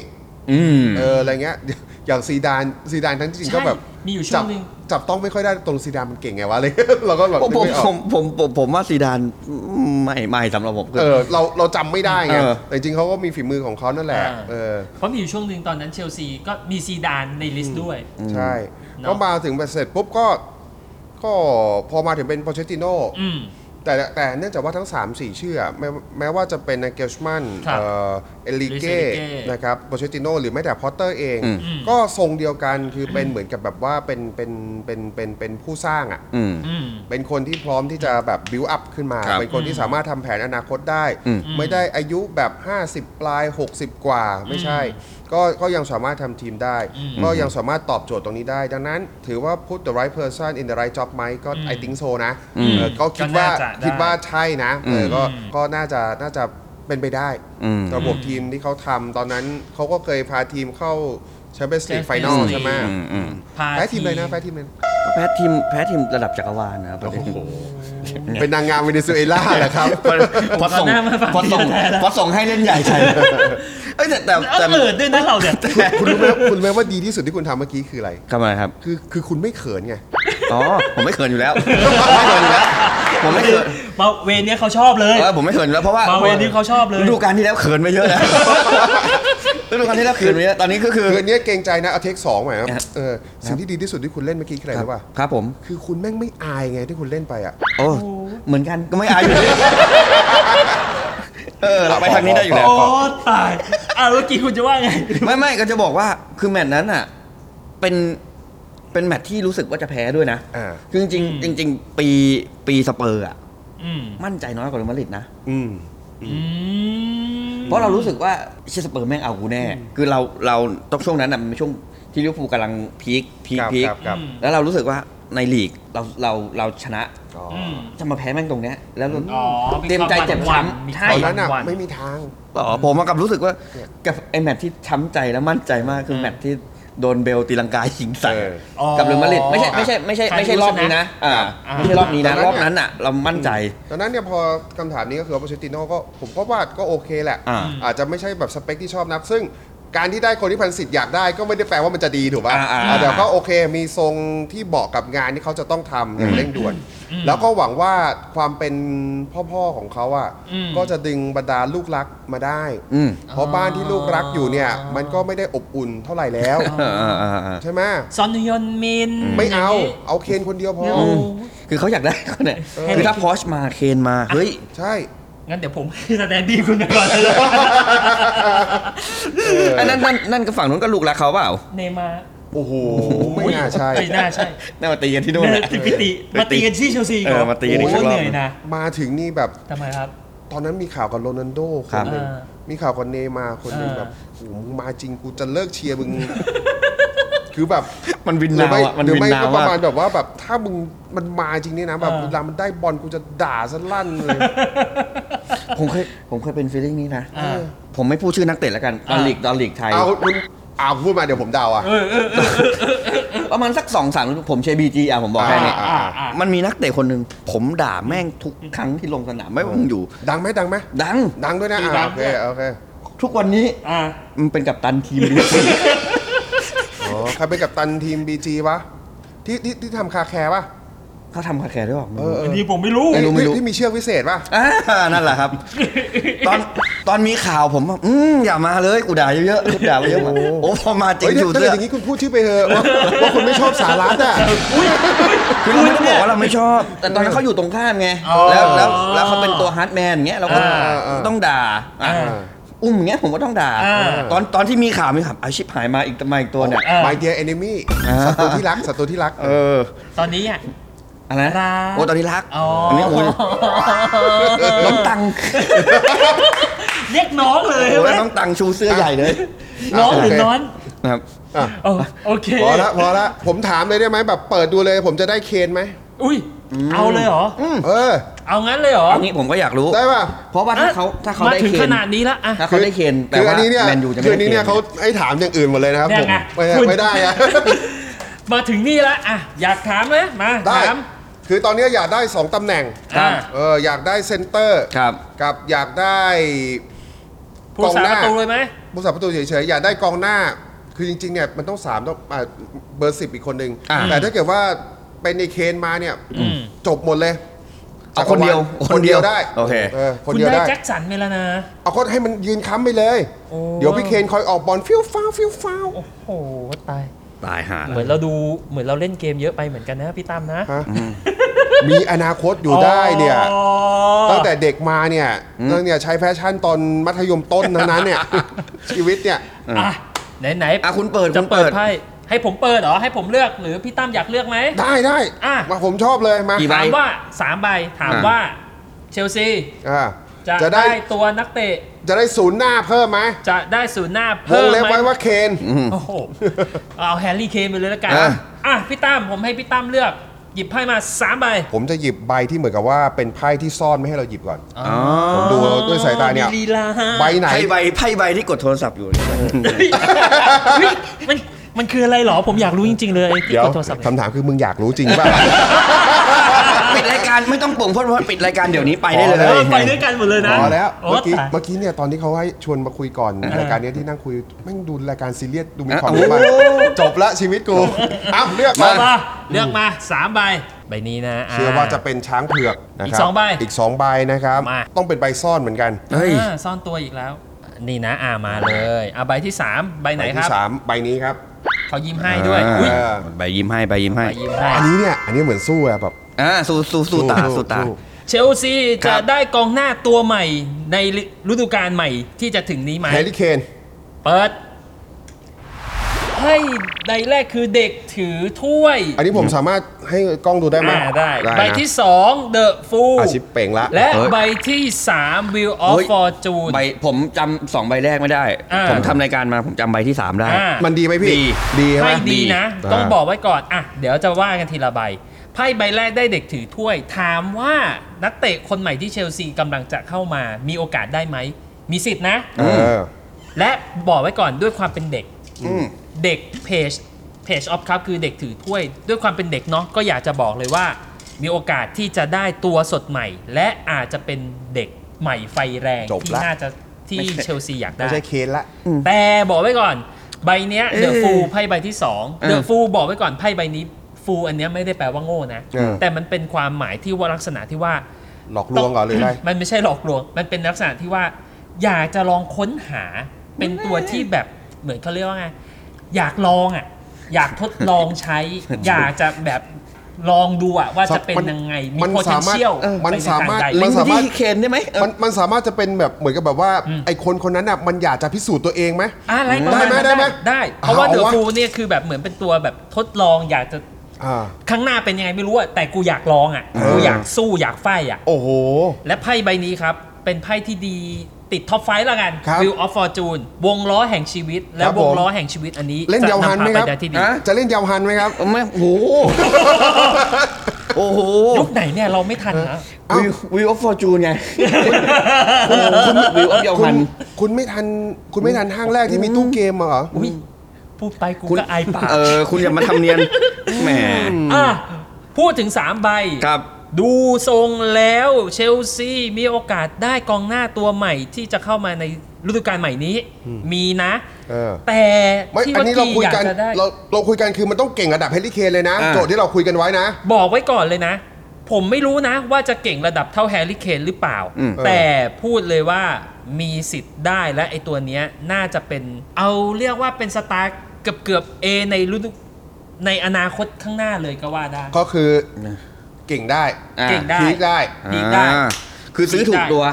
[SPEAKER 3] อืม
[SPEAKER 5] เอออะไรเงี้ย อย่างซีดานซีดานทั้งจริงๆก็แบบ
[SPEAKER 4] ใช่มีอยู่ช่วง
[SPEAKER 5] จับ
[SPEAKER 4] หนึ่ง
[SPEAKER 5] จับต้องไม่ค่อยได้ตรงซีดานมันเก่งไงวะอะไรเงี้ย เราก็แบบ
[SPEAKER 3] ผมผม
[SPEAKER 5] นึกไม่อ
[SPEAKER 3] ผ
[SPEAKER 5] อก
[SPEAKER 3] มผมผมผมว่าซีดานไม่ไม่สำหรับผมคือ
[SPEAKER 5] เออเราเราจำไม่ได้ไง
[SPEAKER 3] เออ
[SPEAKER 5] แต่จริงๆเขาก็มีฝีมือของเขานั่นแหละ
[SPEAKER 4] อ่า
[SPEAKER 5] เออ
[SPEAKER 4] เพราะมีอยู่ช่วงหนึ่งตอนนั้นเชลซีก็มีซีดานในลิสต์ด้วย
[SPEAKER 5] ใช่
[SPEAKER 4] เนอะ
[SPEAKER 5] ก็มาถึงเสร็จปุ๊บก็ ก็พอมาถึงเป็นโปเชติโน
[SPEAKER 4] อืม
[SPEAKER 5] แต่แต่เนื่องจากว่าทั้ง 3 4 ชื่ออะแม้แม้ว่าจะเป็นเกลชมัน
[SPEAKER 4] ครับ
[SPEAKER 5] เอ่อเอลิเก้
[SPEAKER 4] Enrique
[SPEAKER 5] นะครับโปเชติโนหรือแม้แต่พอตเตอร์เอง
[SPEAKER 3] อืม
[SPEAKER 5] ก็ทรงเดียวกันคือเป็นเหมือนกับแบบว่าเป็นเป็นเป็นเป็นเป็นผู้สร้างอ่ะ
[SPEAKER 3] อืม
[SPEAKER 4] อืม
[SPEAKER 5] เป็นคนที่พร้อมที่จะแบบบิวอัพขึ้นมา
[SPEAKER 3] ครับ
[SPEAKER 5] เป็นคนที่สามารถทำแผนอนาคตได้
[SPEAKER 3] อืม
[SPEAKER 5] ไม่ได้อายุแบบ 50 ปลาย 60 กว่าไม่ใช่ ก็ก็ยังสามารถทำทีมได้ ก็ยังสามารถตอบโจทย์ตรงนี้ได้ ดังนั้นถือว่า put the right person in the right job ไหมก็ I think so นะเออก็คิดว่า
[SPEAKER 4] ก็น่าจะได้
[SPEAKER 5] คิดว่าใช่นะเออก็ก็น่าจะน่าจะเป็นไปได้
[SPEAKER 3] อืม
[SPEAKER 5] ระบบทีมที่เขาทำตอนนั้นเขาก็เคยพาทีมเข้าแชมเปี้ยนส์ลีกไฟนอลใช่ไหม
[SPEAKER 3] อืมอืม
[SPEAKER 4] พา
[SPEAKER 5] แพ้ทีมเลยนะแพ้ทีมเลย
[SPEAKER 3] แพ้ทีมแพ้ทีมระดับจักรวาลนะครับประเด็น
[SPEAKER 5] เป็นนางงามเวเนซุเอลาเหรอครับ
[SPEAKER 3] พอส่ง
[SPEAKER 4] เอาหน้ามาฝั่ง
[SPEAKER 3] พอส่ง
[SPEAKER 4] นี้แทนนะ
[SPEAKER 3] พอส่งให้เล่นใหญ่ใช่เอ้ยแต่แต่
[SPEAKER 4] แล้ว
[SPEAKER 3] แต่
[SPEAKER 4] เปิดด้วยนะเราเนี่ย
[SPEAKER 5] คุณรู้ไหมคุณรู้ไหมว่าดีที่สุดที่คุณทำเมื่อกี้คืออะไร
[SPEAKER 3] ทำไมครับ
[SPEAKER 5] คือคือคุณไม่เขินไง
[SPEAKER 3] อ๋อ ผมไม่เขินอยู่แล้ว ผมไม่เขินอยู่แล้วผมไม่เขิน
[SPEAKER 4] มาเวรเนี้ยเขาชอบเลย
[SPEAKER 3] เออผมไม่เขินอยู่แล้วเพราะว่า
[SPEAKER 4] มาเวรนี้เขาชอบเลย
[SPEAKER 3] ฤดูกาลที่แล้วเขินไปเยอะนะฤดูกาลที่แล้วเขินไปเยอะตอนนี้ก็คือ
[SPEAKER 5] คืออันเนี้ยเกรงใจนะเอาเทคสองใหม่ครับ
[SPEAKER 3] ครับ
[SPEAKER 5] เออสิ่งที่ดีที่สุดที่คุณเล่นเมื่อกี้คืออะไรรู้ป่ะ
[SPEAKER 3] ครับผม
[SPEAKER 5] คือคุณแม่งไม่อายไงที่คุณเล่นไปอ่ะ
[SPEAKER 3] โอ้เหมือนกันก็ไม่อายอยู่ดีเออเราไปทางนี้ได้อยู่แล้ว
[SPEAKER 4] โอ้ตายอ่ะเมื่อกี้คุณจะว่าไง
[SPEAKER 3] ไม่ไม่ก็จะบอกว่าคือแมตช์นั้นอ่ะเป็นเป็นแมตช์ที่รู้สึกว่าจะแพ้ด้วยนะ
[SPEAKER 5] อ่า
[SPEAKER 3] คือจริงๆจริง ๆ ปีปีสเปอร์อ่ะ
[SPEAKER 4] อืม
[SPEAKER 3] มั่นใจน้อยกว่าเรอัลมาดริดนะ
[SPEAKER 5] อืม
[SPEAKER 4] อืม
[SPEAKER 3] เพราะเรารู้สึกว่าเชยสเปอร์แม่งเอากูแน่ คือเราเราต้องช่วงนั้นอ่ะมันเป็นช่วงที่ลิเวอร์พูลกำลังพีคพีค
[SPEAKER 5] ครับ
[SPEAKER 3] พีค
[SPEAKER 5] ครับครับ
[SPEAKER 3] แล้วเรารู้สึกว่าในลีกเราเราเราชนะ
[SPEAKER 5] อ๋ออ
[SPEAKER 4] อืม
[SPEAKER 3] จะมาแพ้แม่งตรงเนี้ยแล้วเรา
[SPEAKER 4] อ๋อ
[SPEAKER 3] เตรียมใจเจ็บช้ำ
[SPEAKER 4] มีค
[SPEAKER 5] ต
[SPEAKER 4] วาม
[SPEAKER 5] อน
[SPEAKER 4] หวั
[SPEAKER 5] นั้
[SPEAKER 4] ง
[SPEAKER 5] น
[SPEAKER 4] มี
[SPEAKER 5] อ่ะ
[SPEAKER 4] ความหวัง
[SPEAKER 5] ไม่มีทาง
[SPEAKER 3] อ๋อผมอะกลับรู้สึกว่ากับไอแมตช์ที่ช้ำใจและมั่นใจมากคือแมตช์ที่โดนเบลตีลังกายิงใส่
[SPEAKER 5] เออ
[SPEAKER 4] อ๋อ
[SPEAKER 3] กับเรอัลมาดริดไม่ใช่ไม่ใช่ไม่ใช่ไม่ใช่รอบนี้นะอ่า
[SPEAKER 4] อ่า
[SPEAKER 3] ไม่ใช่รอบนี้นะ
[SPEAKER 5] ตอนนั้น
[SPEAKER 3] รอบนั้น
[SPEAKER 5] เนี่ย
[SPEAKER 3] อ่ะ เรามั่นใจ
[SPEAKER 5] ดังนั้นเนี่ยพอคำถามนี้ก็คือว่าโปเชติโน่ก็ผมก็ว่าก็โอเคแหละ
[SPEAKER 3] อ่า
[SPEAKER 5] อาจจะไม่ใช่แบบสเปคที่ชอบนัก ซึ่งการที่ได้คนที่พันสิทธิ์อยากได้ก็ไม่ได้แปลว่ามันจะดีถูกป่ะ
[SPEAKER 3] อ่าอ่า
[SPEAKER 5] อ่าแต่ก็โอเคมีทรงที่เหมาะกับงานที่เขาจะต้องทำอย่างเร่งด่วน แล้วก็หวังว่าความเป็นพ่อๆของเขาอ่ะ
[SPEAKER 4] อืม
[SPEAKER 5] ก็จะดึงบรรดาลูกรักมาได้
[SPEAKER 3] อืม
[SPEAKER 5] เพราะบ้านที่ลูกรักอยู่เนี่ย มันก็ไม่ได้อบอุ่นเท่าไหร่แล้ว
[SPEAKER 3] เออเออเออเออ
[SPEAKER 5] ใช่ไหม
[SPEAKER 4] ซอนฮยอนมิน
[SPEAKER 5] ไม่เอา
[SPEAKER 4] ย่งนี้
[SPEAKER 5] เอาเคนคนเดียวพอ
[SPEAKER 4] โอ้
[SPEAKER 3] คือเขาอยากได้เขาเนี่ย
[SPEAKER 5] เออ
[SPEAKER 3] คือถ้าพอชมาเคนมา เฮ้ย
[SPEAKER 5] ใช่
[SPEAKER 4] งั้นเดี๋ยวผม ให้สแตนดี้คุณก่อนเลย
[SPEAKER 5] เออ
[SPEAKER 3] อันนั้นนั่นนั่นก็ฝั่งนู้นก็ลูกรักเขาเปล่า
[SPEAKER 4] เนย์มาร์
[SPEAKER 5] โอ้โหไม่น่าใช่
[SPEAKER 4] ไม่น่าใช่
[SPEAKER 3] น่ามาตีกันที่นู่น
[SPEAKER 4] เน
[SPEAKER 3] น่ะ
[SPEAKER 4] ยติปิติมาตีกันที่เชลซี
[SPEAKER 3] เออมาตีกันอีกสั
[SPEAKER 4] โอ้
[SPEAKER 3] ก
[SPEAKER 4] ย
[SPEAKER 3] รอบ
[SPEAKER 4] เหนื่อยนะ
[SPEAKER 5] มาถึงนี่แบบ
[SPEAKER 4] ทำไมครับ
[SPEAKER 5] ตอนนั้นมีข่าวกับโรนัลโดค
[SPEAKER 3] ครั
[SPEAKER 5] น
[SPEAKER 3] บ
[SPEAKER 5] หนึ่ง
[SPEAKER 4] อ่า
[SPEAKER 5] มีข่าวกับเนย์มาร์คนหนึ่ง
[SPEAKER 4] อ่า
[SPEAKER 5] แบบโอ้โหมึงมาจริงกูจะเลิกเชียร์มึง คือแบบ
[SPEAKER 3] มันวิน
[SPEAKER 5] หรื
[SPEAKER 3] นา
[SPEAKER 5] ไม่
[SPEAKER 3] วอะมัน
[SPEAKER 5] หรือ
[SPEAKER 3] วิน
[SPEAKER 5] ไม่
[SPEAKER 3] นา
[SPEAKER 5] ก็
[SPEAKER 3] ว
[SPEAKER 5] ประ
[SPEAKER 3] มาก
[SPEAKER 5] มาณแบบว่าแบบถ้ามึงมันมาจริงนี่นะแบบเวลามันได้บอลกูจะด่าซะลั่นเลย
[SPEAKER 3] ผมเคยผมเคยเป็นฟีลลิ่งนี้นะ ผมไม่พูดชื่อนักเตะแล้วกันตอนลีกตอนลีกไทย
[SPEAKER 5] เอาคุณเอาพูดมาเดี๋ยวผมเดาอ่ะ
[SPEAKER 3] ประมาณสักสองสามผมเชียร์บีจีอ่ะผมบอกแค่นี้
[SPEAKER 5] อ่า
[SPEAKER 3] มันมีนักเตะคนหนึ่งผมด่าแม่งทุกครั้งที่ลงสนามไม่ว่ามึงอยู่
[SPEAKER 5] ดังไหมดังไหม
[SPEAKER 3] ดัง
[SPEAKER 5] ดังด้วยนะอ่ะ
[SPEAKER 4] ดัง
[SPEAKER 5] โอเคโอเค
[SPEAKER 3] ทุกวันนี้
[SPEAKER 4] อ่า
[SPEAKER 3] มันเป็นกับตันทีมบีจี
[SPEAKER 5] อ๋อใครเป็นกัปตันทีม BG ปะที่ที่ที่ทำคาแคร์ปะ
[SPEAKER 3] เขาทำคาแคร์ด้วยหรอ
[SPEAKER 5] เออเอ
[SPEAKER 4] อั
[SPEAKER 5] อน
[SPEAKER 4] นี้ผมไม่รู้
[SPEAKER 3] ไม่รู้ไม่รู้
[SPEAKER 5] ที่ที่มีเชือกวิเศษปะ
[SPEAKER 3] อ่านั่นแหละครับ ตอนตอนมีข่าวผมว่าอืมอย่ามาเลยกูด่าเยอะๆกูด่าไปเยอะมากโอ้พอมาจริง
[SPEAKER 5] เฮ้ย
[SPEAKER 3] อยู่
[SPEAKER 5] ถ้า
[SPEAKER 3] เสื้
[SPEAKER 5] เกิด
[SPEAKER 3] อ
[SPEAKER 5] อย่างนี้คุณพูดชื่อไปเถอะ ว่าว่าคุณไม่ชอบสารัตอ่ะ
[SPEAKER 3] คือเราไม่ได้บอกว่าเราไม่ชอบ แต่ตอนนั้นเขาอยู่ตรงข้ามไงแล้วแล้วแล้วเขาเป็นตัวฮาร์ดแมนอย่างเงี้ยเราก็
[SPEAKER 4] อ่า
[SPEAKER 3] ต้องด่าอ่ะอุ้มอย่างเงี้ยผมก็ต้องด่า
[SPEAKER 5] อ่า
[SPEAKER 3] ตอนตอนที่มีข่าวมีข่าวอาชิบหายมาอีกมาอีกตัวเนี่ย
[SPEAKER 5] My dear enemy ศัตรูที่รักศัตรูที่รัก
[SPEAKER 3] เออ
[SPEAKER 4] ตอนนี้อ่ะ
[SPEAKER 3] อะไรนะ
[SPEAKER 4] รัก
[SPEAKER 3] โอ้ตอนนี้รัก
[SPEAKER 4] อ๋อ
[SPEAKER 3] อันนี้โอ้ ยน้องตัง
[SPEAKER 4] เรียกน้องเลยใช่
[SPEAKER 3] โอ้
[SPEAKER 4] ไหม
[SPEAKER 3] ยน้องตังชูเสื้อใหญ่เลย
[SPEAKER 4] น้องหรือ
[SPEAKER 5] โอเค
[SPEAKER 4] น้อน
[SPEAKER 3] นะครับ
[SPEAKER 4] อ๋อโอเค
[SPEAKER 5] พอละพอละผมถามเลยได้ไหมแบบเปิดดูเลยผมจะได้เคนไหม
[SPEAKER 4] อุ้ยเอาเลยเหรอ
[SPEAKER 5] เออ
[SPEAKER 4] เอางั้นเลยเหรอ
[SPEAKER 3] อันนี้ผมก็อยากรู้
[SPEAKER 5] ได้ป่ะ
[SPEAKER 3] เพราะว่าถ้าเขา
[SPEAKER 4] อ่ะ
[SPEAKER 3] ถ้าเขา
[SPEAKER 4] มา
[SPEAKER 3] ได้
[SPEAKER 4] ถึง
[SPEAKER 3] เคน
[SPEAKER 4] ขนาดนี้ละอ่ะ
[SPEAKER 3] ถ้าเขาได้เคนแต่
[SPEAKER 5] คือ
[SPEAKER 3] ว่า
[SPEAKER 5] อันนี้เนี่ย
[SPEAKER 3] แมนยูจะไม่
[SPEAKER 5] คือ
[SPEAKER 3] ได้
[SPEAKER 5] อันนี้
[SPEAKER 3] เคน
[SPEAKER 5] เนี่ยเขาให้ถามอย่างอื่นหมดเลยนะครับ
[SPEAKER 4] เนี่
[SPEAKER 5] ผ
[SPEAKER 4] ยไง
[SPEAKER 5] มไม่
[SPEAKER 4] คุณ
[SPEAKER 5] ไม่ได้อะ
[SPEAKER 4] มาถึงนี่ละอ่ะอยากถามไหมมา
[SPEAKER 5] ได้
[SPEAKER 4] ถาม
[SPEAKER 5] คือตอนเนี้ยอยากได้ 2ตำแหน่ง
[SPEAKER 4] อ่ะ
[SPEAKER 5] เอออยากได้เซนเตอร์
[SPEAKER 3] ครับ
[SPEAKER 5] กับอยากได้
[SPEAKER 4] ผู้สาประตูเลยไหม
[SPEAKER 5] ผู้สาประตูเฉยๆอยากได้กองหน้า คือจริงๆเนี่ยมันต้อง3ต้องอ่ะเบอร์สิบอีกคนนึง
[SPEAKER 3] อ่า
[SPEAKER 5] แต่ถ้าเกิดว่าเป็นในเคนมาเนี่ยจบหมดเลย
[SPEAKER 3] เอาคนเดียว
[SPEAKER 5] คนเดียวได้
[SPEAKER 3] โอเค
[SPEAKER 5] เออคน
[SPEAKER 4] คุณ
[SPEAKER 5] เดียว
[SPEAKER 4] ได้
[SPEAKER 5] ได้
[SPEAKER 4] แจ็คสันไปแล้วนะ
[SPEAKER 5] เอาก็ให้มันยืนค้ำไปเลย เดี๋ยวพี่เคนคอยออกบอลฟิวฟ้าวฟิว ฟ้าว
[SPEAKER 4] โอ้โหตาย
[SPEAKER 3] ตายห่า
[SPEAKER 4] เหมือนเราดูเหมือนเราเล่นเกมเยอะไปเหมือนกันนะพี่ตั้มนะ
[SPEAKER 5] ฮะมีอนาคตอยู่ได้เนี่ย
[SPEAKER 4] อ๋อ
[SPEAKER 5] ตั้งแต่เด็กมาเนี่ยตั้งเนี่ยใช้แฟชั่นตอนมัธยมต้นทั้งนั้น เนี่ย ชีวิตเนี่ย
[SPEAKER 4] อ่ะไหนไหนๆ
[SPEAKER 3] อ่ะคุณเปิด
[SPEAKER 4] จะ
[SPEAKER 3] คุณ
[SPEAKER 4] เปิดไพ่ให้ผมเปิดเหรอให้ผมเลือกหรือพี่ตั้มอยากเลือกไหม
[SPEAKER 5] ได้ได้
[SPEAKER 4] อ่ะ
[SPEAKER 5] มาผมชอบเลยมา
[SPEAKER 3] กี่ใบ
[SPEAKER 4] ถามว่าสามใบถาม
[SPEAKER 3] อ่ะ
[SPEAKER 4] ว่าเชลซี
[SPEAKER 5] อ่า
[SPEAKER 4] จะ
[SPEAKER 5] จะได้
[SPEAKER 4] ได้ตัวนักเตะ
[SPEAKER 5] จะได้ศูนย์หน้าเพิ่มไหม
[SPEAKER 4] จะได้ศูนย์หน้าว เพิ่
[SPEAKER 5] ง
[SPEAKER 4] ม
[SPEAKER 5] เล็บ
[SPEAKER 4] ไหม
[SPEAKER 5] ไว้ว่าเคน
[SPEAKER 4] โอ้โหเอาแฮร์รี่เคนไปเลยละกัน
[SPEAKER 3] อ่ะ
[SPEAKER 4] อ่ะพี่ตั้มผมให้พี่ตั้มเลือก หยิบไพ่มาสามใบ
[SPEAKER 5] ผมจะหยิบใบที่เหมือนกับว่าเป็นไพ่ที่ซ่อนไม่ให้เราหยิบก่อน
[SPEAKER 3] อ๋อ
[SPEAKER 5] ผมดูด้วยสายตาเนี่ย
[SPEAKER 4] มีลีลา
[SPEAKER 5] ใบไหน
[SPEAKER 3] ไพ่ใบไพ่ใบที่กดโทรศัพท์ อยู่
[SPEAKER 4] เฮ้ยมันมันคืออะไรเหรอ ผมอยากรู้จริง ๆ เลยไอ้ที่
[SPEAKER 5] เดี๋ยว
[SPEAKER 4] กดโทรศัพท์เนี่ย
[SPEAKER 5] คำถามคือมึงอยากรู้จริงป่ะ
[SPEAKER 3] ปิดรายการไม่ต้องป่งพ่นเพราะปิดรายการเดี๋ยวนี้ไปได้เล
[SPEAKER 4] เอย อไปด้วยกันหมดเลยนะ
[SPEAKER 5] พอแล้ว
[SPEAKER 4] โอ้
[SPEAKER 5] เมื่อกี้
[SPEAKER 4] ตาย
[SPEAKER 5] เมื่อกี้เนี่ยตอนที่เขาให้ชวนมาคุยก่อนรายการเนี้ยที่นั่งคุยแม่งดูรายการซีเรียสดูมีความรู้มาก
[SPEAKER 3] โอ้โห
[SPEAKER 5] จบละชีวิตกูอ้าวเลือก
[SPEAKER 4] มา
[SPEAKER 5] มา
[SPEAKER 4] มาเลือกมาสามใบ ใบนี้นะ
[SPEAKER 5] เชื่อว่าจะเป็นช้างเผือกนะ
[SPEAKER 4] อี
[SPEAKER 5] ค
[SPEAKER 4] ก
[SPEAKER 5] รั
[SPEAKER 4] สองใบ
[SPEAKER 5] อีกสองใบนะครับ
[SPEAKER 4] มา
[SPEAKER 5] ต้องเป็นใบซ่อนเหมือนกัน
[SPEAKER 3] เฮ้ย
[SPEAKER 4] อ่าซ่อนตัวอีกแล้ว นี่นะอ่ามาเลยอ่าใบที่สามใบไห
[SPEAKER 5] ใบ
[SPEAKER 4] นค
[SPEAKER 5] ที่
[SPEAKER 4] รับ
[SPEAKER 5] สามใบนี้ครับ
[SPEAKER 4] เขายิ้มให้ด้วย
[SPEAKER 3] อ่า
[SPEAKER 4] อุ้ย
[SPEAKER 5] เออ
[SPEAKER 3] ใบยิ้มให้ใบยิ้มให้
[SPEAKER 4] ใบยิ้มให้
[SPEAKER 5] อันนี้เนี่ยอันนี้เหมือนสู้อะแบบ
[SPEAKER 3] อ่าสู้สู้สู้ตาสู้ตา
[SPEAKER 4] เชลซี
[SPEAKER 3] ครั
[SPEAKER 4] จะ
[SPEAKER 3] บ
[SPEAKER 4] ได้กองหน้าตัวใหม่ในฤดูกาลใหม่ที่จะถึงนี้ไหม
[SPEAKER 5] แฮร์รี่เคน
[SPEAKER 4] เปิด ให้ใบแรกคือเด็กถือถ้วย
[SPEAKER 5] อันนี้ผมสามารถให้กล้องดูได้ไหม
[SPEAKER 4] อ่าได้
[SPEAKER 5] นะ
[SPEAKER 4] ใบที่สองเดอะฟู
[SPEAKER 5] อาชิปเป่งละ
[SPEAKER 4] และ
[SPEAKER 3] เอ้ย
[SPEAKER 4] ใบที่สามวิวออฟ
[SPEAKER 3] เฮ้ย
[SPEAKER 4] ฟอร์จูน
[SPEAKER 3] ใบผมจำสองใบแรกไม่ได้
[SPEAKER 4] อ่า
[SPEAKER 3] ผมทำรายการมาผมจำใบที่สามได้
[SPEAKER 4] อ่า
[SPEAKER 5] มันดีไหมพี่
[SPEAKER 3] ดี
[SPEAKER 5] ดีใช่ไหม
[SPEAKER 4] ไพ่ดีนะ
[SPEAKER 5] ดี
[SPEAKER 4] ต้อง
[SPEAKER 5] อ่า
[SPEAKER 4] บอกไว้ก่อน อ่ะ เดี๋ยวจะว่ากันทีละใบ ไพ่ใบแรกได้เด็กถือถ้วย ถามว่านักเตะคนใหม่ที่เชลซีกำลังจะเข้ามา มีโอกาสได้ไหม มีสิทธินะ
[SPEAKER 5] เออ
[SPEAKER 4] และบอกไว้ก่อนด้วยความเป็นเด็ก
[SPEAKER 3] อืม
[SPEAKER 4] เด็กเพจเพจออฟครับคือเด็กถือถ้วย ด้วยความเป็นเด็กเนาะก็อยากจะบอกเลยว่า มีโอกาสที่จะได้ตัวสดใหม่ และอาจจะเป็นเด็กใหม่ไฟแรง
[SPEAKER 5] จบ
[SPEAKER 4] ที่
[SPEAKER 5] ละ
[SPEAKER 4] น่าจะที่เชลซีอยากได้
[SPEAKER 5] ไม่ใช่เคนละ
[SPEAKER 4] แต่บอกไว้ก่อน ใบเนี้ย
[SPEAKER 3] เอ๊ะ
[SPEAKER 4] เดอะฟูไพ่ใบที่สอง
[SPEAKER 3] เออ
[SPEAKER 4] เดอะฟูบอกไว้ก่อนไพ่ใบนี้ฟูอันเนี้ยไม่ได้แปลว่าโง่นะ
[SPEAKER 5] เออ
[SPEAKER 4] แต่มันเป็นความหมายที่ว่าลักษณะที่ว่า
[SPEAKER 5] หลอกลวงเหรอหรืออะไร
[SPEAKER 4] มันไม่ใช่หลอกลวง มันเป็นลักษณะที่ว่า อยากจะลองค้นหา เป็นตัวที่แบบเหมือนเขาเรียกว่าไง อยากลองอ่ะ อยากทดลอง ใช้ อยากจะแบบลองดูอ่ะว่าจะเป็นยังไง มี
[SPEAKER 5] มันสามารถ
[SPEAKER 4] potential
[SPEAKER 5] เออมัน
[SPEAKER 4] ไปใทง
[SPEAKER 5] สามารถ
[SPEAKER 4] ใด
[SPEAKER 3] ลิงก์ไป
[SPEAKER 5] สามารถ
[SPEAKER 3] ที่เคนได้ไหมเออ
[SPEAKER 5] มันมันสามารถจะเป็นแบบเหมือนกับแบบว่าไอคนคนนั้นอ่ะมันอยากจะพิสูจน์ตัวเองไหม
[SPEAKER 4] อะไรประาณนั้น
[SPEAKER 5] ได้ไหมได้ไหม
[SPEAKER 4] ได้ เพราะว่า
[SPEAKER 5] เอา
[SPEAKER 4] เดอะ
[SPEAKER 5] วะ
[SPEAKER 4] ฟูเนี่ยคือแบบเหมือนเป็นตัวแบบทดลองอยากจะ
[SPEAKER 5] อ่า
[SPEAKER 4] ข้างหน้าเป็นยังไงไม่รู้อะแต่กูอยากลองอะ
[SPEAKER 5] เออ
[SPEAKER 4] กูอยากสู้อยากไฟอะ
[SPEAKER 5] โอ้โห
[SPEAKER 4] และไพ่ใบนี้ครับ เป็นไพ่ที่ดี ติดท็อปไฟแล้วกัน
[SPEAKER 5] ครับ
[SPEAKER 4] Wheel of Fortune วงล้อแห่งชีวิต และ
[SPEAKER 5] ครับ
[SPEAKER 4] ว
[SPEAKER 5] ผม
[SPEAKER 4] งล้อแห่งชีวิตอันนี้
[SPEAKER 5] เล่นยาวฮันไหมครับ
[SPEAKER 4] จะำพาปด้ที่ดี
[SPEAKER 3] ฮ
[SPEAKER 5] จะเล่นยาวฮันไหมครับ
[SPEAKER 3] เออไม่โอ้โห โอ้โห
[SPEAKER 4] ยุคไหนเนี่ยเราไม่ทันนะ
[SPEAKER 5] อ้าว
[SPEAKER 3] วิววิวออฟฟอร์จูนไงคุณวิวออฟเยา
[SPEAKER 5] คุ
[SPEAKER 3] วั
[SPEAKER 5] ณ
[SPEAKER 3] น
[SPEAKER 5] คุณไม่ทันคุณไม่ทันห้างแรกที่มีตู้เกมเหรอ
[SPEAKER 4] อุ้ยพูดไปกู
[SPEAKER 3] คุณ
[SPEAKER 4] ก็อายปาก
[SPEAKER 3] เออ คุณอย่ามาทำเนียนแหม
[SPEAKER 4] อ่ะพูดถึง 3 ใบ
[SPEAKER 3] ครับ
[SPEAKER 4] ดูทรงแล้วเชลซีมีโอกาสได้กองหน้าตัวใหม่ที่จะเข้ามาในฤดูกาลใหม่นี้ มีนะ
[SPEAKER 5] เออ
[SPEAKER 4] แต่
[SPEAKER 5] ไม่
[SPEAKER 4] ที่
[SPEAKER 5] อัน
[SPEAKER 4] ว่า
[SPEAKER 5] นี้เรา
[SPEAKER 4] กี่
[SPEAKER 5] คุย
[SPEAKER 4] อยาก
[SPEAKER 5] กัน
[SPEAKER 4] จะได้
[SPEAKER 5] เราเราคุยกันคือมันต้องเก่งระดับแฮร์รี่เคนเลยนะ
[SPEAKER 3] อ่า
[SPEAKER 5] โจทย์ที่เราคุยกันไว้นะ
[SPEAKER 4] บอกไว้ก่อนเลยนะ ผมไม่รู้นะว่าจะเก่งระดับเท่าแฮร์รี่เคนหรือเปล่า
[SPEAKER 3] อืม
[SPEAKER 4] แต่พูดเลยว่ามีสิทธิ์ได้และไอตัวเนี้ยน่าจะเป็นเอาเรียกว่าเป็นสตาร์เกือบเกือบเอในฤดูในอนาคตข้างหน้าเลยก็ว่าได้
[SPEAKER 5] ก็คือเก่งได้
[SPEAKER 3] อ่า
[SPEAKER 4] เก่งได้
[SPEAKER 5] พีคได้
[SPEAKER 4] ดีได้
[SPEAKER 3] อ่าคือซื้อถูกตัว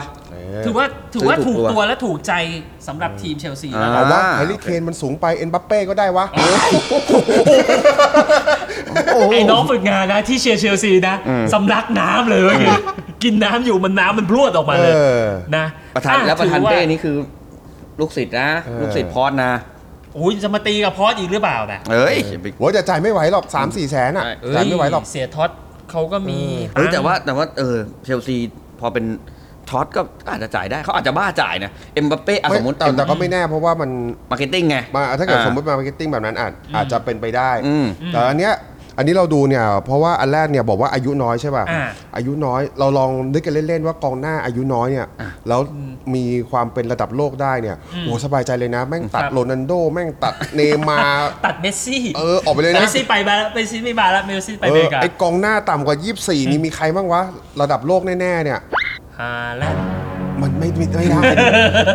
[SPEAKER 4] ถือว่าถือว่า
[SPEAKER 3] ซื้อถู
[SPEAKER 4] ถู
[SPEAKER 3] ก
[SPEAKER 4] ก
[SPEAKER 3] ตัว
[SPEAKER 4] ตัวและถูกใจสำหรับทีมเชลซี
[SPEAKER 3] อ่า
[SPEAKER 4] แล้ว
[SPEAKER 5] เอาว่าแฮร์รี่เคนมันสูงไปเอ็นบัปเป้ก็ได้วะ
[SPEAKER 4] ไอ้น้องฝึกงานนะที่เชียร์เชลซีนะสำลักน้ำเลยเมื่อกี้กินน้ำอยู่มันน้ำมันพรวดออกมาเลย
[SPEAKER 5] เออ
[SPEAKER 4] นะ
[SPEAKER 3] ประธาน
[SPEAKER 4] อ่
[SPEAKER 3] แล้วประธาน
[SPEAKER 4] ถือว่
[SPEAKER 3] เป้นี่คือ ลูกศิษย์นะ
[SPEAKER 5] เออ
[SPEAKER 3] ลูกศิษย์พอดนะ
[SPEAKER 4] โอ้ยจะมาตีกับพอสอีกหรือเปล่านะ
[SPEAKER 3] เอ้ยอย่าไป
[SPEAKER 5] โว้ยแต่จ่ายไม่ไหวหรอก 3 4 แสนอ่ะ
[SPEAKER 4] เอ้ย
[SPEAKER 5] จ่ายไม่ไหวหรอก
[SPEAKER 4] เสียท็อตเขาก็มี
[SPEAKER 3] เฮ้ย
[SPEAKER 4] งค์
[SPEAKER 3] แต่ว่าแต่ว่าเออเชลซีพอเป็นท็อตก็อาจจะจ่ายได้เขาอาจจะบ้าจ่ายนะ เอ็มบัปเป้อะ
[SPEAKER 5] ไม่
[SPEAKER 3] สมมติ
[SPEAKER 5] แต่แต่ก็ไม่แน่เพราะว่ามัน
[SPEAKER 3] มาร์เก็ตติ้งไง
[SPEAKER 5] มาถ้าเกิด
[SPEAKER 3] อ่
[SPEAKER 5] สมมติมามาร์เก็ตติ้งแบบนั้นอาจอาจจะเป็นไปได้
[SPEAKER 3] อืม
[SPEAKER 5] แต่อันเนี้ยอันนี้เราดูเนี่ย เพราะว่าอันแรกเนี่ยบอกว่าอายุน้อยใช่ป่ะ
[SPEAKER 4] อ่า
[SPEAKER 5] อายุน้อยเราลองนึกกันเล่นๆว่ากองหน้าอายุน้อยเนี่ยแล้วมีความเป็นระดับโลกได้เนี่ยโอ้สบายใจเลยนะ แม่งตัดโรนัลโดแม่ง ตัดเนย์มาร์
[SPEAKER 4] ตัดเมสซี่
[SPEAKER 5] เออออกไปเลยนะ
[SPEAKER 4] เมสซี่ไปมาเมสซี่ไม่มาแล้วเมสซี่ไปอเมริกา
[SPEAKER 5] ไอกองหน้าต่ำกว่า 24 นี่มีใครบ้างวะ ระดับโลกแน่ ๆ เนี่ย
[SPEAKER 4] ฮาแลนด์
[SPEAKER 5] มันไม่ไม่ไม่ได้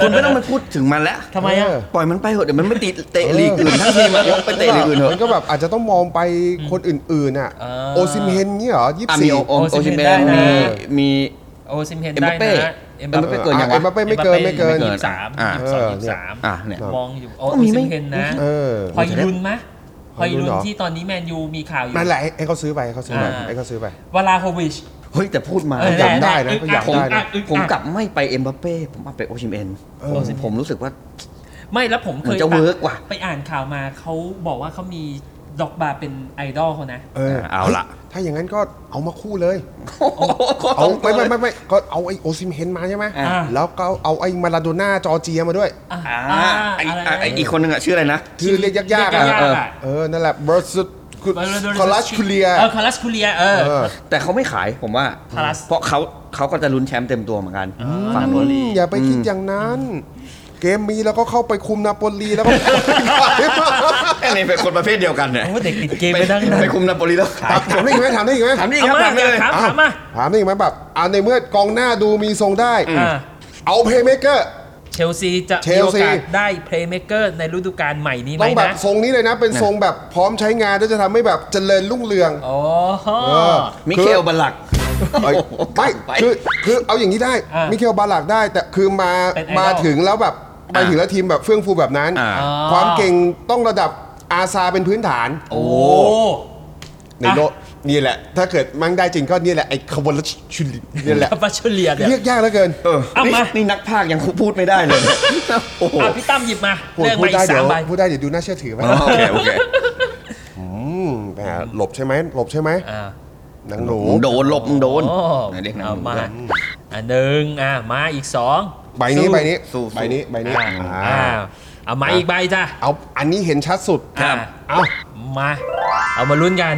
[SPEAKER 3] คุณไม่ต้องมาพูดถึงมันแล้ว
[SPEAKER 4] ทำไมอ่ะ
[SPEAKER 5] เออ
[SPEAKER 3] ปล่อยมันไปเถอะเดี๋ยวมันไม่ติดเตะลีกอื่นทั้งทีมอะยกไปเตะลีกอื่นเถ
[SPEAKER 5] มั
[SPEAKER 3] อะ
[SPEAKER 5] นก็แบบอาจจะต้องมองไปคนอื่น ๆ อ่ะ
[SPEAKER 4] เออ
[SPEAKER 5] โอซิมเฮนเนี่ยเหรอ
[SPEAKER 3] อ่ะมีโอ
[SPEAKER 5] 24
[SPEAKER 3] โอ
[SPEAKER 4] โอซิ
[SPEAKER 3] ซิ
[SPEAKER 4] เม
[SPEAKER 3] เมน
[SPEAKER 4] นได้
[SPEAKER 3] มี
[SPEAKER 4] นะ
[SPEAKER 3] มี
[SPEAKER 4] โอซิมเฮน
[SPEAKER 3] เอ็ม
[SPEAKER 4] ได้
[SPEAKER 3] บัปเป้
[SPEAKER 4] นะ
[SPEAKER 3] เอ็มบัปเป้เกินยังวะ
[SPEAKER 5] เอ็มบัปเป้ไม่เกินไม่เกิน
[SPEAKER 4] ยี่สิบสาม
[SPEAKER 3] อ่า
[SPEAKER 4] ยี่สิบสองยี่สิบสาม
[SPEAKER 3] อ่ะเนี่ย
[SPEAKER 4] มองอยู่โอ
[SPEAKER 3] ก็มี
[SPEAKER 4] ซิ
[SPEAKER 3] ไม่
[SPEAKER 4] มเฮนนะ
[SPEAKER 5] เออ
[SPEAKER 4] ฮอยลุนมะฮอยลุ
[SPEAKER 5] ฮอยลุน
[SPEAKER 4] น
[SPEAKER 5] เหรอ
[SPEAKER 4] ที่ตอนนี้แมนยูมีข่าวอยู่
[SPEAKER 5] นั่นแหละให้ให้เขาซื้อไปให้เขาซื้อไป
[SPEAKER 4] อ่า
[SPEAKER 5] ให้เขาซื้อไป
[SPEAKER 4] วลาโฮวิช
[SPEAKER 3] เฮ้ยแต่พูดมา
[SPEAKER 4] เออ
[SPEAKER 5] จำได้นะ
[SPEAKER 4] อึ
[SPEAKER 5] เขา
[SPEAKER 4] อั
[SPEAKER 5] อยากได้นะ
[SPEAKER 4] อึ
[SPEAKER 3] ผม
[SPEAKER 4] อั
[SPEAKER 3] กลับไม่ไปเอ็มบัปเป้ผมมาไปโอชิเมนผมรู้สึกว่า
[SPEAKER 4] ไม่แล้วผมเค
[SPEAKER 3] เหมือย นจะเวิร์กว่ะ
[SPEAKER 4] ไปอ่านข่าวมาเขาบอกว่าเขามีดอกบาเป็นไอดอลเขานะ
[SPEAKER 5] เออ
[SPEAKER 3] เอาละ
[SPEAKER 5] ถ้าอย่างนั้นก็เอามาคู่เลย
[SPEAKER 3] เอา
[SPEAKER 5] เอาไม่ไม่ไม่ไม่ก็เอาไอโอซิมเฮนมาใช่ไหม
[SPEAKER 3] อ่า
[SPEAKER 5] แล้วก็เอาไอมาราโดน่าจอร์เจียมาด้วย
[SPEAKER 4] อ่า
[SPEAKER 3] อ่าไอ
[SPEAKER 4] อะไร
[SPEAKER 3] ไอ้ไออีกคนนึงอะชื่ออะไรนะ
[SPEAKER 5] ชื่อเรียกยากๆ
[SPEAKER 4] เรี
[SPEAKER 5] อ่ะ
[SPEAKER 4] ยกยากๆอ่ะ
[SPEAKER 5] เออนั่นแหละเบอร์สุดคอลัสคูเลีย
[SPEAKER 4] เออคอลัสคูเลียเออ
[SPEAKER 3] แต่เขาไม่ขายผมว่า
[SPEAKER 4] Palace
[SPEAKER 3] เพราะเขาเขาก็จะลุ้นแชมป์เต็มตัวเหมือนกันฝั่งโนน
[SPEAKER 5] อย่าไปคิดอย่างนั้น เกมมีแล้วก็เข้าไปคุมนาโปลีแล้วก็
[SPEAKER 3] อันนี้เป็นคนประเภทเดียวกันเนี่ย
[SPEAKER 4] โอ้เด็กติดเกมไปทั้งนั้น
[SPEAKER 3] ไปคุมนาโปลีแล้วขาย
[SPEAKER 5] ถามได้อีกไหมถามได้อีกไหม
[SPEAKER 3] ถามนี่ค
[SPEAKER 4] เอา
[SPEAKER 3] รับถามได้
[SPEAKER 4] มาอยาก
[SPEAKER 3] เลย
[SPEAKER 4] ถามถามมา
[SPEAKER 5] ถามได้อีกไหมแบบอ่าในเมื่อกองหน้าดูมีทรงได้
[SPEAKER 4] อ่า
[SPEAKER 5] เอาเพย์เมเกอร์
[SPEAKER 4] เชลซีจะ
[SPEAKER 5] เช
[SPEAKER 4] มี
[SPEAKER 5] ล
[SPEAKER 4] โอ
[SPEAKER 5] ซี
[SPEAKER 4] กาสได้เพลย์เม e เกอร์ในฤดูกาลใหม่นี้ไหม
[SPEAKER 5] ต้องแบบ
[SPEAKER 4] นะ
[SPEAKER 5] ทรงนี้เลยนะ เป็นทรงแบบพร้อมใช้งานแล้วจะทำให้แบบเจริญรุ่งเรือง
[SPEAKER 4] โอ้โห
[SPEAKER 5] เออ
[SPEAKER 3] มิเคลบัลลัก
[SPEAKER 5] เอ้ย ไม่
[SPEAKER 3] ไป
[SPEAKER 5] คือคือเอาอย่างนี้ได้
[SPEAKER 4] อ่ามิ
[SPEAKER 5] มิเคลบาลักได้ แต่คือมา
[SPEAKER 4] เป็นไอดอล
[SPEAKER 5] มาถึงแล้วแบบไปถึงแล้วทีมแบบเฟื่องฟูแบบนั้น
[SPEAKER 3] อ่า
[SPEAKER 5] ความเก่งต้องระดับอาซาเป็นพื้นฐาน
[SPEAKER 4] โอ้
[SPEAKER 5] ใน
[SPEAKER 4] อ่ะ
[SPEAKER 5] โลกนี่แหละ ถ้าเกิดมั่งได้จริงก็นี่แหละไอ้คาร์บอนชุนนี่แหละ
[SPEAKER 4] ปาชเลียเนี่ย
[SPEAKER 5] เรียกยากเหลือเกิน
[SPEAKER 3] เออ
[SPEAKER 4] เอามานี่
[SPEAKER 3] นี่นักภาคยังพูดไม่ได้เลยเนี่ยโอ้โห
[SPEAKER 4] อ่ะพี่ตั้มหยิบมา
[SPEAKER 5] พูด
[SPEAKER 4] เรื่อง
[SPEAKER 5] พู
[SPEAKER 4] มา
[SPEAKER 5] ด
[SPEAKER 4] อี
[SPEAKER 5] ได้
[SPEAKER 4] ก
[SPEAKER 5] เดี๋
[SPEAKER 4] สาย ม
[SPEAKER 5] ว
[SPEAKER 4] ใบ
[SPEAKER 5] พูดได้เดี๋ยวดูน่าเชื่อถือไหม
[SPEAKER 3] อ๋อโอเคโอเค
[SPEAKER 5] อืมแหมหลบใช่ไหมหลบใช่ไหม
[SPEAKER 4] อ่า
[SPEAKER 5] หนังหนู
[SPEAKER 3] มึงโดนหลบมึงโดน
[SPEAKER 4] โอ้
[SPEAKER 3] ไหนเรียกหนะ
[SPEAKER 4] เอา
[SPEAKER 3] มา
[SPEAKER 4] มาอ่ะหนึ่งอ่ะมาอีกสอง
[SPEAKER 5] ใบนี้ใบนี้
[SPEAKER 3] สู้สู้
[SPEAKER 5] ใบนี้ใบนี้
[SPEAKER 4] อ่ะ
[SPEAKER 5] อ่า
[SPEAKER 4] อ่ะเอามาอีกใบจ้ะ
[SPEAKER 5] เอาอันนี้เห็นชัดสุด
[SPEAKER 3] ครับ
[SPEAKER 4] อ่ะ
[SPEAKER 5] เอา
[SPEAKER 4] มา เอามาลุ้นกัน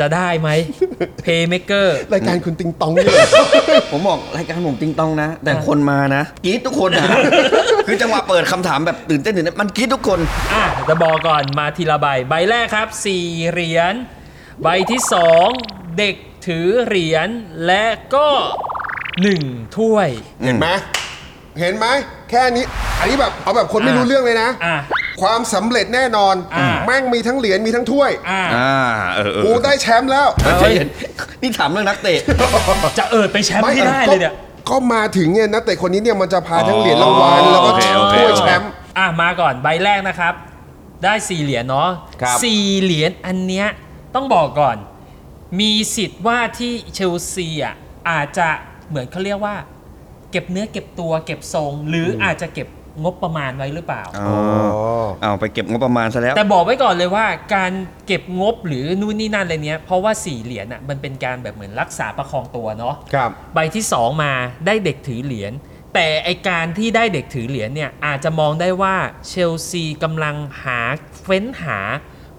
[SPEAKER 4] จะได้ไหม Paymaker
[SPEAKER 5] รายการคุณติงตองนี่เลย
[SPEAKER 3] ผมบอกรายการผมติงต้องนะ แต่คนมานะกรี๊ดทุกคนนะ คือจังหวะเปิดคำถามแบบตื่นเต้นตื่นเต้นมันกรี๊ดทุกคน
[SPEAKER 4] อ่ะจะบอกก่อนมาทีละใบ ใบแรกครับ 4 เหรียญ ใบที่ 2 เด็กถือเหรียญ และก็ 1 ถ้วย
[SPEAKER 5] เห็นไหมเห็นไหมแค่นี้ อันนี้แบบเอาแบบคนไม่รู้เรื่องเลยนะ
[SPEAKER 4] อ่ะ
[SPEAKER 5] ความสำเร็จแน่นอน
[SPEAKER 4] อ่า
[SPEAKER 5] แม่งมีทั้งเหรียญมีทั้งถ้วย
[SPEAKER 4] อ่ะ
[SPEAKER 3] อ่า เออเออ
[SPEAKER 5] กูได้แชมป์แล้ว
[SPEAKER 3] เออใจเย็นนี่ถามเรื่องนักเตะ
[SPEAKER 4] จะเอิดไปแชมป์
[SPEAKER 5] ไม่
[SPEAKER 4] ให้ได้เลยเนี่ย
[SPEAKER 5] ก็ก็มาถึงเนี่ยนักเตะคนนี้เนี่ยมันจะพาทั้ง
[SPEAKER 3] อ๋อ
[SPEAKER 5] เหรียญรางวัลแล้วก็
[SPEAKER 3] โอเคโอเค
[SPEAKER 5] ถ้วยแชมป์
[SPEAKER 4] อ่ะ มาก่อนใบแรกนะครับ ได้ 4 เหรียญเนาะ
[SPEAKER 5] ครับ
[SPEAKER 4] สี่เหรียญอันเนี้ยต้องบอกก่อน มีสิทธิ์ว่าที่เชลซีอ่ะอาจจะเหมือนเขาเรียกว่า เก็บเนื้อเก็บตัวเก็บทรง หรืออาจจะเก็บงบประมาณไว้หรือเปล่า
[SPEAKER 3] อ๋อ
[SPEAKER 5] อ๋อ
[SPEAKER 3] เอาไปเก็บงบประมาณซะแล้ว
[SPEAKER 4] แต่บอกไว้ก่อนเลยว่าการเก็บงบหรือนู่นนี่นั่นอะไรเนี้ยเพราะว่าสี่เหรียญอ่ะมันเป็นการแบบเหมือนรักษาประคองตัวเนาะ
[SPEAKER 5] ครับ
[SPEAKER 4] ใบที่ 2 มาได้เด็กถือเหรียญแต่ไอการที่ได้เด็กถือเหรียญเนี่ยอาจจะมองได้ว่าเชลซีกำลังหาเฟ้นหา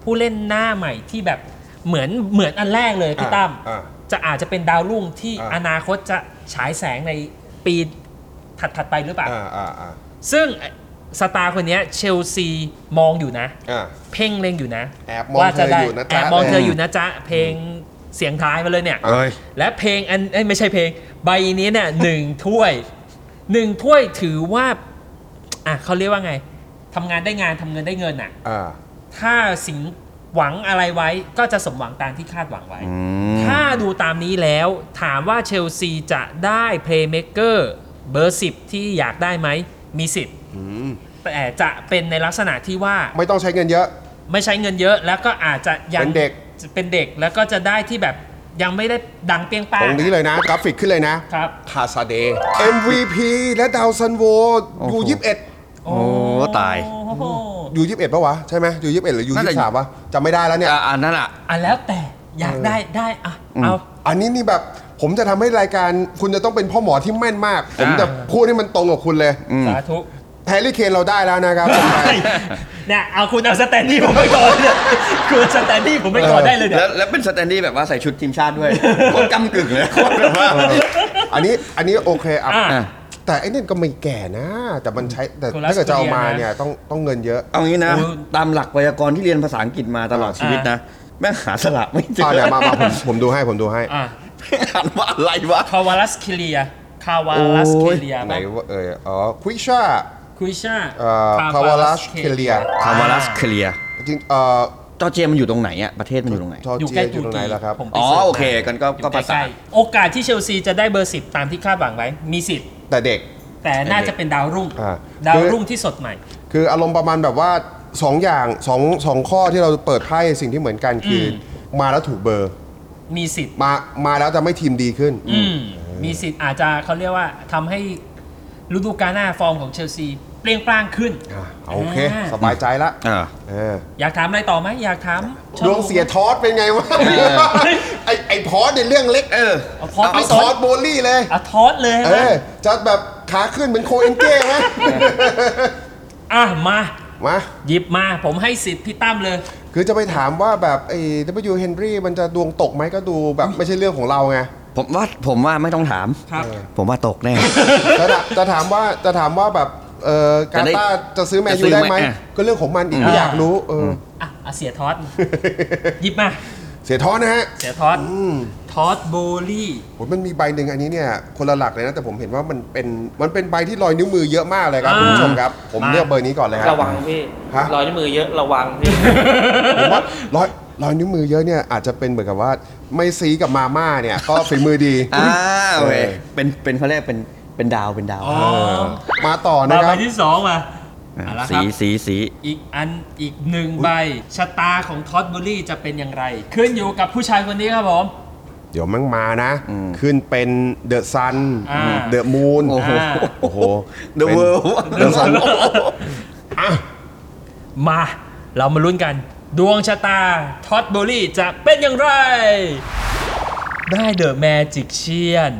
[SPEAKER 4] ผู้เล่นหน้าใหม่ที่แบบเหมือนเหมือนอันแรกเลยพี่
[SPEAKER 5] อ่า
[SPEAKER 4] ตั้ม
[SPEAKER 5] อ่า
[SPEAKER 4] จะอาจจะเป็นดาวรุ่งที่
[SPEAKER 5] อ่า
[SPEAKER 4] อนาคตจะฉายแสงในปีถัดถัดๆไปหรือเปล่า
[SPEAKER 5] อ่าอ่าอ่า
[SPEAKER 4] ซึ่งสตาร์คนเนี้ยเชลซีมองอยู่นะ
[SPEAKER 5] อ่า
[SPEAKER 4] เพ่งเล็งอยู่นะ
[SPEAKER 5] แอบมอง
[SPEAKER 4] ว่าจะได้
[SPEAKER 5] เธออยู่นะจ๊ะ
[SPEAKER 4] แอบมองเธอ
[SPEAKER 5] เลย
[SPEAKER 4] อยู่นะจ๊ะเพลงเสียงท้ายมาเลยเนี่ย
[SPEAKER 3] เอ้ย
[SPEAKER 4] และเพลงอันเอ้ยไม่ใช่เพลง ใบนี้เนี่ย หนึ่งถ้วยหนึ่งถ้วยถือว่า อ่ะเขาเรียกว่าไงทำงานได้งานทำเงินได้เงินอ่ะ
[SPEAKER 5] อ่า
[SPEAKER 4] ถ้าสิงหวังอะไรไว้ก็จะสมหวังตามที่คาดหวังไว้
[SPEAKER 3] ม
[SPEAKER 4] ถ้าดูตามนี้แล้ว ถามว่าเชลซีจะได้เพลย์เม e เกอร์เบอร์ 10 ที่อยากได้ไหม มีสิบแต่จะเป็นในลักษณะที่ว่า
[SPEAKER 5] ไม่ต้องใช้เงินเยอะ
[SPEAKER 4] ไม่ใช้เงินเยอะแล้วก็อาจจะยัง
[SPEAKER 5] เป็นเด็ก
[SPEAKER 4] เป็นเด็กแล้วก็จะได้ที่แบบยังไม่ได้ดังเปรี้ยงป้า
[SPEAKER 5] ต
[SPEAKER 4] ง
[SPEAKER 5] รงนี้เลยนะ กราฟิกขึ้นเลยนะ
[SPEAKER 4] ครับ
[SPEAKER 5] คาซาเด MVP และดาวซันโวอยู่
[SPEAKER 3] โอ้โห
[SPEAKER 5] 21
[SPEAKER 3] โอ้ ตาย
[SPEAKER 4] โอ้โห
[SPEAKER 5] อยู่21ปะวะ ใช่ไหมอยู่21หรืออยู่
[SPEAKER 3] น่าจะ
[SPEAKER 5] 23ปะจำไม่ได้แล้วเนี่ย
[SPEAKER 3] อ่ะอันนั้นอ่ะ
[SPEAKER 4] อ่ะแล้วแต่อยากได้ได้อ่ะเอา
[SPEAKER 5] อันนี้นี่แบบผมจะทำให้รายการคุณจะต้องเป็นพ่อหมอที่แม่นมาก ผม
[SPEAKER 3] อ่า
[SPEAKER 5] จะพูดให้มันตรงกับคุณเลย
[SPEAKER 4] สาธุ
[SPEAKER 5] แฮร์รี่เคนเราได้แล้วนะครับผมไป
[SPEAKER 4] เนี่ยเอาคุณเอาสแตนดี้ผมไปก่อนเลยคุณเอาสแตนดี้ผมไปก่อนได้ เลยเนี่ย
[SPEAKER 3] แล้วแล้วเป็นสแตนดี้แบบว่าใส่ชุดทีมชาติด้วย โคตรกำกึ่งเลยโคตรแบบว่า
[SPEAKER 5] อันนี้อันนี้โอเคอ่ะ
[SPEAKER 4] อ่ะ
[SPEAKER 5] แต่ไอ้นี่นก็ไม่แก่นะ แต่มันใช้แต่
[SPEAKER 4] คุณรัส
[SPEAKER 5] ถ้าเกิดจะเอามา
[SPEAKER 4] เซียนะ
[SPEAKER 5] เนี่ยต้องต้องเงินเยอะ
[SPEAKER 3] เอางี้นะ
[SPEAKER 4] โอ้ย
[SPEAKER 3] ตามหลักไวยากรณ์ที่เรียนภาษาอังกฤษมาตลอดชีวิตนะ แม่งหาสระไม่เจ
[SPEAKER 5] อ่ะ
[SPEAKER 3] อ
[SPEAKER 5] เดี๋ยวมามาผมผมดูให้ผมดูให้
[SPEAKER 4] อ่ะ
[SPEAKER 3] แม่งอ่านว่าอะไรวะ
[SPEAKER 4] คาวาลัสคิเลียคาวาลัส
[SPEAKER 3] โอ้
[SPEAKER 4] คิ
[SPEAKER 3] ย
[SPEAKER 4] เลีย
[SPEAKER 5] ไหนว่าเอออ๋อควิชา
[SPEAKER 4] คุยช่า
[SPEAKER 5] เอ่อ Kavalas Kelia
[SPEAKER 3] คาวาลัสเคลีย
[SPEAKER 5] จริงเอ่อ
[SPEAKER 3] จอร์เจียมันอยู่ตรงไหนอ่ะ ประเทศมันอยู่ตรงไหน
[SPEAKER 5] จอร์
[SPEAKER 4] อยู่
[SPEAKER 5] เจี
[SPEAKER 4] ใก
[SPEAKER 5] ย
[SPEAKER 4] ล้ตู
[SPEAKER 5] อยู่ตรง
[SPEAKER 4] กี
[SPEAKER 5] ไหนล่ะครับ
[SPEAKER 4] ผมไป
[SPEAKER 3] อ๋อ
[SPEAKER 4] สิช
[SPEAKER 3] โอเคกันก็
[SPEAKER 4] อยู่
[SPEAKER 3] ก็ประ
[SPEAKER 4] ใก
[SPEAKER 3] สา
[SPEAKER 4] ล้
[SPEAKER 3] น
[SPEAKER 4] ๆโอกาสที่เชลซีจะได้เบอร์สิบตามที่คาดหวังไว้มีสิทธิ์
[SPEAKER 5] แต่เด็ก
[SPEAKER 4] แต่น่าจะเป็นดาวรุ่ง
[SPEAKER 5] อ่า
[SPEAKER 4] ดาวรุ่งที่สดใหม่
[SPEAKER 5] คืออารมณ์ประมาณแบบว่า 2 อย่าง2งข้อที่เราเปิดไพ่สิ่งที่เหมือนกันคืออมาแล้วถูกเบอร์
[SPEAKER 4] มีสิทธิ์
[SPEAKER 5] มามาแล้วจะไม่ทีมดีขึ้น
[SPEAKER 4] อืมมีสิทธิ์อาจจะเขาเรียกว่าทำให้ฤดูกาลหน้าฟอร์มของเชลซีเปลี่ยงปล้างขึ้น
[SPEAKER 5] อ่ะโอเค
[SPEAKER 4] อ่า
[SPEAKER 5] สบายใจละ
[SPEAKER 3] อ่า
[SPEAKER 5] เออ
[SPEAKER 4] อยากถามอะไรต่อไหมอยากถาม
[SPEAKER 5] ดวงเสียทอสเป็นไงวะ ไอไอพอสในเรื่องเล็ก
[SPEAKER 3] เออ
[SPEAKER 4] เอาทอส
[SPEAKER 5] เอา
[SPEAKER 4] ไม่
[SPEAKER 5] ท
[SPEAKER 4] ท
[SPEAKER 5] อ
[SPEAKER 4] อ
[SPEAKER 5] ส
[SPEAKER 4] ส
[SPEAKER 5] โบลลี่เลย
[SPEAKER 4] เอาทอสเลย
[SPEAKER 5] เอ
[SPEAKER 4] นะ
[SPEAKER 5] อจะแบบขาขึ้นเป็นโคเอนเก้ไหม
[SPEAKER 4] อ่ะมา
[SPEAKER 5] มา
[SPEAKER 4] หยิบมาผมให้สิทธิ์พี่ตั้มเลย
[SPEAKER 5] คือจะไปถามว่าแบบไอ้ W Henry มันจะดวงตกไหมก็ดูแบบไม่ใช่เรื่องของเราไง
[SPEAKER 3] ผมว่าผมว่าไม่ต้องถาม
[SPEAKER 4] ครับ
[SPEAKER 3] ผมว่าตกแน่
[SPEAKER 5] จะถาจะถามว่าจะถามว่าแบบเออ
[SPEAKER 3] จะ
[SPEAKER 5] กา
[SPEAKER 3] ได้
[SPEAKER 5] ตาร์จะซื้อแมนยู
[SPEAKER 3] จะซื้อ
[SPEAKER 5] ได้
[SPEAKER 3] ไห
[SPEAKER 5] ไห
[SPEAKER 3] ม
[SPEAKER 5] ม
[SPEAKER 3] อ่ะ
[SPEAKER 5] ก็เรื่องของมันอีก
[SPEAKER 4] อ่า
[SPEAKER 5] ไม่อยากรู้เอออ
[SPEAKER 4] อ่ะอ่ะเสียทอสหยิบมา
[SPEAKER 5] เสียท้อนะฮะ
[SPEAKER 4] เสียทอสทอสโบลี่
[SPEAKER 5] ผมมันมีใบหนึ่งอันนี้เนี่ยคนละหลักเลยนะ แต่ผมเห็นว่ามันเป็นมันเป็นใบที่ลอยนิ้วมือเยอะมากเลยครับ
[SPEAKER 4] อ่า
[SPEAKER 5] คุณผู้ชมครับ ผมเลือกเบอร์นี้ก่อนเลยครับ
[SPEAKER 7] ระวังพี่
[SPEAKER 5] ฮะ
[SPEAKER 7] รอยนิ้วมือเยอะระวังพี่
[SPEAKER 5] ผมว่าลอยลอยนิ้วมือเยอะเนี่ยอาจจะเป็นเหมือนกับว่าไม่ซีกับมาม่าเนี่ยก็ฝีมือดี
[SPEAKER 3] อ่าโอเค
[SPEAKER 5] เออ
[SPEAKER 3] เป็นเป็นเขาเรียกเป็นเป็นดาวเป็นดาว
[SPEAKER 4] อ๋อ
[SPEAKER 5] มาต่อนะ
[SPEAKER 4] มา
[SPEAKER 5] ค
[SPEAKER 4] ใบ
[SPEAKER 5] รับ
[SPEAKER 4] ที่สองมาเอาละค
[SPEAKER 3] สี
[SPEAKER 4] รับ
[SPEAKER 3] สีสี
[SPEAKER 4] อีกอันอีกหนึ่งใบชะตาของทอดเบอรี่จะเป็นอย่างไร ขึ้นอยู่กับผู้ชายคนนี้ครับผม
[SPEAKER 5] เดี๋ยวมั่งมานะ ขึ้นเป็นเดอะซัน
[SPEAKER 4] อ่า
[SPEAKER 5] เดอะมูน
[SPEAKER 3] โอ้โห
[SPEAKER 4] อ่า
[SPEAKER 5] โอ้โห
[SPEAKER 3] The
[SPEAKER 5] ป็น
[SPEAKER 3] World
[SPEAKER 5] เดอะซัน
[SPEAKER 4] มาเรามาลุ้นกัน ดวงชะตาทอดเบอรี่จะเป็นอย่างไร ได้เดอะแมจิกเชียน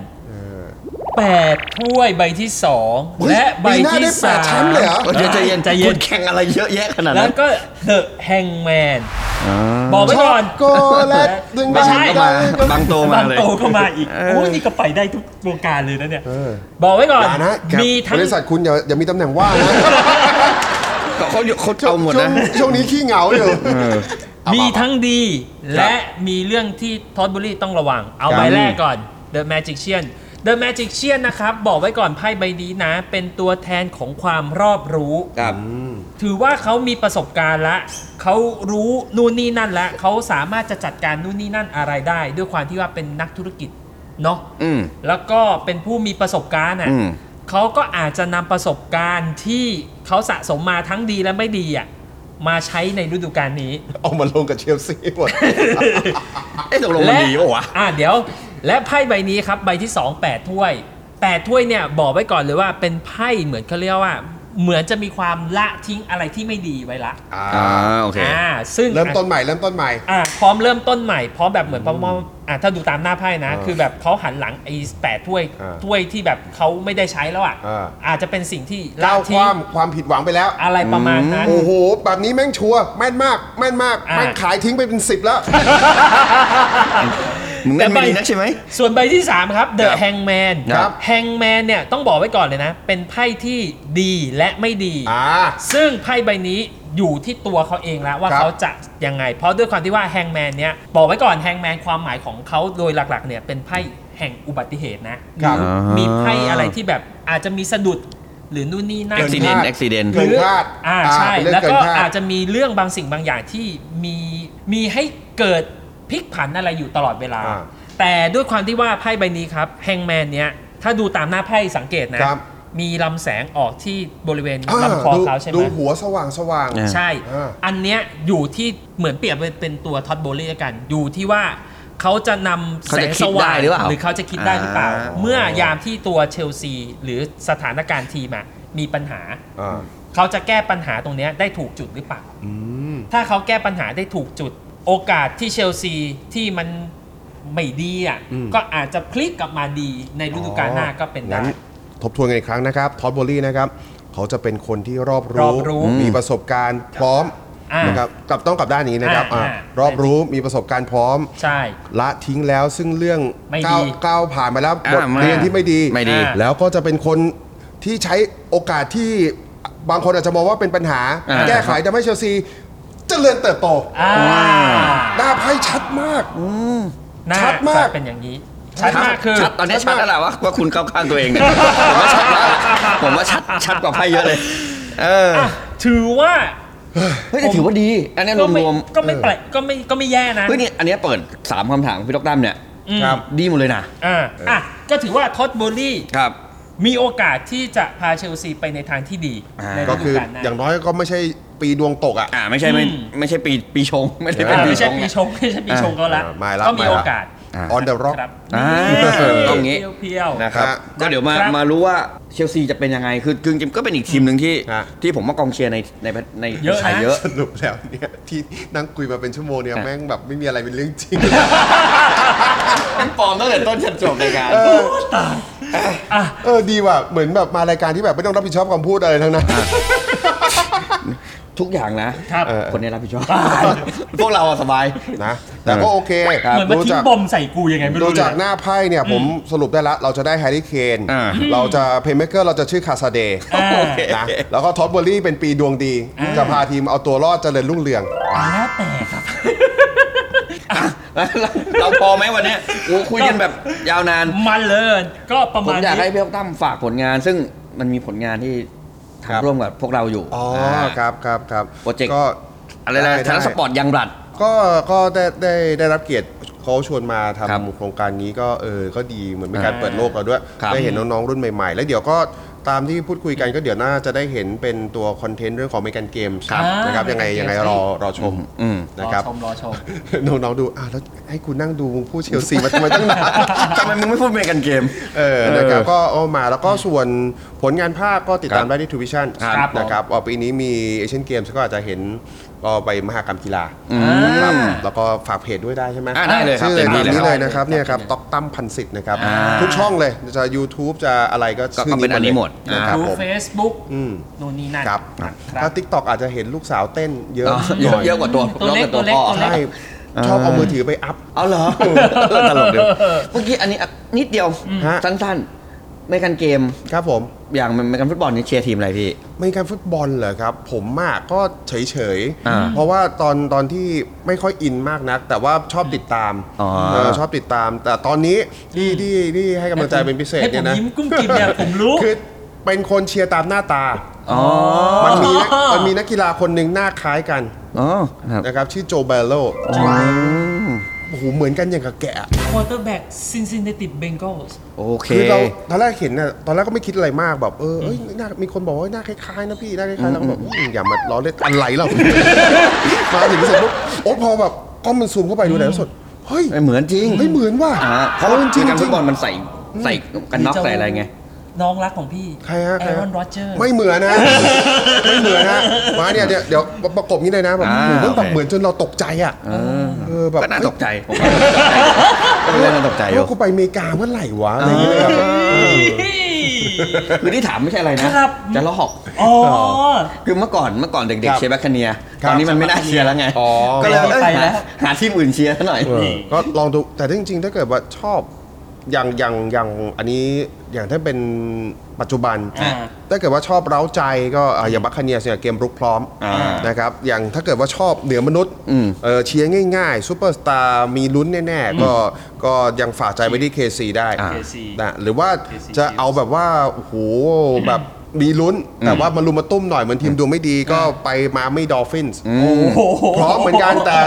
[SPEAKER 4] แปดถ้วยใบที่สอง
[SPEAKER 5] เฮ้ย
[SPEAKER 4] และใบ
[SPEAKER 5] ปีหน้า
[SPEAKER 4] ที่
[SPEAKER 5] ได้แป
[SPEAKER 4] สา
[SPEAKER 5] ด
[SPEAKER 4] ม
[SPEAKER 5] แชมป์เลยเหรอ
[SPEAKER 3] เดี๋ยวใจเย็น
[SPEAKER 4] ใจเย็
[SPEAKER 3] คุณ
[SPEAKER 4] น
[SPEAKER 3] แข่งอะไรเยอะแยะขนาด
[SPEAKER 4] แล้
[SPEAKER 3] นั้
[SPEAKER 4] วน ก็เดอะแฮงแมนบอกไว้
[SPEAKER 5] ช็อ
[SPEAKER 4] ก่อน
[SPEAKER 5] กโกแลตดึง
[SPEAKER 3] ไม่ใช่
[SPEAKER 5] ด้
[SPEAKER 3] ก็มาบางโตมา
[SPEAKER 4] บาง
[SPEAKER 3] เลย
[SPEAKER 4] โตก็มาอีก
[SPEAKER 3] เออ
[SPEAKER 4] โอ้ยนี่ก็ไปได้ทุกวงการเลยนะเนี่ย บอกไว้ก่อน
[SPEAKER 5] อย่านะ
[SPEAKER 4] มีทั้ง
[SPEAKER 5] บริษัทคุณอย่าอย่ามีตำแหน่งว่างนะ
[SPEAKER 3] ก็เขาอยู่เขาเอาหมดนะ
[SPEAKER 5] ช่วงช่วงนี้ขี้เหงาอยู่
[SPEAKER 4] มีทั้งดีและมีเรื่องที่ทอดบุรีต้องระวัง เอา
[SPEAKER 5] ครับ
[SPEAKER 4] ใบแรกก่อน The Magician The Magician นะครับ บอกไว้ก่อนไพ่ใบนี้นะ เป็นตัวแทนของความรอบรู้
[SPEAKER 3] ครับ
[SPEAKER 4] ถือว่าเขามีประสบการณ์ละเขารู้นู่นนี่นั่นละเขาสามารถจะจัดการนู่นนี่นั่นอะไรได้ ด้วยความที่ว่าเป็นนักธุรกิจเนาะ
[SPEAKER 3] อืม
[SPEAKER 4] แล้วก็เป็นผู้มีประสบการณ์อ่ะ
[SPEAKER 3] อืม
[SPEAKER 4] เขาก็อาจจะนำประสบการณ์ที่เขาสะสมมาทั้งดีและไม่ดีอ่ะมาใช้ในฤดูกาลนี้
[SPEAKER 5] เอามาลงกับเชลซีหมด
[SPEAKER 3] เอ๊ะตกลงมันดีปะวะ
[SPEAKER 4] อ่าเดี๋ยว และไพ่ใบนี้ครับ ใบที่ 2 8 ถ้วย แต่ถ้วยเนี่ยบอกไว้ก่อนเลยว่าเป็นไพ่เหมือนเขาเรียกว่า เหมือนจะมีความละทิ้งอะไรที่ไม่ดีไว้ละ
[SPEAKER 5] อ่า
[SPEAKER 3] อ่าโอเค
[SPEAKER 4] อ่าซึ่ง
[SPEAKER 5] เริ่มต้นใหม่เริ่มต้นใหม่
[SPEAKER 4] อ่ะพร้อมเริ่มต้นใหม่พร้อมแบบเหมือนพร้อมอ่ะถ้าดูตามหน้าไพ่นะ
[SPEAKER 5] อ่า
[SPEAKER 4] คือแบบเขาหันหลังไอ้แปดถ้วย
[SPEAKER 5] อ่า
[SPEAKER 4] ถ้วยที่แบบเขาไม่ได้ใช้แล้วอ่ะ
[SPEAKER 5] อ่า
[SPEAKER 4] อาจจะเป็นสิ่งที่ละ
[SPEAKER 5] เล่าค
[SPEAKER 4] ทิ้ง
[SPEAKER 5] วามความผิดหวังไปแล้ว
[SPEAKER 4] อะไรประมาณนั้น
[SPEAKER 5] โอ้โห แบบนี้แม่งชัวร์แม่นมาก แม่นมาก
[SPEAKER 4] อ่า
[SPEAKER 5] แม่งขายทิ้งไปเป็นสิบแล้ว
[SPEAKER 3] มึงเล่น
[SPEAKER 4] แต่
[SPEAKER 3] ไม่
[SPEAKER 4] ใบ
[SPEAKER 3] ดีนักใช่ไหม
[SPEAKER 4] ส่วนใบที่ 3 ครับ The
[SPEAKER 3] ครับ
[SPEAKER 4] Hangman
[SPEAKER 5] ครับ
[SPEAKER 4] Hangman เนี่ยต้องบอกไว้ก่อนเลยนะ เป็นไพ่ที่ดีและไม่ดี
[SPEAKER 5] อ่า
[SPEAKER 4] ซึ่งไพ่ใบนี้อยู่ที่ตัวเขาเองแล้วว่า
[SPEAKER 5] ครับ
[SPEAKER 4] เขาจะยังไง เพราะด้วยความที่ว่าแฮงแมนเนี่ยบอกไว้ก่อนแฮงแมนความหมายของเขาโดยหลักๆเนี่ยเป็นไพ่แห่งอุบัติเหตุนะ
[SPEAKER 5] ครับ
[SPEAKER 3] อ่า
[SPEAKER 4] มีไพ่อะไรที่แบบอาจจะมีสะดุดหรือนู่นนี่นั่น
[SPEAKER 3] accident
[SPEAKER 5] พลาด
[SPEAKER 3] accident
[SPEAKER 5] เกินคาด
[SPEAKER 4] อ่า
[SPEAKER 5] อ่า
[SPEAKER 4] ใช่
[SPEAKER 5] เป็นเรื่
[SPEAKER 4] แล้ว
[SPEAKER 5] องเกิ
[SPEAKER 4] ก็
[SPEAKER 5] นคาด
[SPEAKER 4] อาจจะมีเรื่องบางสิ่งบางอย่างที่มีมีให้เกิดพลิกผันอะไรอยู่ตลอดเวลา
[SPEAKER 5] อ่า
[SPEAKER 4] แต่ด้วยความที่ว่าไพ่ใบนี้ครับแฮงแมนเนี้ยถ้าดูตามหน้าไพ่สังเกตนะครับ มีลำแสงออกที่บริเวณ
[SPEAKER 5] อ่า
[SPEAKER 4] ลำคอ
[SPEAKER 5] ดู
[SPEAKER 4] เขาใช่ไหม
[SPEAKER 5] ดูหัวสว่างสว่าง
[SPEAKER 3] อ่า
[SPEAKER 4] ใช่
[SPEAKER 5] อ่า
[SPEAKER 4] อันเนี้ยอยู่ที่เหมือนเปรียบเป็นตัวท็อตโบลี่แล้วกัน อยู่ที่ว่าเขาจะนำ
[SPEAKER 3] เขา
[SPEAKER 4] แส
[SPEAKER 3] จะ
[SPEAKER 4] ง
[SPEAKER 3] คิ
[SPEAKER 4] ส
[SPEAKER 3] ดได้
[SPEAKER 4] ว่าง
[SPEAKER 3] หรือเปล่า
[SPEAKER 4] เขาจะคิดได้หรือเปล่า
[SPEAKER 3] อ่า
[SPEAKER 4] เมื่อยามที่ตัวเชลซีหรือสถานการณ์ทีมอะมีปัญหา
[SPEAKER 5] อ่า
[SPEAKER 4] เขาจะแก้ปัญหาตรงเนี้ยได้ถูกจุดหรือเปล่า ถ้าเขาแก้ปัญหาได้ถูกจุด โอกาสที่เชลซีที่มันไม่ดีอ่ะก็อาจจะพลิกกลับมาดีในฤดูกาลหน้าก็เป็นได้
[SPEAKER 5] งั้นทบทวนกันอีกครั้งนะครับท็อตโบลี่นะครับ เขาจะเป็นคนที่รอบ
[SPEAKER 4] ร
[SPEAKER 5] รู้
[SPEAKER 4] อบรู้
[SPEAKER 5] มีประสบการณ์พร้อม
[SPEAKER 4] อ่าน
[SPEAKER 5] นะครับกลับต้องกลับด้านนี้นะครับ
[SPEAKER 4] อ่า
[SPEAKER 5] อ่ะ
[SPEAKER 4] อ่าร ร
[SPEAKER 5] อบรู้มีประสบการณ์พร้อม
[SPEAKER 4] ใช่
[SPEAKER 5] ละทิ้งแล้วซึ่งเรื่อง
[SPEAKER 4] ไม่ดี
[SPEAKER 5] ก้าวก้าวผ่านมาแล้ว
[SPEAKER 3] อ่า
[SPEAKER 5] บทเรียน
[SPEAKER 3] มา
[SPEAKER 5] ที่ไม่ดี
[SPEAKER 3] ไม่ดี
[SPEAKER 4] อ่า
[SPEAKER 5] แล้วก็จะเป็นคนที่ใช้โอกาสที่บางคนอาจจะมองว่าเป็นปัญหา
[SPEAKER 3] อ่า
[SPEAKER 5] แก้ไขทำให้เชลซีเจริญเติบโต
[SPEAKER 4] อ่า
[SPEAKER 5] หน้าไพ่ชัดมาก
[SPEAKER 4] น่า
[SPEAKER 5] ชัดมาก
[SPEAKER 4] จะเป็นอย่างนี้ ชัดมากคือ
[SPEAKER 3] ชัดตอนนี้ชัดแล้วล่ะว่าว่าคุณเข้าข้างตัวเองเนี่ยผมว่าชัดแล้วล่ะผมว่าชัดชัดกว่าไพ่เยอะเลย เออ
[SPEAKER 4] อ่ะถือว่า
[SPEAKER 3] เฮ้ยแต่ถือว่าดี อันนี้
[SPEAKER 4] ก็ไม่
[SPEAKER 3] รวม
[SPEAKER 4] ก็ไม่แปลกก็ไม่ก็ไม่แย่
[SPEAKER 3] ๆ
[SPEAKER 4] นะ
[SPEAKER 3] เฮ้ยเนี่ยอันนี้เปิด 3คำถามพี่ดอกตั้มเนี่ย
[SPEAKER 4] อืม
[SPEAKER 3] ดีหมดเลยนะ
[SPEAKER 4] อ่าอ่ะก็ถือว่าท็อตโบลลี่
[SPEAKER 3] ครับ
[SPEAKER 4] มีโอกาสที่จะพาเชลซีไปในทางที่ดี
[SPEAKER 3] อ่า
[SPEAKER 4] ใน
[SPEAKER 5] ก็
[SPEAKER 4] ฤ
[SPEAKER 5] คือก
[SPEAKER 4] ดูาลหน้า
[SPEAKER 5] อย่างน้อยก็ไม่ใช่ปีดวงตกอ่ะ
[SPEAKER 3] อ่าไม่ใช่ไม่
[SPEAKER 4] อืม
[SPEAKER 3] ไม่ใช่ปีปีชง ไม่ได้เป็น
[SPEAKER 4] อ่า
[SPEAKER 3] ปีช
[SPEAKER 4] ไม่ใช่
[SPEAKER 3] ง
[SPEAKER 4] ปีชงไม่ใช่ปีชงก็ละ
[SPEAKER 5] อ่าไม่ละ
[SPEAKER 4] ก็มี
[SPEAKER 5] ไม่ละ
[SPEAKER 4] โอกาส
[SPEAKER 3] อ่า
[SPEAKER 5] on the rock
[SPEAKER 4] ครับ
[SPEAKER 3] อ่าต้องงี้
[SPEAKER 4] เพียวๆ
[SPEAKER 3] นะครับ
[SPEAKER 5] ฮะ
[SPEAKER 3] ก็เดี๋ยวมา
[SPEAKER 4] ครับ
[SPEAKER 3] มารู้ว่าเชลซีจะเป็นยังไงคือคือจริงๆก็เป็นอีกทีมหนึ่งที่
[SPEAKER 5] ฮะ
[SPEAKER 3] ที่ผมว่ากองเชียร์ในในในไทยเยอะ
[SPEAKER 5] สรุปแล้วเนี่ย ที่นั่งคุยมาเป็นชั่วโมงเนี่ย
[SPEAKER 3] อ่ะ
[SPEAKER 5] แม่งแบบไม่มีอะไรเป็นเรื่องจริง
[SPEAKER 3] เป็นปลอมตั้งแต่ต้นจนจบรายการ
[SPEAKER 5] เออดีว่ะเหมือนแบบมารายการที่แบบไม่ต้องรับผิดชอบคำพูดอะไรทั้งนั้น
[SPEAKER 3] ทุกอย่างนะครับ เออคนได้รับผิดชอบ พวกเราอะสบาย
[SPEAKER 5] นะ แต่ก็โอเค
[SPEAKER 4] เหมือนมา
[SPEAKER 5] ดู
[SPEAKER 4] ทิ้ง
[SPEAKER 5] จาก
[SPEAKER 4] บอมใส่กูยังไงไม่
[SPEAKER 5] ดู
[SPEAKER 4] รู้เล
[SPEAKER 5] จาก
[SPEAKER 4] ย
[SPEAKER 5] หน้าไพ่เนี่ย ผมสรุปได้ละ เราจะได้แฮร์รี่เคน
[SPEAKER 3] อ่า
[SPEAKER 5] เราจะเพย์เม k เกอร์เราจะชื่อคาซาเดย์
[SPEAKER 4] อ่า
[SPEAKER 5] นะแล้วก็ท็อตเบอรี่เป็นปีดวงดี
[SPEAKER 4] อ่า
[SPEAKER 5] จะพาทีมเอาตัวรอดเจริญรุ่งเรือง
[SPEAKER 4] แล้วแต่ครับ
[SPEAKER 3] เราเราพอไหมวันเนี้ยโอ้คุยกันแบบยาวนาน
[SPEAKER 4] มันเลยก็ประ
[SPEAKER 3] ผม
[SPEAKER 4] มาณ
[SPEAKER 3] อยากให้
[SPEAKER 4] นี้
[SPEAKER 3] พี่อ๊อฟตั้มฝากผลงาน ซึ่งมันมีผลงานที่
[SPEAKER 5] ครั
[SPEAKER 3] ทำ
[SPEAKER 5] บ
[SPEAKER 3] ร่วมกับพวกเราอยู่
[SPEAKER 5] อ๋อ
[SPEAKER 3] อ่า
[SPEAKER 5] ครับครับครับ
[SPEAKER 3] โปรเจกต์
[SPEAKER 5] ก็
[SPEAKER 3] อะไรนะ
[SPEAKER 5] ด้
[SPEAKER 3] ทางส
[SPEAKER 5] ได้
[SPEAKER 3] ปอร์ตยังบลัด
[SPEAKER 5] ก็ก็ได้ได้ได้รับเกียรติเขาชวนมา
[SPEAKER 3] ครับ
[SPEAKER 5] ทำโครงการนี้ก็เออก็ดีเหมือนเป็นการ
[SPEAKER 4] อ่า
[SPEAKER 5] เปิดโลกเราด้วย
[SPEAKER 3] ครับ
[SPEAKER 5] ได้เห็นน้อง ๆ รุ่นใหม่ ๆ แล้วเดี๋ยวก็ตามที่พูดคุยกันก็เดี๋ยวน่าจะได้เห็นเป็นตัวคอนเทนต์เรื่องของเมกันเกม
[SPEAKER 4] ครับ
[SPEAKER 5] นะครับ
[SPEAKER 4] อ่า
[SPEAKER 5] ยังไง
[SPEAKER 4] American
[SPEAKER 5] ยังไงรอรอชม
[SPEAKER 3] อืม
[SPEAKER 5] นะครับ
[SPEAKER 4] อชม รอชม
[SPEAKER 5] น้อง ๆ ดูอ่ะแล้วให้กูนั่งดูมึงพูดเชลซีมาทำไมตั้งนาน
[SPEAKER 3] ทำไมมึงไม่พูดเมกันเกม
[SPEAKER 5] เออ นะครับ ก็เอามาแล้วก็ส่วนผลงานภาคก็ติดตามได้ที่ทูวิชั่น
[SPEAKER 4] ครับ
[SPEAKER 5] นะครับอ่าปีนี้มีเอเชียนเกมส์ก็อาจจะเห็นก็ไปมหากรรมกีฬา
[SPEAKER 4] อ่า
[SPEAKER 5] ครับแล้วก็ฝากเพจด้วยได้ใช่ไหม
[SPEAKER 3] อ่าได้เลยครับ
[SPEAKER 5] ชื่อ
[SPEAKER 3] เต็มที่
[SPEAKER 5] ตาม
[SPEAKER 3] เลยค
[SPEAKER 5] นี้
[SPEAKER 3] รับ
[SPEAKER 5] เลยนะครับ เนี่ยครับ
[SPEAKER 4] เต็มที่เลย
[SPEAKER 5] ตอกตั้มพันสิทธิ์นะครับ
[SPEAKER 3] อ่า
[SPEAKER 5] ทุกช่องเลย จะ YouTube จะอะไรก็
[SPEAKER 3] ก็เป็นอันนี้หมด
[SPEAKER 5] นะครับ
[SPEAKER 4] ดู
[SPEAKER 5] ผม
[SPEAKER 4] เฟซบุ๊ก
[SPEAKER 5] อืม
[SPEAKER 4] นู่นนี่นั่น
[SPEAKER 5] ครับ
[SPEAKER 4] ครับ
[SPEAKER 5] ถ้า TikTok อาจจะเห็นลูกสาวเต้นเยอะ
[SPEAKER 3] เยอะ
[SPEAKER 5] หน่อย
[SPEAKER 3] เยอะกว่าตัว
[SPEAKER 4] ตัวเล็
[SPEAKER 3] ย
[SPEAKER 4] ก
[SPEAKER 3] อะา
[SPEAKER 4] ตัวเล็ก
[SPEAKER 3] พ่อ
[SPEAKER 4] ตัวเล็ก
[SPEAKER 5] ใช่ชอบเอามือถือไปอัพ
[SPEAKER 3] เอาเหรอ ตลกเดียวเมื่อกี้อันนี้อ่ะนิดเดียว
[SPEAKER 5] ฮะ
[SPEAKER 3] สั้นๆ ไม่กันเกม
[SPEAKER 5] ครับผม
[SPEAKER 3] อย่างไม่กันฟุตบอลนี่เชียร์ทีมอะไรพี่
[SPEAKER 5] ไม่การฟุตบอลเหรอครับ ผมมากก็เฉย
[SPEAKER 3] อ่า
[SPEAKER 5] ๆ เพราะว่าตอนตอนที่ไม่ค่อยอินมากนัก แต่ว่าชอบติดตาม
[SPEAKER 3] อ๋อ
[SPEAKER 5] เออชอบติดตาม แต่ตอนนี้ที่ที่ที่ให้กำลังใจเป็นพิเศษเนี่ยนะ
[SPEAKER 4] ให้ผมยิ้มกุ้มกิม เนี่ยผมรู้
[SPEAKER 5] คือเป็นคนเชียร์ตามหน้าตา
[SPEAKER 3] อ๋อ
[SPEAKER 5] มันมีนักมันมีนักกีฬาคนหนึ่งหน้าคล้ายกัน
[SPEAKER 3] อ๋อครับ
[SPEAKER 5] นะครับ ชื่อโจเบลโลโอ้โหเหมือนกันอย่างกับแกะ
[SPEAKER 4] ควอเตอร์แบ็กซินซินเนติเบงกอลส์
[SPEAKER 3] โอเค
[SPEAKER 5] คือเราตอนแรกเห็นน่ะตอนแรกก็ไม่คิดอะไรมากแบบเออเอ้ยหน้ามีคนบอกว่าหน้าคล้ายๆนะพี่หน้าคล้ายๆแล้วก็แบบอืมอย่ามาล้อเล่นอะไรเรา มาถึงเสร็จปุ๊บโอ้พอแบบกล้องมันซูมเข้าไปดูไหนอยแล้วสดเฮ้ย
[SPEAKER 3] เหมือนจริง
[SPEAKER 5] เฮ้ยเหมือนว่ะ
[SPEAKER 3] อ่าเพราะว่า
[SPEAKER 5] ออ
[SPEAKER 3] การ
[SPEAKER 5] ๆ
[SPEAKER 3] ฟุตบอลมันใส่ ใส่กันน็อกใส่อะไรไง
[SPEAKER 4] น้องรักของพี่
[SPEAKER 5] ใครฮะ
[SPEAKER 4] แอ
[SPEAKER 5] ใคร
[SPEAKER 4] ร
[SPEAKER 5] ฮะ
[SPEAKER 4] อนโรเจอร์
[SPEAKER 5] ไม่เหมือนนะ ไม่เหมือนนะมาเนี่ยเดี๋ยวเดี๋ยวประกบนี้เลยนะแบบ
[SPEAKER 3] อ่า
[SPEAKER 5] โอ้โหแบ
[SPEAKER 3] โอบ เค
[SPEAKER 5] เหมือนจนเราตกใจอ่ะ
[SPEAKER 3] เออ
[SPEAKER 5] เออแบบ
[SPEAKER 3] ก็น่าตกใจผมว่าน่าตกใจก็เป็นเรื่องน่าตกใจอ
[SPEAKER 5] ว่า
[SPEAKER 3] ยู่
[SPEAKER 5] กูไปอเมริกาเมื่อไหร่วะอะไรอย่างเงี้ยแบบ
[SPEAKER 3] คือที่ถามไม่ใช่อะไรนะครับ จะลอก
[SPEAKER 4] อ๋อ
[SPEAKER 3] คือเมื่อก่อนเมื่อก่อนเด็ก
[SPEAKER 5] ค
[SPEAKER 3] ๆ
[SPEAKER 5] รับ
[SPEAKER 3] เชียร์แบคคเนียร์
[SPEAKER 5] ค
[SPEAKER 3] ต
[SPEAKER 5] รับ
[SPEAKER 3] อนนี้มันไม่น่าเชียร์แล้วไง
[SPEAKER 5] อ๋อ
[SPEAKER 3] ก็เลยเอ้ย
[SPEAKER 4] ไปแล้
[SPEAKER 3] หาว หาทีมอื่นเชียร์ซะหน่อย
[SPEAKER 5] เออก็ลองดูแต่จริงๆ ถ้าเกิดว่าชอบอย่างอย่างอย่างอันนี้อย่างถ้าเป็นปัจจุบัน
[SPEAKER 4] อ่า
[SPEAKER 5] ถ้าเกิดว่าชอบเร้าใจก็อ่าอย่างบัคคาเนียเนี่ยเกมรุกพร้อม
[SPEAKER 3] อ่าน
[SPEAKER 5] นะครับอย่างถ้าเกิดว่าชอบเหนือมนุษย์
[SPEAKER 3] อืม
[SPEAKER 5] เออเชียร์ง่ายๆซูเปอร์สตาร์มีลุ้นแน่ๆ ก็ก็ยังฝากใจไว้ที่เคซีได้
[SPEAKER 3] อ่า
[SPEAKER 6] KC
[SPEAKER 5] นะหรือว่า
[SPEAKER 6] KC
[SPEAKER 5] จะเอาแบบว่าโอ้โหแบบมีลุ้น แต่ว่ามารุมมาตุ้มหน่อยเหมือนทีมดวงไม่ดีก็ไปมาไม่ดอฟฟินส์ พร้อมเหมือนกันแต่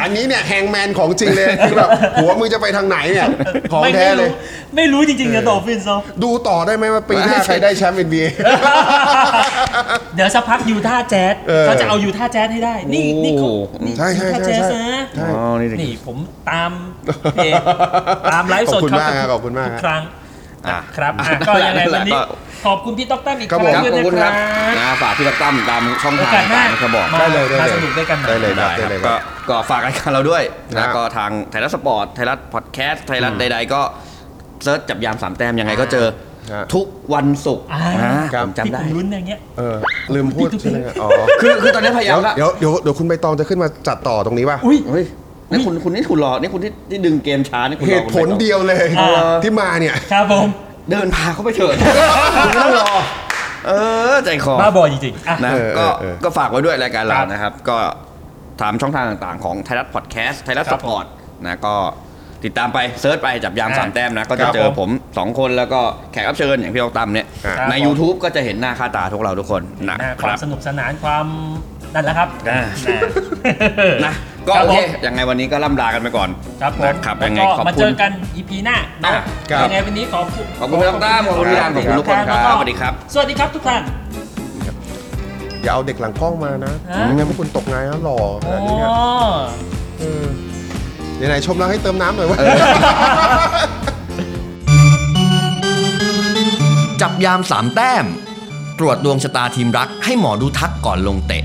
[SPEAKER 5] อันนี้เนี่ยแฮงแมนของจริงเลยคือแบบหัวมึงจะไปทางไหนเนี่ยของ
[SPEAKER 4] ไม่
[SPEAKER 5] แท้
[SPEAKER 4] ไม่
[SPEAKER 5] เล
[SPEAKER 4] รู้
[SPEAKER 5] ย
[SPEAKER 4] ไม่รู้จริงๆเดี๋ยวโดฟินซ์เอา
[SPEAKER 5] ดูต่อได้ไหมว่าปีหน้าใครได้แชมป์เป็นบี
[SPEAKER 4] เดี๋ยวสักพักยูท่าแจ๊ส
[SPEAKER 5] เออ
[SPEAKER 4] เขาจะเอายูท่าแจ๊สให้ได้ นี่
[SPEAKER 3] โอ้
[SPEAKER 4] นี่เขานี่
[SPEAKER 5] ใช่ใช่
[SPEAKER 4] ยูท่า
[SPEAKER 5] ใช่
[SPEAKER 4] แจ๊ส
[SPEAKER 5] ใช่
[SPEAKER 4] นะ
[SPEAKER 5] ใช่
[SPEAKER 3] อ๋อนี่เด็ก
[SPEAKER 4] นี่ผม ตามเพจตามไลฟ์สด
[SPEAKER 5] ขอบคุณมาก
[SPEAKER 4] เขา
[SPEAKER 5] ครับขอบคุณมาก
[SPEAKER 4] ทุ
[SPEAKER 5] ค
[SPEAKER 4] ค
[SPEAKER 5] รับ
[SPEAKER 4] รั้ง
[SPEAKER 3] อ่ะ
[SPEAKER 4] ครับอ่ะก็ยังไงวันนี้
[SPEAKER 3] ก็
[SPEAKER 4] ขอบคุณพี่ต๊อกแต้มอีกค
[SPEAKER 5] ครั
[SPEAKER 4] รั้
[SPEAKER 5] บ
[SPEAKER 4] ง
[SPEAKER 3] ครับ
[SPEAKER 4] ด้วย
[SPEAKER 5] ผม
[SPEAKER 3] ขอบคุณค
[SPEAKER 4] นะค
[SPEAKER 3] รั
[SPEAKER 4] รั
[SPEAKER 3] บบ นะฝากพี่ตักตั้มตามช่อง
[SPEAKER 4] โอ
[SPEAKER 3] ทาง
[SPEAKER 4] กาสหน้า
[SPEAKER 3] ต่างๆนะครับบอก
[SPEAKER 4] มา
[SPEAKER 5] ได้เลยได้เลย
[SPEAKER 4] มาสนุกด้วยกันใหม่
[SPEAKER 5] ได้เลยครับ
[SPEAKER 3] ได้
[SPEAKER 5] ได้เลยค
[SPEAKER 3] ก็
[SPEAKER 5] รับ
[SPEAKER 3] ก็ฝากกันกับเราด้วย
[SPEAKER 5] ครั
[SPEAKER 3] นะ
[SPEAKER 5] บ
[SPEAKER 3] ก็ทางไทยรัฐสปอร์ตไทยรัฐพอดแคสต์ไทยรัฐใดๆ ก็เซิร์ชจับยามสามแต้มยังไงก็เจอ
[SPEAKER 5] ฮะ
[SPEAKER 3] ทุกวันศุกร์
[SPEAKER 4] อ่า
[SPEAKER 3] อ่า
[SPEAKER 5] ครับ
[SPEAKER 3] ผม
[SPEAKER 4] ที่
[SPEAKER 3] จำ
[SPEAKER 4] ผ
[SPEAKER 3] ได้
[SPEAKER 4] มลุ้นอย่างเงี้ย
[SPEAKER 5] เออลืมพูดใช่ไหมครับอ๋อ
[SPEAKER 3] คือคือตอนนี้พยายามละ
[SPEAKER 5] เดี๋ยวเดี๋ยวเดี๋ยวคุณใบตองจะขึ้นมาจัดต่อตรงนี้ป่ะ
[SPEAKER 4] อุ้ย
[SPEAKER 3] เฮ้ยนี่คุณคุณนี่คุณรอนี่คุณที่ที่ดึงเกมช้านี่คุณรอ
[SPEAKER 5] เหตุผล
[SPEAKER 3] คุณไปต่อ
[SPEAKER 5] เดียวเลย
[SPEAKER 4] อ่า
[SPEAKER 5] ที่มาเนี่ย
[SPEAKER 4] ครับผม
[SPEAKER 3] เดินพาเขาไปเถอะ คุณไม่ต้องรอ เออ ใจคอ
[SPEAKER 4] บ้าบอจริงๆอ่ะ
[SPEAKER 3] นะ
[SPEAKER 5] เออ
[SPEAKER 3] ก็
[SPEAKER 5] เออเออ
[SPEAKER 3] ก็ฝากไว้ด้วยรายการเรา
[SPEAKER 4] ครับ
[SPEAKER 3] นะครับ ก็ตามช่องทางต่างๆ ของไทยรัฐพอดแคสต์ไทยรัฐ
[SPEAKER 4] ค
[SPEAKER 3] ส
[SPEAKER 4] รับ
[SPEAKER 3] ปอร์ตนะก็ติดตามไปเซิร์ชไปจับยามสามแต้มนะ ก็
[SPEAKER 5] ครั
[SPEAKER 3] จะ
[SPEAKER 5] บ
[SPEAKER 3] เจอผม 2 คนแล้วก็แขกรับเชิญอย่างพี่เราตำเนี่ย
[SPEAKER 5] ครับ
[SPEAKER 3] ใน YouTube ก็จะเห็นหน้าค่าตาทุกเราทุกคนนะ
[SPEAKER 4] นะ
[SPEAKER 3] คว
[SPEAKER 4] คา
[SPEAKER 3] รั
[SPEAKER 4] ม
[SPEAKER 3] บ
[SPEAKER 4] สนุกสนานความนั่นแหละครับ
[SPEAKER 3] อ่า
[SPEAKER 4] นะ
[SPEAKER 3] นะก็
[SPEAKER 4] รับ
[SPEAKER 3] โอ
[SPEAKER 4] ผ
[SPEAKER 3] เค
[SPEAKER 4] ม
[SPEAKER 3] ยังไงวันนี้ก็ล่ำลากันไปก่อน
[SPEAKER 4] ครับผม
[SPEAKER 3] นะครับยังไง
[SPEAKER 4] แล้วก็
[SPEAKER 3] ขอบ
[SPEAKER 4] มา
[SPEAKER 3] คุ
[SPEAKER 4] เจ
[SPEAKER 3] ณ
[SPEAKER 4] อกัน EP หน้าเนาะ
[SPEAKER 3] อ่ะครับ
[SPEAKER 4] ยังไงวันนี้ขอบคุณ
[SPEAKER 3] ขอบคุณพี่เราตำขอบคุณพี่ดามขอบคุณทุกคนค
[SPEAKER 4] แล้
[SPEAKER 3] รับ
[SPEAKER 4] ก็
[SPEAKER 3] สวัสดีครับ
[SPEAKER 4] สวัสดีครับทุกท่าน
[SPEAKER 5] อย่าเอาเด็กหลังกล้องมานะ
[SPEAKER 4] ฮะ
[SPEAKER 5] ไม่งั้นพวกคุณตกงานแล้วหล่อขนาดนี้เนี่ย
[SPEAKER 4] อ๋อ
[SPEAKER 5] เออเดี๋ยวไหนชมเราให้เติมน้ำหน่อยว่า
[SPEAKER 2] จับยามสามแต้ม ตรวจดวงชะตาทีมรักให้หมอดูทักก่อนลงเตะ